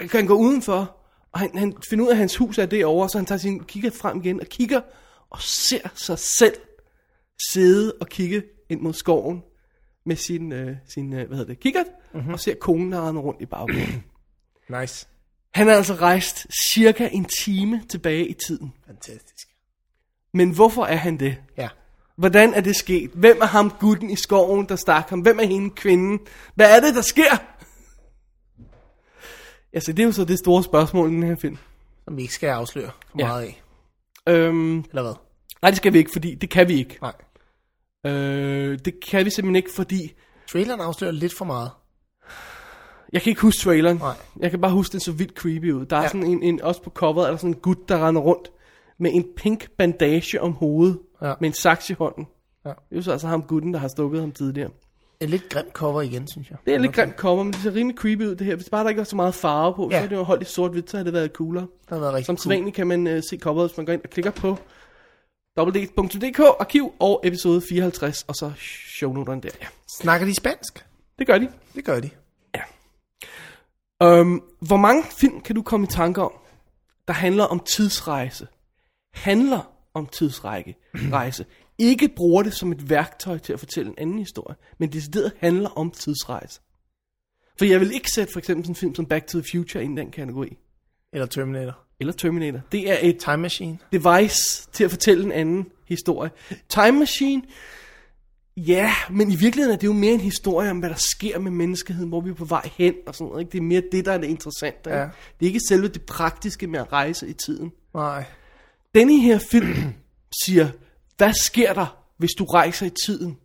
S1: kan han gå udenfor, og han, han finder ud af, at hans hus er derovre, så han tager sin kigger frem igen, og kigger, og ser sig selv sidde og kigge ind mod skoven, med sin, øh, sin øh, hvad hedder det, kikkert, mm-hmm. og ser konen, der render rundt i baggrunden.
S2: Nice.
S1: han er altså rejst cirka en time tilbage i tiden.
S2: Fantastisk.
S1: Men hvorfor er han det?
S2: Ja.
S1: Hvordan er det sket? Hvem er ham gutten i skoven, der stak ham? Hvem er hende kvinden? Hvad er det, der sker? Altså, det er jo så det store spørgsmål i den her film.
S2: Som vi ikke skal afsløre for
S1: Ja.
S2: meget af.
S1: Øhm,
S2: Eller hvad?
S1: nej, det skal vi ikke, fordi det kan vi ikke.
S2: Nej.
S1: Øh, det kan vi simpelthen ikke, fordi...
S2: Traileren afslører lidt for meget.
S1: Jeg kan ikke huske traileren.
S2: Nej.
S1: Jeg kan bare huske, den så vildt creepy ud. Der er
S2: Ja.
S1: ja. sådan en, en, også på coveret er der sådan en gut, der render rundt med en pink bandage om hovedet.
S2: Ja.
S1: Med en saks i hånden.
S2: Ja.
S1: Det er jo så altså ham gutten, der har stukket ham tidligere.
S2: Et lidt grimt cover igen, synes jeg.
S1: Det er lidt grimt kommer, men det ser rimelig creepy ud det her. Hvis bare der ikke var så meget farve på, ja.
S2: Ja.
S1: så havde det jo holdt i sort-hvidt, så havde det været coolere.
S2: Det har været rigtig
S1: Som
S2: cool.
S1: sædvanligt kan man øh, se coveret, hvis man går ind og klikker på www.dk, arkiv og episode 54, og så shownoteren der. Ja,
S2: Snakker de spansk?
S1: det gør de.
S2: Det gør de.
S1: Um, hvor mange film kan du komme i tanke om, der handler om tidsrejse? Handler om tidsrejse. Rejse. Ikke bruger det som et værktøj til at fortælle en anden historie, men decideret handler om tidsrejse. For jeg vil ikke sætte for eksempel sådan en film som Back to the Future ind i den kategori.
S2: Eller Terminator.
S1: Eller Terminator. Det er et
S2: Time Machine.
S1: device til at fortælle en anden historie. Time Machine, ja, men i virkeligheden er det jo mere en historie om, hvad der sker med menneskeheden, hvor vi er på vej hen og sådan noget. Ikke? Det er mere det, der er det interessante.
S2: Ja.
S1: Ja. Det er ikke selve det praktiske med at rejse i tiden.
S2: Nej.
S1: Denne her film siger, hvad sker der, hvis du rejser i tiden?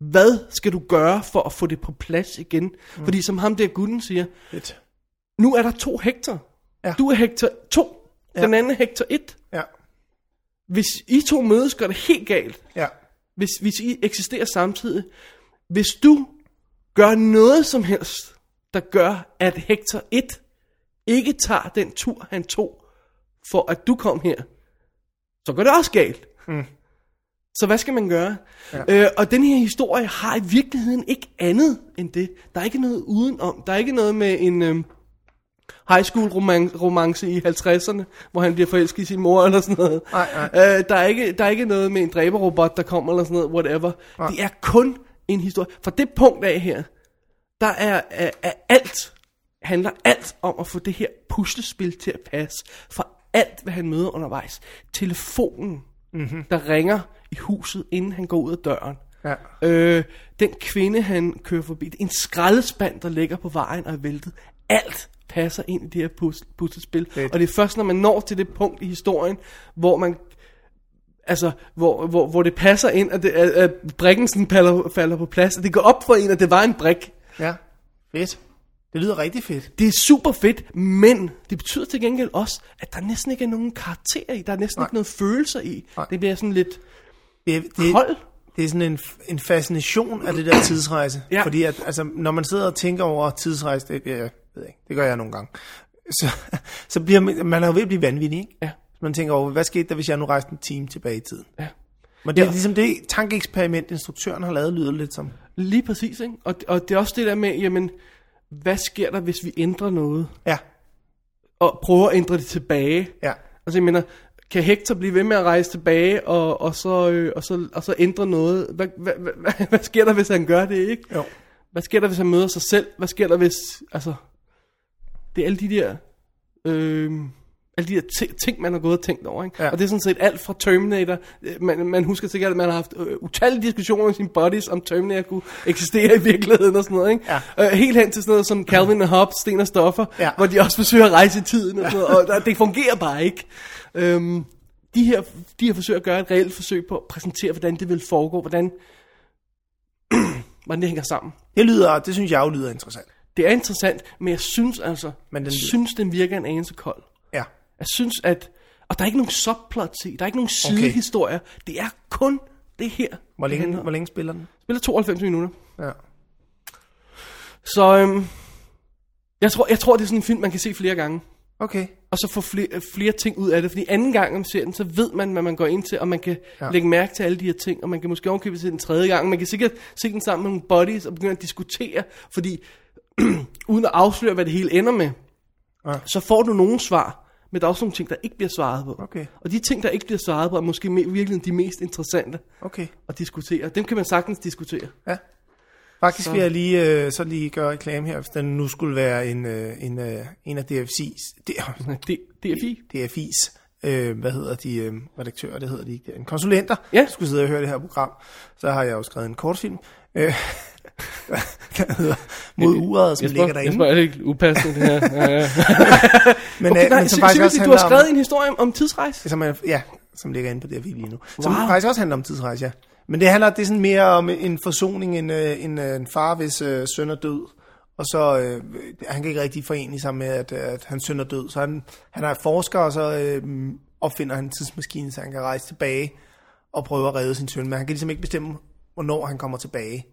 S1: Hvad skal du gøre for at få det på plads igen? Mm. Fordi som ham der gutten siger,
S2: Lidt.
S1: nu er der to hektar.
S2: Ja.
S1: Ja. Du er hektar 2, ja. den anden er hektar 1.
S2: Ja.
S1: Hvis I to mødes, går det helt galt.
S2: Ja.
S1: Hvis, hvis I eksisterer samtidig. Hvis du gør noget som helst, der gør, at Hector 1 ikke tager den tur, han tog, for at du kom her, så går det også galt. Mm. Så hvad skal man gøre? Ja. Øh, og den her historie har i virkeligheden ikke andet end det. Der er ikke noget udenom. Der er ikke noget med en øhm, high school roman- romance i 50'erne, hvor han bliver forelsket i sin mor eller sådan noget.
S2: Nej,
S1: Øh, der, er ikke, der er ikke noget med en dræberrobot, der kommer eller sådan noget, whatever. Nej. Det er kun en historie. Fra det punkt af her, der er, er, er alt, handler alt om at få det her puslespil til at passe. Fra alt, hvad han møder undervejs. Telefonen, mm-hmm. der ringer i huset, inden han går ud af døren.
S2: Mhm. Ja.
S1: Øh, den kvinde, han kører forbi. En skraldespand, der ligger på vejen og er væltet. Alt passer ind i det her pus- puslespil.
S2: Fedt.
S1: Og det er først, når man når til det punkt i historien, hvor man altså, hvor, hvor, hvor det passer ind, at, det, at, at brikken sådan falder, falder på plads, og det går op for en, at det var en brik.
S2: Ja. Fedt. Det lyder rigtig fedt.
S1: Det er super fedt, men det betyder til gengæld også, at der næsten ikke er nogen karakterer i, der er næsten Nej. ikke noget følelser i.
S2: Nej.
S1: Det bliver sådan lidt
S2: Det, det,
S1: hold.
S2: det er sådan en, en fascination af det der tidsrejse.
S1: Ja.
S2: Fordi at, altså, når man sidder og tænker over tidsrejse, det, jeg, jeg ved ikke, det gør jeg nogle gange, så, så bliver man, man er jo ved at blive vanvittig, ikke?
S1: Ja.
S2: Man tænker over, hvad skete der, hvis jeg nu rejste en time tilbage i tiden?
S1: Ja.
S2: Men det er
S1: Ja.
S2: ligesom det tankeeksperiment, instruktøren har lavet, lyder lidt som.
S1: Lige præcis, ikke? Og, og det er også det der med, jamen, hvad sker der, hvis vi ændrer noget?
S2: Ja,
S1: Og prøver at ændre det tilbage.
S2: ja,
S1: Altså jeg mener, kan Hector blive ved med at rejse tilbage og, og, så, øh, og, så, og så ændre noget? Hvad, hvad, hvad, hvad, hvad sker der, hvis han gør det, ikke?
S2: jo.
S1: Hvad sker der, hvis han møder sig selv? Hvad sker der, hvis... Altså, det er alle de der... Øh, alle de der ti- ting, man har gået og tænkt over. Ikke?
S2: Ja.
S1: Ja. Og det er sådan set alt fra Terminator. Øh, Man, man husker sikkert, at man har haft øh, utallige diskussioner med sine buddies, om Terminator kunne eksistere i virkeligheden og sådan noget. Ikke?
S2: Ja.
S1: Øh, helt hen til sådan noget som Calvin og Hobbes, Sten og Stoffer,
S2: Ja.
S1: ja. hvor de også forsøger at rejse i tiden og sådan noget. Og der, det fungerer bare ikke. Øhm, de her, de her forsøger at gøre et reelt forsøg på at præsentere, hvordan det vil foregå, hvordan, hvordan det hænger sammen.
S2: Det lyder, det synes jeg jo lyder interessant.
S1: Det er interessant, men jeg synes altså,
S2: Men
S1: men
S2: den-
S1: den, synes, den virker en anelse kold.
S2: Ja,
S1: Jeg synes, at... Og der er ikke nogen subplots i, der er ikke nogen sidehistorier. Okay. Det er kun det her.
S2: hvor
S1: det handler
S2: længe,
S1: om.
S2: hvor længe spiller den?
S1: Spiller 92 minutter.
S2: Ja.
S1: Så øhm, jeg, tror, jeg tror, det er sådan en film, man kan se flere gange.
S2: Okay,
S1: Og så få flere, flere ting ud af det. Fordi anden gang om serien, så ved man, hvad man går ind til. Og man kan
S2: Ja.
S1: ja. lægge mærke til alle de her ting. Og man kan måske ovenkøbe til den tredje gang. Man kan sikkert se den sammen med nogle buddies og begynde at diskutere. Fordi uden at afsløre, hvad det hele ender med,
S2: Ja.
S1: ja. så får du nogle svar, men der er også nogle ting, der ikke bliver svaret på.
S2: Okay.
S1: Og de ting, der ikke bliver svaret på, er måske me- virkelig de mest interessante
S2: okay.
S1: at diskutere. Dem kan man sagtens diskutere.
S2: Ja. Faktisk så. vil jeg lige, øh, så lige gøre reklame her, hvis den nu skulle være en, øh, en, øh, en af DFC's, D-
S1: Det, det er fint.
S2: DFI's, øh, hvad hedder de, øh, redaktører, det hedder de ikke, derinde, konsulenter,
S1: Ja.
S2: der skulle sidde og høre det her program, så har jeg jo skrevet en kortfilm, øh, der hedder Mod Uret, som ligger derinde.
S1: Øh, Jesper, er det ikke upassende, det her? Ja, ja.
S2: Men,
S1: okay,
S2: øh,
S1: nej,
S2: men
S1: sig, sig, sig, du har skrevet en historie om, om tidsrejse.
S2: som er, ja, som ligger inde på DFI lige nu, som
S1: Wow.
S2: faktisk også handler om tidsrejse, ja. Men det handler, det er sådan mere om en forsoning, en, øh, en, øh, en far, hvis øh, søn er død, og så, øh, han kan ikke rigtig forene sig med, at, øh, at hans søn er død, så han, han er forsker, og så øh, opfinder han en tidsmaskine, så han kan rejse tilbage og prøve at redde sin søn, men han kan ligesom ikke bestemme, hvornår han kommer tilbage.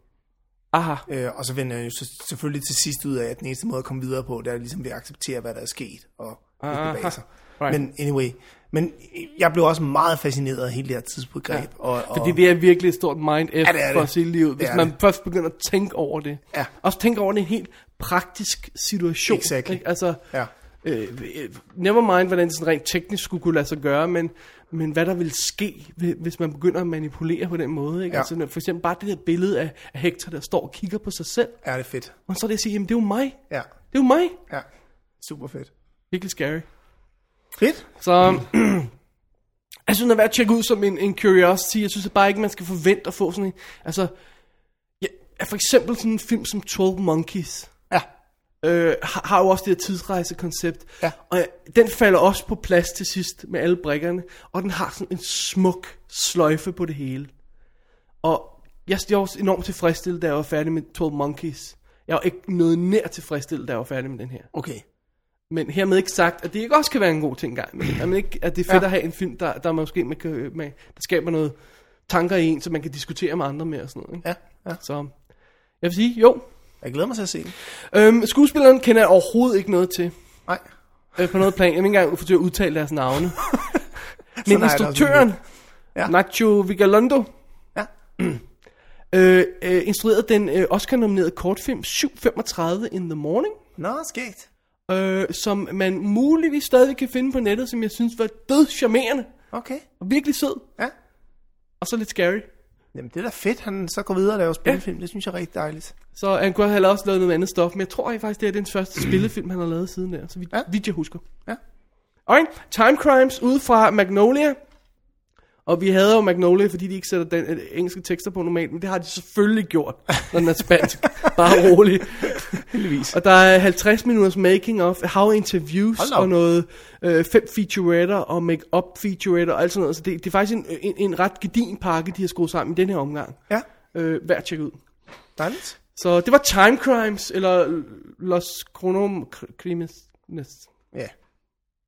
S1: Aha.
S2: Øh, og så vender jeg jo så selvfølgelig til sidst ud af, at den eneste måde at komme videre på, det er ligesom ved at acceptere, hvad der er sket, og
S1: Aha.
S2: bag sig.
S1: Right.
S2: Men anyway, men jeg blev også meget fascineret af hele det her tidsbegreb. Ja. Og, og,
S1: Fordi det er virkelig et stort mind F ja,
S2: det er
S1: for
S2: det.
S1: sit liv, hvis
S2: Det er
S1: man
S2: det.
S1: først begynder at tænke over det.
S2: Ja.
S1: Også tænke over det i en helt praktisk situation.
S2: Exactly.
S1: Ikke? Altså,
S2: Ja.
S1: øh, øh, never mind, hvordan det sådan rent teknisk skulle kunne lade sig gøre, men, men hvad der vil ske, hvi- hvis man begynder at manipulere på den måde. Ikke?
S2: Ja.
S1: Altså, for eksempel bare det der billede af, af Hector, der står og kigger på sig selv,
S2: er det fedt.
S1: og så er det at sige, jamen det er jo mig,
S2: Ja,
S1: det er jo mig.
S2: ja. Super fedt.
S1: Virkelig scary.
S2: Fedt?
S1: Så jeg synes, den er værd at tjekke ud som en, en curiosity. Jeg synes bare ikke, man skal forvente at få sådan en... Altså, ja, for eksempel sådan en film som 12 Monkeys
S2: Ja.
S1: øh, har, har jo også det her tidsrejsekoncept.
S2: Ja.
S1: Og øh, den falder også på plads til sidst med alle brikkerne. Og den har sådan en smuk sløjfe på det hele. Og jeg jeg var også enormt tilfredsstillet, da jeg var færdig med 12 Monkeys. Jeg var ikke noget nær tilfredsstillet, da jeg var færdig med den her.
S2: Okay.
S1: Men hermed ikke sagt, at det ikke også kan være en god ting engang. Men, at, man ikke, at det er fedt
S2: Ja.
S1: ja. at have en film, der, der måske man kan, man, der skaber noget tanker i en, så man kan diskutere med andre med og sådan noget. Ikke?
S2: Ja, ja.
S1: Så jeg vil sige, jo.
S2: Jeg glæder mig til at se den.
S1: Øhm, skuespilleren kender jeg overhovedet ikke noget til
S2: Nej.
S1: øh, på noget plan. Jeg vil ikke engang forsøge at udtale deres navne. Men
S2: er der også
S1: instruktøren,
S2: Ja.
S1: Nacho Vigalondo,
S2: Ja.
S1: øh, øh, instruerede den øh, Oscar-nominerede kortfilm 735 in the Morning,
S2: Nå, skægt.
S1: øh, som man muligvis stadig kan finde på nettet, som jeg synes var død charmerende
S2: Okay.
S1: og virkelig sød,
S2: Ja.
S1: og så lidt scary.
S2: Jamen, det er da fedt, han så går videre og laver spillefilm. Det synes jeg er rigtig dejligt.
S1: Så han kunne have også lavet noget andet stof, men jeg tror faktisk, det er den første spillefilm, han har lavet siden der, så vidt,
S2: Ja.
S1: ja. vidt jeg husker.
S2: Ja.
S1: Alright, Time Crimes ude fra Magnolia. Og vi havde jo Magnolia, fordi de ikke sætter den, øh, engelske tekster på normalt, men det har de selvfølgelig gjort, når den er spansk. Bare rolig.
S2: Heldigvis.
S1: Og der er 50 minutters making of, how interviews
S2: Hold da op.
S1: og noget øh, fem featuretter og make-up featuretter og alt sådan noget. Så det, det er faktisk en, en, en ret gedin pakke, de har skruet sammen i den her omgang.
S2: Ja,
S1: Øh, værd at tjekke ud.
S2: dejligt.
S1: Så det var Time Crimes, eller Los Chronom Crimes.
S2: Ja.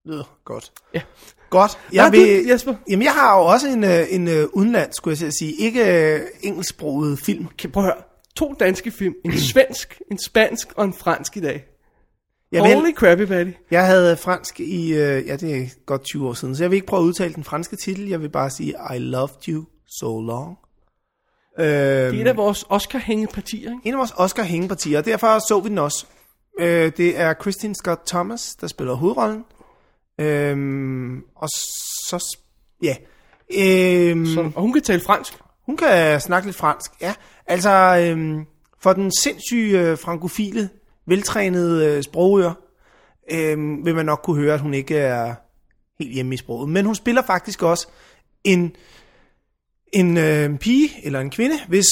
S2: Lyder godt.
S1: Ja.
S2: Godt.
S1: Hvad har du, Jesper?
S2: Jamen, jeg har jo også en, øh, en øh, udenlands, skulle jeg til at sige. Ikke øh, engelsksproget film.
S1: Kan, prøv at høre. To danske film. En svensk, en spansk og en fransk i dag.
S2: Jeg,
S1: Jamen. Holy crappy patty.
S2: jeg havde fransk i, øh, ja, det er godt 20 år siden, så jeg vil ikke prøve at udtale den franske titel. Jeg vil bare sige, I loved you so long. Øhm,
S1: Det er et af vores Oscar-hængepartier, ikke?
S2: en af vores Oscar hængepartier, og derfor så vi den også. Øh, det er Christine Scott Thomas, der spiller hovedrollen. Øhm, og så... s- Ja. Øhm,
S1: Så, og hun kan tale fransk.
S2: hun kan snakke lidt fransk, ja. Altså, øhm, for den sindssyge øh, frankofile, veltrænede øh, sprogører, øhm, vil man nok kunne høre, at hun ikke er helt hjemme i sproget. Men hun spiller faktisk også en, en øh, pige, eller en kvinde, hvis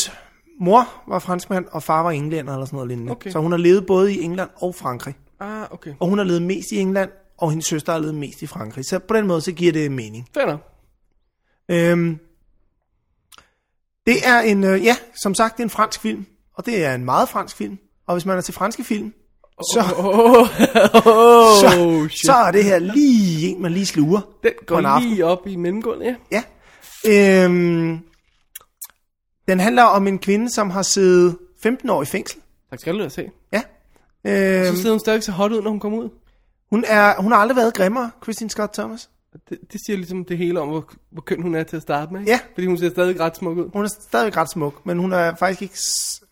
S2: mor var franskmand, og far var englænder, eller sådan noget lignende.
S1: Okay.
S2: Så hun har levet både i England og Frankrig.
S1: Ah, okay.
S2: Og hun har levet mest i England, og hendes søster har levet mest i Frankrig. Så på den måde, så giver det mening.
S1: Fair nok.
S2: Øhm, det er en, øh, ja, som sagt, det er en fransk film, og det er en meget fransk film. Og hvis man er til franske film, så,
S1: Åh, oh, oh,
S2: så,
S1: shit.
S2: så er det her lige en, man lige sluger.
S1: Den
S2: på en
S1: går
S2: aften.
S1: lige op i mellemgulvet, ja.
S2: Ja. Øhm, den handler om en kvinde, som har siddet 15 år i fængsel.
S1: Tak skal du da se.
S2: Ja.
S1: Så
S2: Øhm,
S1: sidder hun stadig så hot ud, når hun kommer ud.
S2: hun, er, hun har aldrig været grimmere, Christine Scott Thomas.
S1: Det, det siger ligesom det hele om, hvor, hvor køn hun er til at starte med, ikke?
S2: Ja.
S1: Fordi hun ser stadig ret smuk ud.
S2: Hun er stadigvæk ret smuk, men hun er faktisk ikke... s-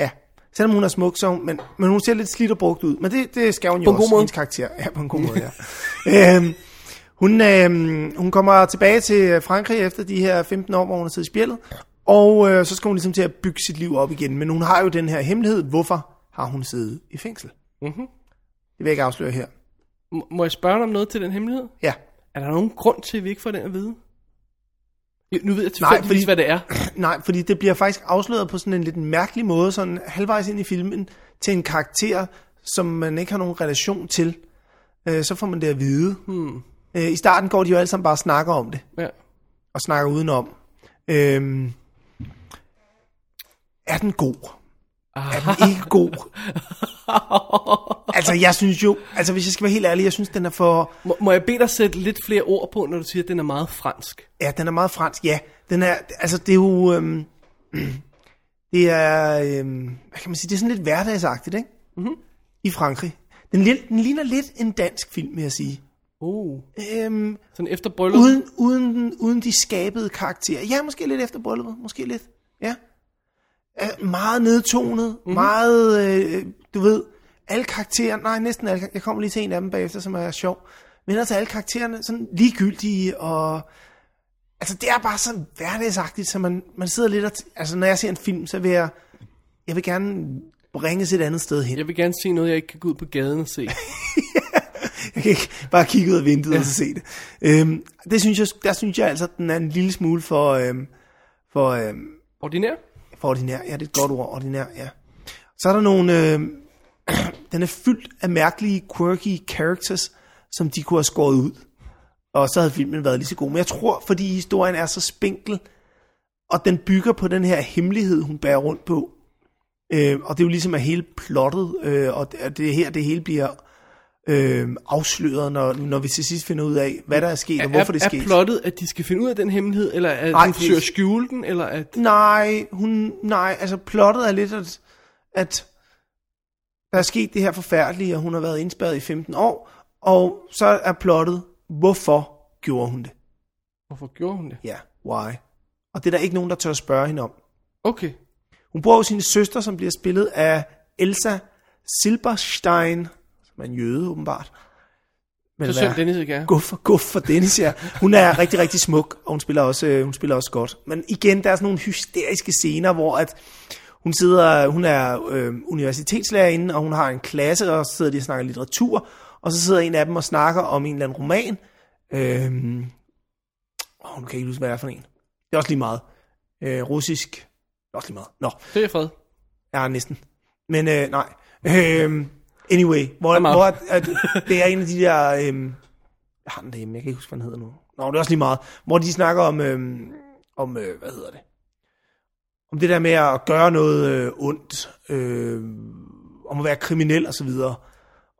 S2: Ja, selvom hun er smuk, så hun, men, men hun ser lidt slidt og brugt ud. Men det, det skal hun jo
S1: På en god
S2: også,
S1: måde.
S2: hendes karakter. Ja, på en god måde, ja. øhm, hun, øhm, hun kommer tilbage til Frankrig efter de her 15 år, hvor hun har siddet i spjældet. Og øh, så skal hun ligesom til at bygge sit liv op igen. Men hun har jo den her hemmelighed. Hvorfor har hun siddet i fængsel?
S1: Mhm.
S2: Det vil jeg ikke afsløre her.
S1: M- må jeg spørge dig om noget til den hemmelighed?
S2: Ja.
S1: Er der nogen grund til, at vi ikke får den at vide? Ja, Nu ved jeg
S2: Nej,
S1: tilfældigvis, fordi...
S2: fordi-
S1: hvad det er.
S2: Nej, fordi det bliver faktisk afsløret på sådan en lidt mærkelig måde, sådan halvvejs ind i filmen, til en karakter, som man ikke har nogen relation til. Øh, så får man det at vide. Hmm. Øh, I starten går de jo alle sammen bare og snakker om det,
S1: Ja.
S2: og snakker udenom. Øh, er den god? Er den ikke god? altså, jeg synes jo, altså hvis jeg skal være helt ærlig, jeg synes, den er for...
S1: Må, må jeg bede dig sætte lidt flere ord på, når du siger, at den er meget fransk?
S2: Ja, den er meget fransk. Ja, den er, altså det er jo, øhm, det er, øhm, hvad kan man sige, det er sådan lidt hverdagsagtigt, ikke? Mm-hmm. I Frankrig. Den, li- den ligner lidt en dansk film, vil jeg sige.
S1: Oh.
S2: Øhm,
S1: Sådan efter bryllup.
S2: uden, uden, uden de skabede karakterer. Ja, måske lidt efter brylluppet, måske lidt. Ja. Er meget nedtonet, mm-hmm. meget, øh, du ved, alle karakterer, nej, næsten alle, kar- jeg kommer lige til en af dem bagefter, som er sjov, men altså alle karaktererne, sådan ligegyldige, og altså det er bare så hverdagsagtigt, så man, man sidder lidt og, t- altså når jeg ser en film, så vil jeg, jeg vil gerne bringes et andet sted hen.
S1: Jeg vil gerne se noget, jeg ikke kan gå ud på gaden og se.
S2: Jeg kan ikke bare kigge ud af vinduet ja. og så se det. Øhm, det synes jeg, der synes jeg altså, at den er en lille smule for, øhm, for, øhm,
S1: Ordinær?
S2: for ordinær. Ja, det er et godt ord, ordinær, ja. Så er der nogle... Øhm, den er fyldt af mærkelige, quirky characters, som de kunne have skåret ud. Og så havde filmen været lige så god. Men jeg tror, fordi historien er så spinkel, og den bygger på den her hemmelighed, hun bærer rundt på. Øh, og det er jo ligesom, at hele plottet, øh, og det- at det her, det hele bliver øh, afsløret, når, når vi til sidst finder ud af, hvad der er sket, og hvorfor
S1: er,
S2: det skete.
S1: Er plottet, at de skal finde ud af den hemmelighed, eller at
S2: Nej,
S1: Ej, hun
S2: det-
S1: forsøger at skjule den, eller at...
S2: Nej, hun, nej, altså plottet er lidt, at, at der er sket det her forfærdelige, og hun har været indspærret i 15 år, og så er plottet, hvorfor gjorde hun det?
S1: Hvorfor gjorde hun det?
S2: Ja. why? Og det er der ikke nogen, der tør at spørge hende om.
S1: Okay.
S2: Hun bor hos sin søster, som bliver spillet af Elsa Silberstein, som er en jøde åbenbart. Men
S1: Så
S2: hvad-
S1: synd Dennis ikke er.
S2: Guf for, guf for Dennis, ja. Hun er rigtig, rigtig smuk, og hun spiller også, øh, hun spiller også godt. Men igen, der er sådan nogle hysteriske scener, hvor at hun sidder, hun er øh, universitetslærerinde, og hun har en klasse, og så sidder de og snakker litteratur, og så sidder en af dem og snakker om en eller anden roman. Øh, åh, nu kan jeg ikke huske, hvad det er for en. Det er også lige meget. Øh, russisk. Det er også lige meget. Nå,
S1: Det er fred.
S2: Ja, næsten. Men øh, nej. Øhm, anyway, hvor,
S1: Time out.
S2: hvor at, at, det er en af de der... Øhm, jeg har den derhjemme, jeg kan ikke huske, hvad den hedder nu. Nå, det er også lige meget. Hvor de snakker om, øhm, om øh, hvad hedder det? Om det der med at gøre noget øh, ondt, øh, om at være kriminel og så videre.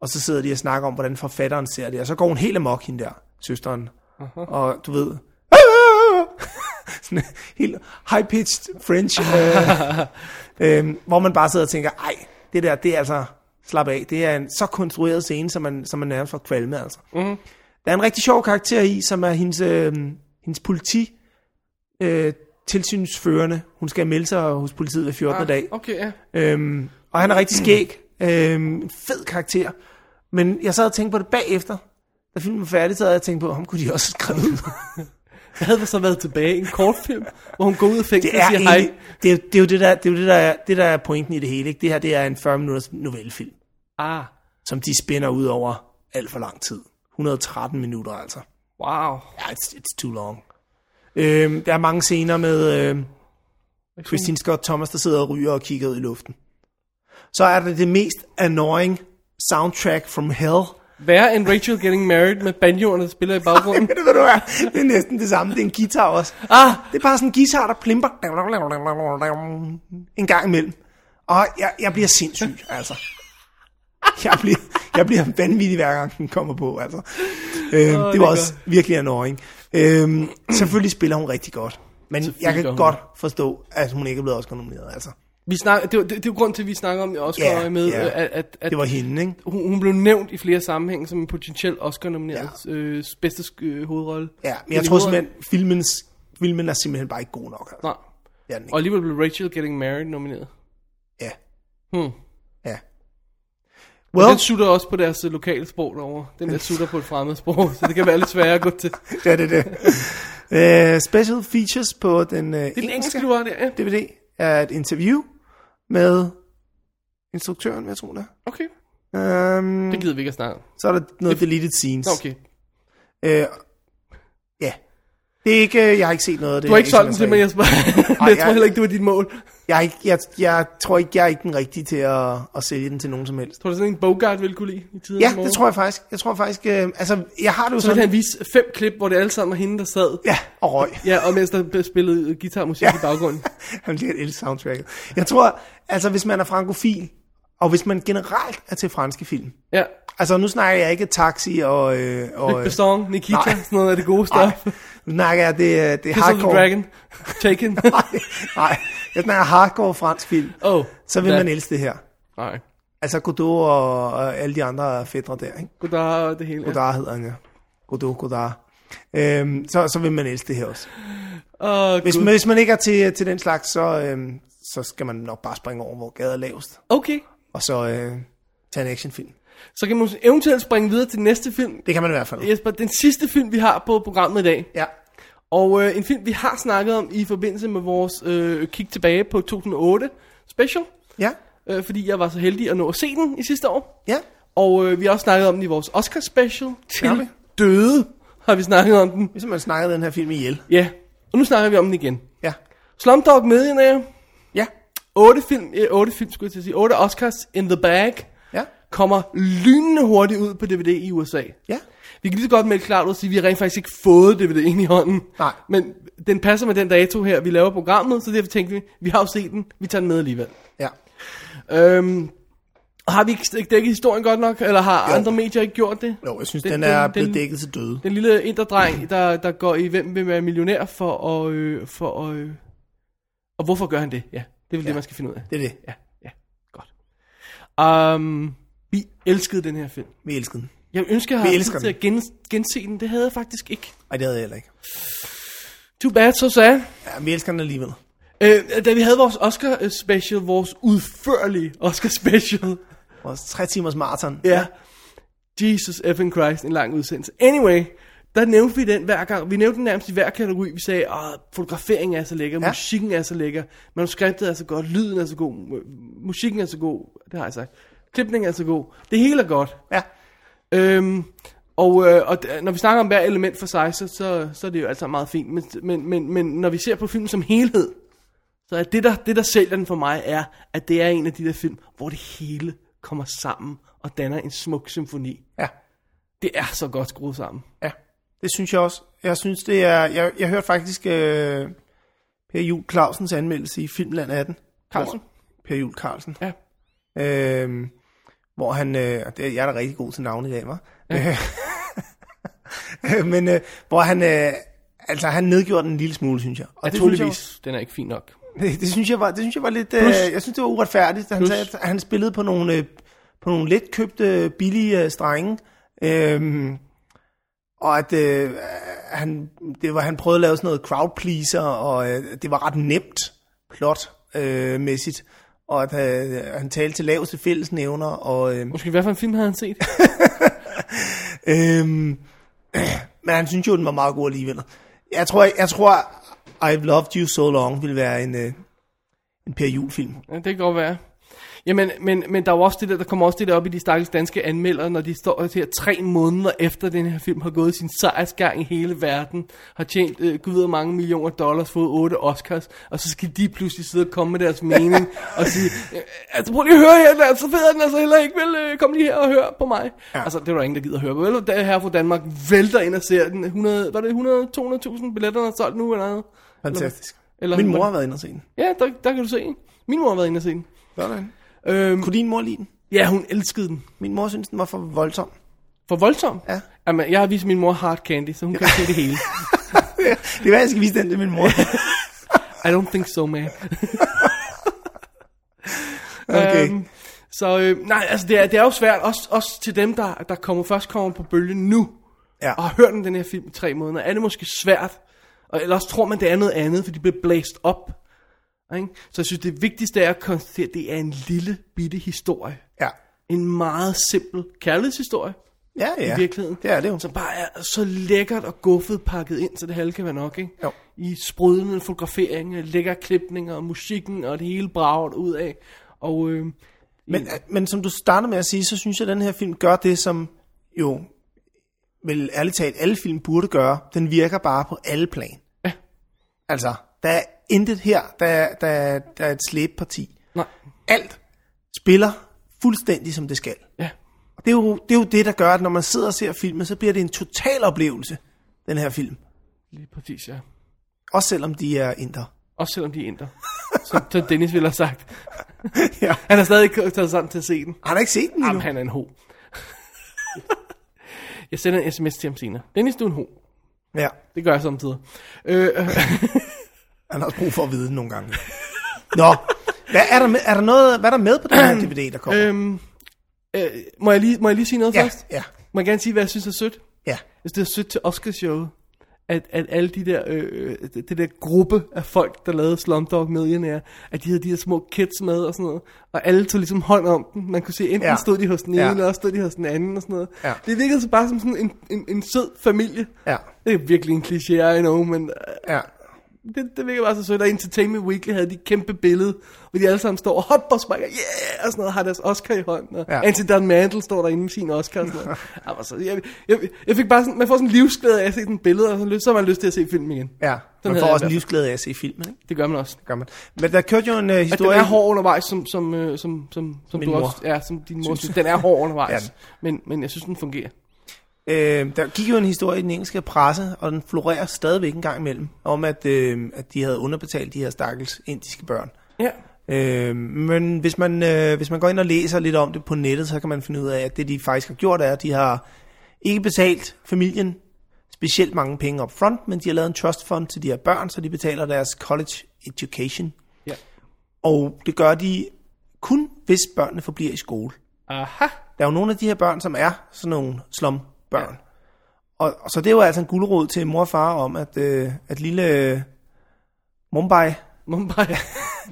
S2: Og så sidder de og snakker om, hvordan forfatteren ser det. Og så går hun helt amok, hende der, søsteren. Og du ved... sådan en helt high-pitched French. Øh, Øhm, hvor man bare sidder og tænker, ej, det der, det er altså, slap af. Det er en så konstrueret scene, som man, som man nærmest får kvalme, altså. Mm. Der er en rigtig sjov karakter i, som er hendes, øh, hendes politi, øh, tilsynsførende. Hun skal melde sig hos politiet hver 14. Ah, dag.
S1: Okay, ja.
S2: Øhm, og han er rigtig skæg. Øhm, fed karakter. Men jeg sad og tænkte på det bagefter. Da filmen var færdig, så havde jeg tænkt på, ham kunne de også skrive ud.
S1: Det havde så været tilbage i en kortfilm, hvor hun går ud af fængslet
S2: Det
S1: og
S2: er,
S1: siger hej.
S2: egentlig, det, er, jo- det er jo det, der, det, er jo det, der, er, det der er pointen i det hele. Ikke? Det her det er en 40-minutters novellefilm.
S1: Ah,
S2: som de spænder ud over alt for lang tid. 113 minutter altså.
S1: wow.
S2: Ja, it's, it's too long. Øhm, der er mange scener med øhm, Christine Scott Thomas, der sidder og ryger og kigger ud i luften. Så er der det mest annoying soundtrack from hell.
S1: Værre end Rachel Getting Married med banjoerne, der spiller i baggrunden.
S2: Ved du, hvad du er? Det er næsten det samme. Det er en guitar også.
S1: Ah,
S2: Det er bare sådan en guitar, der plimper en gang imellem. Og jeg, jeg bliver sindssyg, altså. Jeg bliver, jeg bliver vanvittig hver gang den kommer på, altså. Øhm, oh, det
S1: det
S2: var
S1: er
S2: også virkelig annoying. Øhm, selvfølgelig spiller hun rigtig godt. Men jeg kan
S1: gør hun
S2: godt forstå, at hun ikke er blevet også nomineret, altså.
S1: vi snak, det, var, det, det er jo grund til, at vi snakker om også
S2: Ja,
S1: yeah, med,
S2: ja.
S1: yeah. at, at, at
S2: Det var hende, ikke?
S1: hun, hun blev nævnt i flere sammenhænge som en potentiel Oscar-nomineret øh, bedste sk- øh, hovedrolle.
S2: Ja, men jeg tror simpelthen, filmens, filmen er simpelthen bare ikke god nok, altså.
S1: Nej,
S2: Det er den ikke.
S1: og alligevel blev Rachel Getting Married nomineret.
S2: Ja,
S1: Hmm.
S2: ja.
S1: Well.
S2: Well,
S1: Den sutter også på deres øh, lokale sprog derovre. Den der sutter på et fremmed sprog, så det kan være lidt sværere at gå til. Det
S2: det er det, det. Uh, special features på den, uh,
S1: er den engelske, du har der, ja.
S2: DVD er et interview med instruktøren, jeg tror det er.
S1: Okay,
S2: Øhm,
S1: det gider vi ikke at snakke om.
S2: så er der noget deleted scenes.
S1: Nå, Okay.
S2: Øh, ja. Det er ikke, øh, jeg har ikke set noget af det.
S1: Du har ikke
S2: som
S1: solgt den
S2: jeg
S1: til
S2: sagde.
S1: mig, Jesper. Men jeg
S2: jeg-
S1: tror heller ikke, det var dit mål.
S2: Jeg, er ikke, jeg, jeg tror ikke, jeg er ikke den rigtige til at, at sælge den til nogen som helst.
S1: Tror du, sådan en Bogart ville kunne lide i tiden?
S2: Ja, det tror jeg faktisk. Jeg tror faktisk, øh, altså, jeg har det jo
S1: Så ville
S2: sådan...
S1: han vise fem klip, hvor det alle sammen var hende, der sad.
S2: Ja, og røg.
S1: Ja, og mens der spillede guitarmusik i baggrunden.
S2: Han bliver et el soundtracket. Jeg tror, altså, hvis man er frankofil, og hvis man generelt er til franske film,
S1: Ja.
S2: altså, nu snakker jeg ikke taxi og... Øh, og
S1: Luc Besson, Nikita,
S2: nej.
S1: sådan noget af det gode
S2: Nej,
S1: stof.
S2: nu snakker jeg, det, er- det er
S1: Kiss of the
S2: hardcore.
S1: Dragon, Taken.
S2: Nej, nej, jeg snakker hardcore fransk film.
S1: Oh,
S2: så vil
S1: da.
S2: man elske det her.
S1: Nej.
S2: Altså Godot og, og alle de andre fædre der, ikke?
S1: Goddag og det hele. Ja.
S2: Godard hedder han, ja. Godot, Godard. Øhm, så, så vil man elske det her også.
S1: Åh,
S2: Hvis,
S1: Gud.
S2: man, hvis man ikke er til, til den slags, så, øhm, så skal man nok bare springe over, hvor gaden er lavest.
S1: Okay.
S2: Og så øh, tage en actionfilm.
S1: Så kan man eventuelt springe videre til næste film.
S2: Det kan man i hvert fald.
S1: Jesper, den sidste film, vi har på programmet i dag.
S2: Ja.
S1: Og øh, en film, vi har snakket om i forbindelse med vores øh, kig tilbage på 2008 special.
S2: Ja.
S1: Øh, fordi jeg var så heldig at nå at se den i sidste år.
S2: Ja.
S1: Og øh, vi har også snakket om den i vores Oscar special. Til
S2: Har vi?
S1: døde har vi snakket om den.
S2: Vi har simpelthen snakket Ligesom den her film ihjel.
S1: Ja, og nu snakker vi om den igen.
S2: Ja.
S1: Slumdog Millionaire.
S2: Ja.
S1: 8 film, eh, 8 film skulle jeg til at sige. 8 Oscars in the bag.
S2: Ja.
S1: Kommer lynende hurtigt ud på DVD i USA.
S2: Ja.
S1: Vi kan lige så godt melde klart ud og sige, at vi har rent faktisk ikke fået DVD'en i hånden.
S2: Nej.
S1: Men den passer med den dato her, vi laver programmet, så derfor tænkte vi, vi har jo set den, vi tager den med alligevel.
S2: Ja.
S1: Øhm, har vi ikke ikke dækket historien godt nok, eller har
S2: Jo.
S1: jo. andre medier ikke gjort det?
S2: Jo, jeg synes, den, den er blevet dækket til døde.
S1: Den lille inderdreng, der, der går i Hvem vil være millionær for at... Øh, for at øh, og hvorfor gør han det? Ja, det er vel ja. det, man skal finde ud af.
S2: Det er det.
S1: Ja, ja, godt. Um, vi elskede den her film.
S2: Vi elsker den.
S1: Jeg ønsker, at
S2: Vi
S1: jeg havde
S2: elsker
S1: tid til at gen, gense den. Det havde jeg faktisk ikke.
S2: Ej, det havde jeg heller ikke.
S1: Too bad, så sagde
S2: Ja, vi elsker den alligevel.
S1: øh, Da vi havde vores Oscar special, vores udførlige Oscar special.
S2: Vores tre timers maraton.
S1: Ja. Jesus effing Christ, en lang udsendelse. Anyway, der nævnte vi den hver gang. Vi nævnte den nærmest i hver kategori. Vi sagde, at fotograferingen er så lækker, ja.
S2: Ja.
S1: musikken er så lækker, manuskriptet er så godt, lyden er så god, mu- musikken er så god, det har jeg sagt, klipningen er så god. Det hele er godt.
S2: ja.
S1: Øhm, og, øh, og d- når vi snakker om hver element for sig, så, så, så er det jo altså meget fint. Men, men, men, men når vi ser på filmen som helhed, så er det der, det, der sælger den for mig, er, at det er en af de der film, hvor det hele kommer sammen og danner en smuk symfoni.
S2: Ja.
S1: Det er så godt skruet sammen.
S2: Ja, det synes jeg også. Jeg synes, det er... Jeg, jeg hørte faktisk øh, Per Jul Clausens anmeldelse i Filmland 18.
S1: Carlsen?
S2: Hvor- Per Jul Carlsen.
S1: Ja.
S2: Øh, hvor han... Øh, og det, jeg er da rigtig god til navne i dag, var. Ja. Men øh, hvor han... Øh, altså, han nedgjorde den en lille smule, synes jeg. Og det synes jeg
S1: Naturligvis, den er ikke fin nok.
S2: det, det synes jeg var, det synes jeg var lidt, øh,
S1: Plus.
S2: jeg synes det var uretfærdigt. Han
S1: Plus.
S2: sagde, at han spillede på nogle, øh, på nogle let købte, billige øh, strenge. Øhm, og at øh, han, det var, han prøvede at lave sådan noget crowd pleaser, og øh, det var ret nemt plotmæssigt. Øh, mæssigt. og at øh, han talte til laveste fællesnævner, og øh,
S1: Måske hvad for en film havde han set?
S2: Øhm, men han synes jo, den var meget god alligevel. Jeg tror, jeg, jeg tror I've Loved You So Long vil være en, øh, en Per Jul-film.
S1: Ja, det kan godt være. Jamen, men, men der, er jo også det der, der kommer også det der op i de stakkels danske anmeldere, når de står her tre måneder efter den her film har gået sin sejrsgang i hele verden, har tjent øh, gud ved hvor mange millioner dollars, fået otte Oscars, og så skal de pludselig sidde og komme med deres mening og sige, øh, altså prøv lige at høre her, den er så fed, er den altså heller ikke vil øh, kom lige her og hør på mig. Ja. Altså, det er der ingen, der gider at høre på. Vel, der her fra Danmark vælter ind og ser den. 100, var det 100-200.000 billetter, der er solgt nu eller noget?
S2: Fantastisk.
S1: Eller-
S2: Eller, Min mor har været inde og se den.
S1: Ja, der, der kan du se den. Min mor har været inde og se den.
S2: Sådan.
S1: Øhm,
S2: Kunne din mor lide den?
S1: ja, hun elskede den.
S2: Min mor synes, den var for voldsom.
S1: For voldsom?
S2: Ja.
S1: Jamen, jeg har vist min mor hard candy, så hun kan se det hele.
S2: Det er, hvad jeg skal vise den til min mor.
S1: I don't think so, man.
S2: Okay.
S1: Øhm, så øh, nej, altså det er, det er jo svært, også, også til dem, der, der kommer, først kommer på bølgen nu,
S2: Ja.
S1: og har hørt om den her film i tre måneder, er det måske svært, og ellers tror man, det er noget andet, for de bliver blæst op. Ikke? Så jeg synes, det vigtigste er at konstatere, at det er en lille bitte historie.
S2: Ja.
S1: En meget simpel kærlighedshistorie.
S2: Ja, ja.
S1: i virkeligheden.
S2: Det er det jo.
S1: Som bare er så lækkert og guffet pakket ind, så det halve kan være nok, ikke?
S2: Jo.
S1: I sprudlende fotograferinger, lækker klipninger, og musikken og det hele braget ud af. Og øh,
S2: Men, men som du starter med at sige, så synes jeg, at den her film gør det, som jo, vel ærligt talt, alle film burde gøre. Den virker bare på alle plan. Ja. Altså, der er intet her, der, er- der, er- der er et slæbparti.
S1: nej,
S2: Alt spiller fuldstændig, som det skal.
S1: ja,
S2: Og det er, jo, det er jo det, der gør, at når man sidder og ser filmen, så bliver det en total oplevelse, den her film.
S1: lige præcis, ja.
S2: Også selvom de er indre.
S1: Også selvom de er indre. Som, som Dennis ville have sagt.
S2: ja.
S1: Han har stadig ikke taget sig sammen til at se den.
S2: Har du ikke set den endnu?
S1: Jamen, han er en ho. jeg sender en sms til ham senere. Dennis, du er en ho.
S2: Ja,
S1: Det gør jeg samtidig. Øh, øh,
S2: han har også brug for at vide det nogle gange. Nå, hvad er der med, er der noget, hvad er der med på den her DVD, der kommer?
S1: øhm, øh, må, jeg lige, må jeg lige sige noget
S2: ja,
S1: først?
S2: ja,
S1: Må jeg gerne sige, hvad jeg synes er sødt?
S2: ja.
S1: Jeg synes, det er sødt til Oscarshowet, at, at alle de der, øh, det, det der gruppe af folk, der lavede Slumdog Millionaire, at de havde de der små kids med og sådan noget, og alle tog ligesom hånd om den. Man kunne se, enten ja.
S2: Ja.
S1: stod de hos den ene, ja.
S2: Ja.
S1: eller også stod de hos den anden og sådan noget.
S2: Ja.
S1: Det virkede så bare som sådan en, en, en sød familie.
S2: Ja.
S1: Det er virkelig en kliché, I know, men øh,
S2: ja.
S1: det, det virker bare så sødt. Og Entertainment Weekly havde de et kæmpe billede, hvor de alle sammen står og hopper og sparker, yeah, og sådan noget, og har deres Oscar i hånden. Og ja.
S2: Ja.
S1: Anthony Don Mandel står derinde med sin Oscar og sådan noget. jeg, var så, jeg, jeg, jeg, fik bare sådan, man får sådan en livsglæde af at se den billede, og så, lyst, så har man lyst til at se filmen igen.
S2: ja.
S1: Den
S2: Man
S1: havde
S2: får
S1: jeg i
S2: også
S1: hvert
S2: en livsglæde af at se filmen, ikke?
S1: Det gør man også.
S2: Det gør man. Men der kørte jo en uh,
S1: At den
S2: historie...
S1: er hård undervejs, som, som, øh, som, som, som
S2: Min
S1: du
S2: mor.
S1: også, ja, som din mor synes.
S2: Synes.
S1: Den er hård undervejs,
S2: Ja,
S1: ja.
S2: den.
S1: men, men jeg synes, den fungerer.
S2: Øh, der gik jo en historie i den engelske presse, og den florerer stadigvæk en gang imellem, om at, øh, at de havde underbetalt de her stakkels indiske børn.
S1: Ja.
S2: Øh, men hvis man, øh, hvis man går ind og læser lidt om det på nettet, så kan man finde ud af, at det de faktisk har gjort, er, at de har ikke betalt familien specielt mange penge op front, men de har lavet en trust fund til de her børn, så de betaler deres college education.
S1: Ja.
S2: Og det gør de kun, hvis børnene forbliver i skole.
S1: Aha.
S2: Der er jo nogle af de her børn, som er sådan nogle slumbørn. Ja. Og, og så det var altså en guldråd til mor og far om, at, øh, at lille øh, Mumbai,
S1: Mumbai.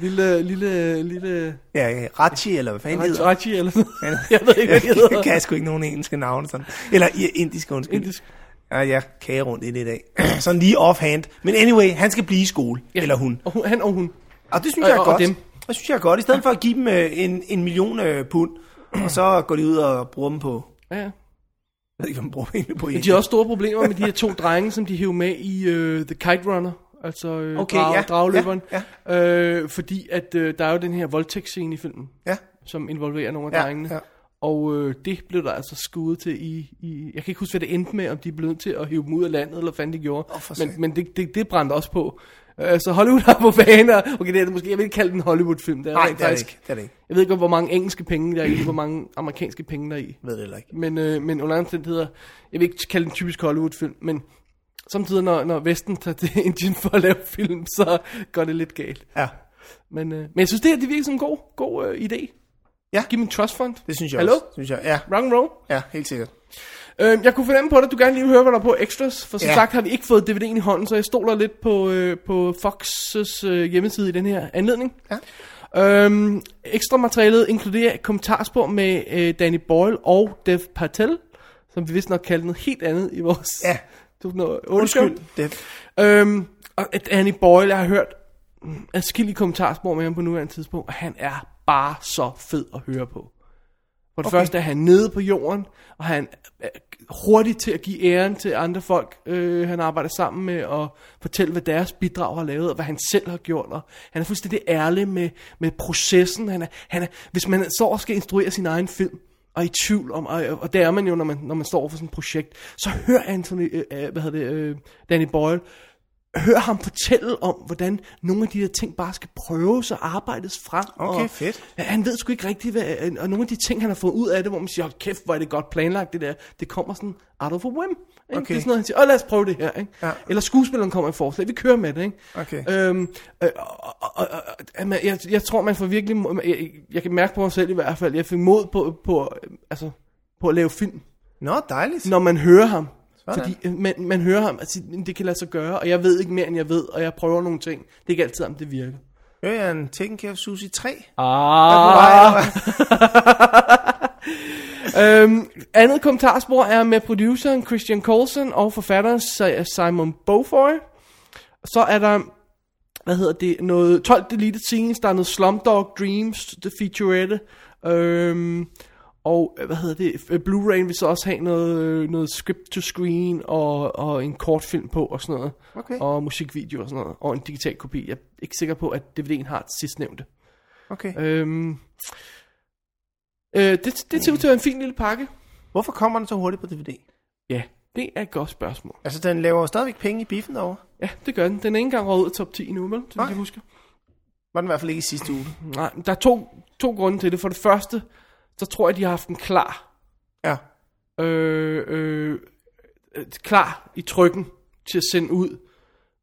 S1: lille, lille, lille...
S2: ja, Rachi, eller hvad fanden hedder
S1: Rachi eller sådan noget.
S2: han?
S1: Jeg ved ikke, hvad det
S2: Jeg
S1: hedder.
S2: kan sgu ikke nogen engelske navne. Sådan. Eller i- indiske, undskyld.
S1: Indisk.
S2: Ja, jeg kager rundt i det i dag. sådan lige offhand. Men anyway, han skal blive i skole. Ja. Eller hun.
S1: Og hun, han og hun.
S2: Og det synes
S1: Og-
S2: jeg er
S1: og- og
S2: godt.
S1: dem.
S2: Det synes jeg er godt. I stedet for at give dem øh, en, en million øh, pund, og så går de ud og bruger dem på...
S1: Ja, ja.
S2: Jeg ved ikke, om de bruger pengene på
S1: Men de har også store problemer med de her to drenge, som de hævde med i øh, The Kite Runner. Altså øh,
S2: Okay,
S1: okay, drag,
S2: ja,
S1: ja, dragløberen.
S2: ja,
S1: Øh, fordi at øh, der er jo den her voldtægtsscene i filmen,
S2: Ja,
S1: som involverer nogle af
S2: Ja,
S1: drengene.
S2: ja.
S1: Og øh, det blev der altså skudt til i, i... Jeg kan ikke huske, hvad det endte med, om de blev nødt til at hive dem ud af landet, eller hvad fanden de gjorde.
S2: Åh, for satan.
S1: men men det, det, det brændte også på. Øh, så Hollywood har på baner. Okay, det er det måske... Jeg vil ikke kalde den en Hollywood-film. Det er
S2: nej,
S1: rent
S2: det er det
S1: faktisk-
S2: ikke. Det er det ikke.
S1: Jeg ved ikke, hvor mange engelske penge der er i, hvor mange amerikanske penge der er i.
S2: Jeg ved det heller ikke.
S1: Men, øh, men under andre omstændigheder, jeg vil ikke kalde den typisk Hollywood-film, men samtidig, når, når Vesten tager til Indien for at lave film, så går det lidt galt.
S2: Ja,
S1: Men, øh, men jeg synes, det her det virker som en god, god øh, idé.
S2: Ja.
S1: Giv dem en trust fund.
S2: det synes jeg
S1: Hallo?
S2: også. Synes jeg. Ja,
S1: Rock and roll.
S2: ja, helt sikkert.
S1: Øh, jeg kunne fornemme på dig, at du gerne lige vil høre, hvad der er på extras, for som
S2: Ja.
S1: ja. sagt har vi ikke fået DVD'en i hånden, så jeg stoler lidt på, øh, på Fox's øh, hjemmeside i den her anledning.
S2: Ja.
S1: Øhm, ekstra materialet inkluderer et kommentarspor med øh, Danny Boyle og Dev Patel, som vi vist nok kaldte noget helt andet i vores
S2: Ja.
S1: 2008
S2: Undskyld.
S1: show.
S2: Det,
S1: Øhm, og at Danny Boyle, jeg har hørt mm, adskillige kommentarspor med ham på nuværende tidspunkt, og han er bare så fed at høre på. For det
S2: Okay.
S1: okay. første er han nede på jorden, og han er hurtig til at give æren til andre folk, øh, han arbejder sammen med, og fortælle, hvad deres bidrag har lavet, og hvad han selv har gjort. Og han er fuldstændig ærlig med, med processen. Han er, han er, hvis man så og skal instruere sin egen film, og er i tvivl om, og, og det er man jo, når man, når man står for sådan et projekt, så hører Anthony, øh, øh, hvad hedder det, øh, Danny Boyle, hør ham fortælle om, hvordan nogle af de der ting bare skal prøves og arbejdes frem.
S2: Okay,
S1: og
S2: fedt.
S1: Han ved sgu ikke rigtigt, hvad, øh, og nogle af de ting, han har fået ud af det, hvor man siger, oh, kæft, hvor er det godt planlagt det der, det kommer sådan out of a whim. Ikke?
S2: Okay.
S1: Det er sådan noget, han siger, åh lad os prøve det her. Ikke?
S2: Ja.
S1: Eller skuespilleren kommer i forslag, vi kører med det. Ikke?
S2: Okay.
S1: Øhm, øh, og, og, og, og, at man- jeg, jeg tror, man får virkelig, må- jeg, jeg- jeg kan mærke på mig selv i hvert fald, jeg fik mod på, på, øh, altså, på at lave film
S2: Nå, dejligt.
S1: når man hører ham.
S2: Sådan.
S1: Sådan. Fordi øh, man, man hører ham, altså, det kan lade sig gøre, og jeg ved ikke mere, end jeg ved, og jeg prøver nogle ting. Det er ikke altid, om det virker.
S2: Hører jeg en Taken Care of Susie 3?
S1: Ah. øhm, andet kommentarspor er med produceren Christian Coulson og forfatteren Si- Simon Beaufoy. Så er der, hvad hedder det, noget 12 deleted scenes, der er noget Slumdog Dreams, The Featurette, øhm, og øh, hvad hedder det, øh, Blu-ray vil så også have noget, øh, noget script to screen og, og en kortfilm på og sådan noget.
S2: Okay.
S1: Og musikvideo og sådan noget, og en digital kopi. Jeg er ikke sikker på, at DVD'en har sidstnævnte.
S2: Okay.
S1: Øhm, øh, det, det ser ud til at være en fin lille pakke.
S2: Hvorfor kommer den så hurtigt på DVD?
S1: Ja, det er et godt spørgsmål.
S2: Altså, den laver jo stadigvæk penge i biffen derovre.
S1: Ja, det gør den. Den er ikke engang røget ud af top 10 nu, vel? Som
S2: Nej.
S1: jeg husker.
S2: Var den i hvert fald ikke i sidste uge.
S1: Nej, men der er to, to grunde til det. For det første, så tror jeg, de har haft den klar.
S2: Ja.
S1: Øh, øh, øh, klar i trykken til at sende ud.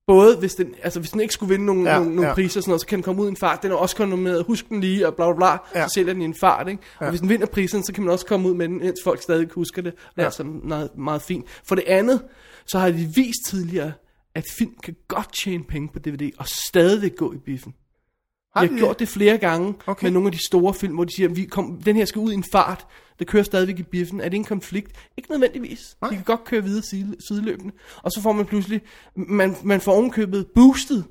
S1: Både hvis den, altså hvis den ikke skulle vinde nogen,
S2: Ja,
S1: ja, nogle, nogle
S2: ja.
S1: ja. priser og sådan noget, så kan den komme ud i en fart. Den er også kun nomineret, husk den lige, og bla bla bla,
S2: Ja.
S1: ja. så sælger den i en fart. Ikke? Og
S2: Ja.
S1: hvis den vinder prisen, så kan man også komme ud med den, indtil folk stadig husker det. Det er
S2: Ja.
S1: ja. altså meget, meget fint. For det andet, så har de vist tidligere, at film kan godt tjene penge på DVD, og stadigvæk gå i biffen.
S2: Har
S1: Jeg
S2: de
S1: har
S2: det?
S1: gjort det flere gange
S2: Okay.
S1: okay. med nogle af de store film, hvor de siger, vi kom, den her skal ud i en fart. Det kører stadigvæk i biffen. Er det en konflikt? Ikke nødvendigvis.
S2: Nej.
S1: De kan godt køre videre side, sideløbende. Og så får man pludselig, man, man får ovenkøbet boostet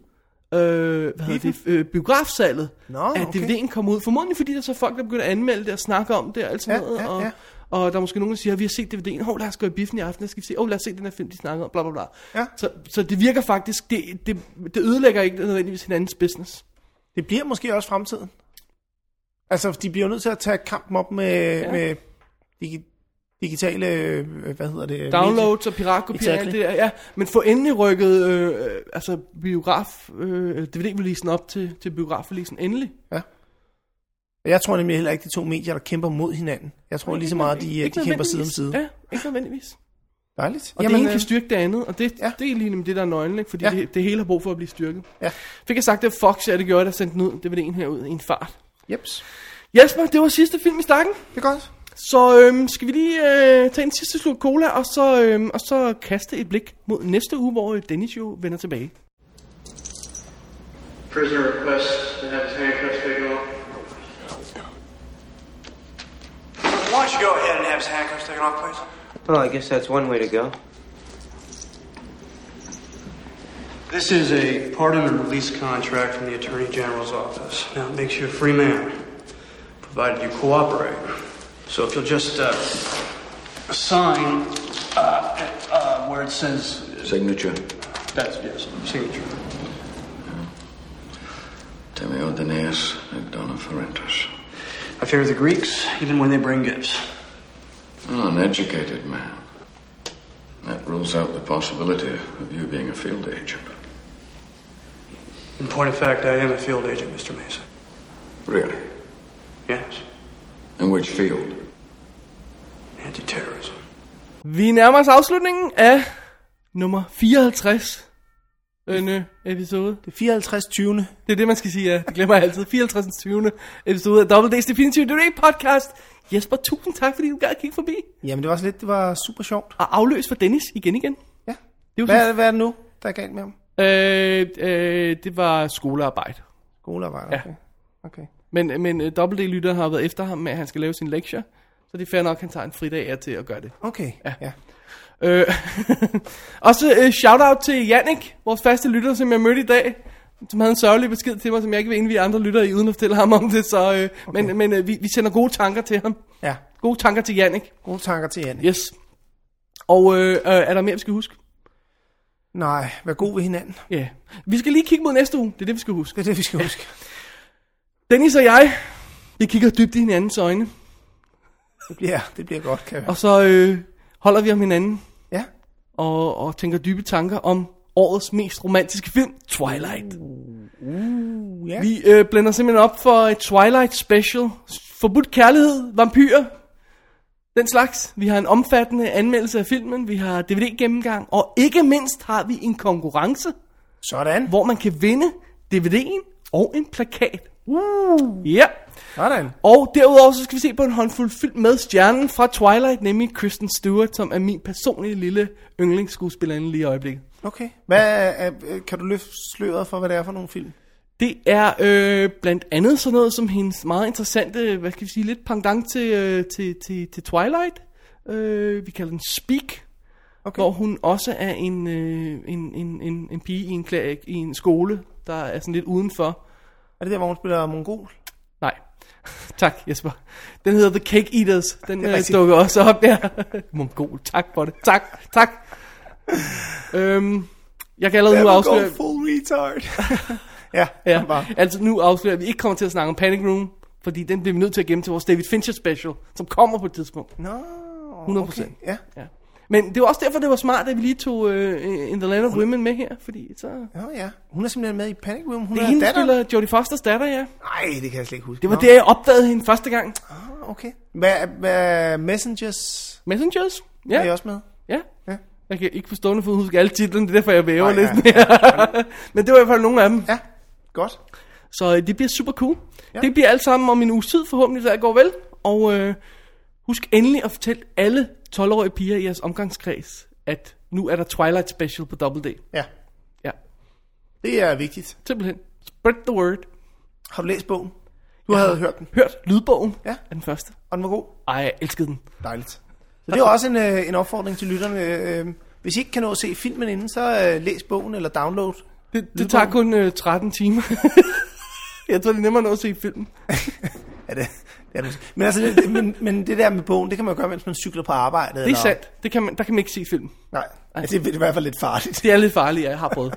S1: øh, hvad hedder det, øh, biografsalget,
S2: Nå,
S1: at
S2: okay.
S1: DVD'en kom ud. Formodentlig fordi der er så folk, der begynder at anmelde det og snakke om det og alt sådan
S2: Ja,
S1: noget.
S2: ja,
S1: og,
S2: ja.
S1: og der er måske nogen, der siger, vi har set DVD'en, hov, lad os gå i biffen i aften, lad os se, oh, lad os se den her film, de snakker om, bla bla bla.
S2: Ja.
S1: Så, så det virker faktisk, det, det, det ødelægger ikke nødvendigvis hinandens business.
S2: Det bliver måske også fremtiden. Altså, de bliver jo nødt til at tage kampen op med, ja. med digi- digitale, øh, hvad hedder det? medier.
S1: Downloads og piratkopier og
S2: Exactly.
S1: alt det der, ja. Men få endelig rykket øh, øh, altså biograf, øh, DVD-releasen op til, til biograf-releasen endelig.
S2: Jeg tror nemlig heller ikke, de to medier, der kæmper mod hinanden. Jeg tror lige så meget, de, øh, de kæmper side om side.
S1: Ja, ikke nødvendigvis.
S2: Dejligt.
S1: Og Jamen, det ene
S2: øh,
S1: kan styrke det andet, og det,
S2: ja.
S1: ja. det er lige nemlig det, der er nøglen, ikke? fordi
S2: Ja.
S1: ja. det, det hele har brug for at blive styrket.
S2: Ja.
S1: Fik jeg sagt, at Fox, ja, det gjorde, jeg, der sendte den ud, det var det en her ud i en fart.
S2: Jeps.
S1: Jesper, det var sidste film i stakken.
S2: Det er godt.
S1: Så øhm, skal vi lige øh, tage en sidste slurk cola, og så, øhm, og så kaste et blik mod næste uge, hvor øh, Dennis jo vender tilbage.
S7: Prisoner requests to have his handcuffs taken off.
S3: Why don't you go ahead and have his handcuffs taken off, please?
S8: Well, I guess that's one way to go.
S3: This is a pardon and release contract from the Attorney General's office. Now, it makes you a free man, provided you cooperate. So if you'll just uh, sign uh, uh, where it says
S6: Signature.
S3: that's yes, signature.
S6: Timeo Danaeus et Dona Ferrentus.
S3: I fear the Greeks, even when they bring gifts.
S6: Oh, an educated man. That rules out the possibility of you being a field agent.
S3: In point of fact, I am a field agent, Mr. Mason.
S6: Really?
S3: Yes,
S6: In which field?
S3: anti-terrorism.
S1: Vi nærmer os afslutningen af nummer 54. Denne episode.
S2: Det er 54. 20.
S1: Det er det, man skal sige, ja. Det glemmer jeg altid. 54. 20. episode af Double D's Definitive Debate Podcast. Jesper, tusind tak, fordi du gad at kigge forbi.
S2: Jamen, det var også lidt, det var super sjovt.
S1: Og afløs for Dennis igen igen.
S2: Ja.
S1: Det var
S2: Hvad, hvad er det nu, der er galt med ham?
S1: Øh, øh, det var skolearbejde.
S2: Skolearbejde,
S1: Ja.
S2: okay. Okay.
S1: Men, men dobbelt lytter har været efter ham med, at han skal lave sin lektie. Så det er fair nok, at han tager en fridag af til at gøre det.
S2: Okay, ja. ja.
S1: Øh, også øh, shout-out til Jannik, vores faste lytter, som jeg mødte i dag. Som havde en sørgelig besked til mig, som jeg ikke vil indvige andre lyttere i, uden at fortælle ham om det. Så, øh, okay. Men, men øh, vi, vi sender gode tanker til ham.
S2: Ja,
S1: Gode tanker til Jannik.
S2: gode tanker til Janne.
S1: Yes. Og øh, øh, er der mere, vi skal huske?
S2: Nej, vær god ved hinanden.
S1: Ja. Yeah. Vi skal lige kigge mod næste uge. Det er det, vi skal huske.
S2: Det er det, vi skal huske.
S1: Dennis og jeg, vi kigger dybt i hinandens øjne.
S2: Det bliver, det bliver godt, kan jeg høre.
S1: Og så øh, holder vi om hinanden.
S2: Ja,
S1: og, og tænker dybe tanker om årets mest romantiske film, Twilight. Uh,
S2: ja.
S1: Vi øh, blænder simpelthen op for et Twilight special. Forbudt kærlighed, vampyrer, den slags. Vi har en omfattende anmeldelse af filmen, vi har DVD-gennemgang, og ikke mindst har vi en konkurrence,
S2: sådan.
S1: hvor man kan vinde DVD'en og en plakat. Uh. Ja.
S2: Sådan.
S1: Og derudover så skal vi se på en håndfuld film med stjernen fra Twilight, nemlig Kristen Stewart, som er min personlige lille yndlingsskuespillerinde lige i øjeblikket.
S2: Okay. Hvad, er, er- kan du løfte sløret for, hvad det er for nogle film?
S1: Det er øh, blandt andet sådan noget som hendes meget interessante, hvad skal vi sige, lidt pendant til, øh, til, til, til Twilight. Øh, vi kalder den Speak,
S2: Okay.
S1: hvor hun også er en, øh, en, en, en, en pige i en, klæ, i en skole, der er sådan lidt udenfor.
S2: Er det der, hvor hun spiller mongol?
S1: Nej. tak, Jesper. Den hedder The Cake Eaters. Den
S2: er
S1: øh,
S2: rigtigt.
S1: dukker også op der. Mongol, tak for det. Tak, tak. øhm, jeg kan allerede nu afsløre...
S2: full retard. ja,
S1: Ja,
S2: ja. Bare.
S1: altså nu afslører jeg, at vi ikke kommer til at snakke om Panic Room, fordi den bliver vi nødt til at gemme til vores David Fincher special, som kommer på et tidspunkt.
S2: Nå,
S1: 100%.
S2: Okay. Ja,
S1: Ja. Men det var også derfor, det var smart, at vi lige tog øh, In the Land of Women med her, fordi så... Det
S2: Nå, ja. Hun er simpelthen med i Panic Room. Hun
S1: er hende, der
S2: datter.
S1: spiller Jodie Fosters datter, ja.
S2: Nej, det kan jeg slet ikke huske.
S1: Det var
S2: Nå,
S1: der, jeg opdagede hende første gang.
S2: Okay. Hvad, hvad Messengers
S1: Messengers?
S2: ja. er I
S1: Ja,
S2: også med?
S1: ja.
S2: Ja.
S1: Jeg kan ikke forstå, for huske alle titlerne, det er derfor, jeg væver
S2: Nej,
S1: lidt.
S2: ja,
S1: Men det var i hvert fald nogle af dem.
S2: Ja, godt.
S1: Så øh, det bliver super cool. Ja. Det bliver alt sammen om en uges tid, forhåbentlig, så jeg går vel. Og øh, husk endelig at fortælle alle 12-årige piger i jeres omgangskreds, at nu er der Twilight Special på Double D.
S2: Ja,
S1: Ja,
S2: det er vigtigt.
S1: simpelthen. Spread the word.
S2: Har du læst bogen? Du ja. havde hørt den,
S1: Hørt lydbogen
S2: Ja.
S1: er den første.
S2: og den var god.
S1: Ej, jeg elskede den.
S2: Dejligt. Så det er også en, øh, en opfordring til lytterne. Øh, hvis I ikke kan nå at se filmen inden, så øh, læs bogen eller download.
S1: Det, det tager kun øh, 13 timer. jeg tror, det er nemmere at nå at se filmen.
S2: Ja, det, det er det. måske. Men, altså, det, men, men det der med bogen, det kan man jo gøre, mens man cykler på arbejde.
S1: Det er sandt. Det kan man, der kan man ikke se filmen.
S2: Nej, altså, det er i hvert fald lidt farligt.
S1: Det er lidt farligt, ja, jeg har prøvet.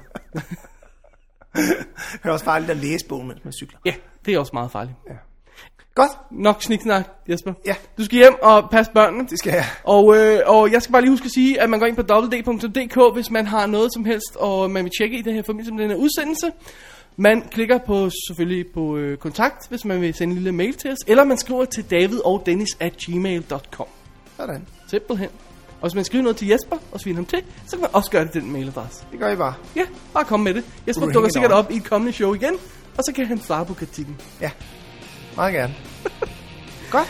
S2: Det er også farligt at læse bogen, mens man cykler.
S1: ja, det er også meget farligt.
S2: Godt,
S1: Nok sniksnak, Jesper.
S2: Ja.
S1: Du skal hjem og passe børnene.
S2: det skal jeg.
S1: Og, øh, og jeg skal bare lige huske at sige, at man går ind på www.dk, hvis man har noget som helst, og man vil tjekke i den her forbindelse med den her udsendelse. Man klikker på selvfølgelig på øh, kontakt, hvis man vil sende en lille mail til os, eller man skriver til david og dennis at gmail.com.
S2: Sådan,
S1: Simpelthen. Og hvis man skriver noget til Jesper og sviner ham til, så kan man også gøre det til den mailadresse.
S2: det gør I bare.
S1: Ja, bare kom med det. Jesper
S2: Bring
S1: dukker
S2: it
S1: sikkert
S2: on.
S1: op i et kommende show igen, og så kan han svare på kritikken.
S2: Ja, meget gerne. Godt,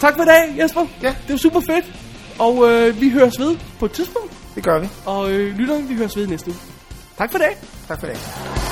S1: Tak for i dag, Jesper.
S2: Ja.
S1: Det var super fedt. Og øh, vi høres ved på et tidspunkt.
S2: Det gør vi.
S1: Og øh, lytterne, vi høres ved næste uge. Tak for i dag.
S2: Tak for i dag.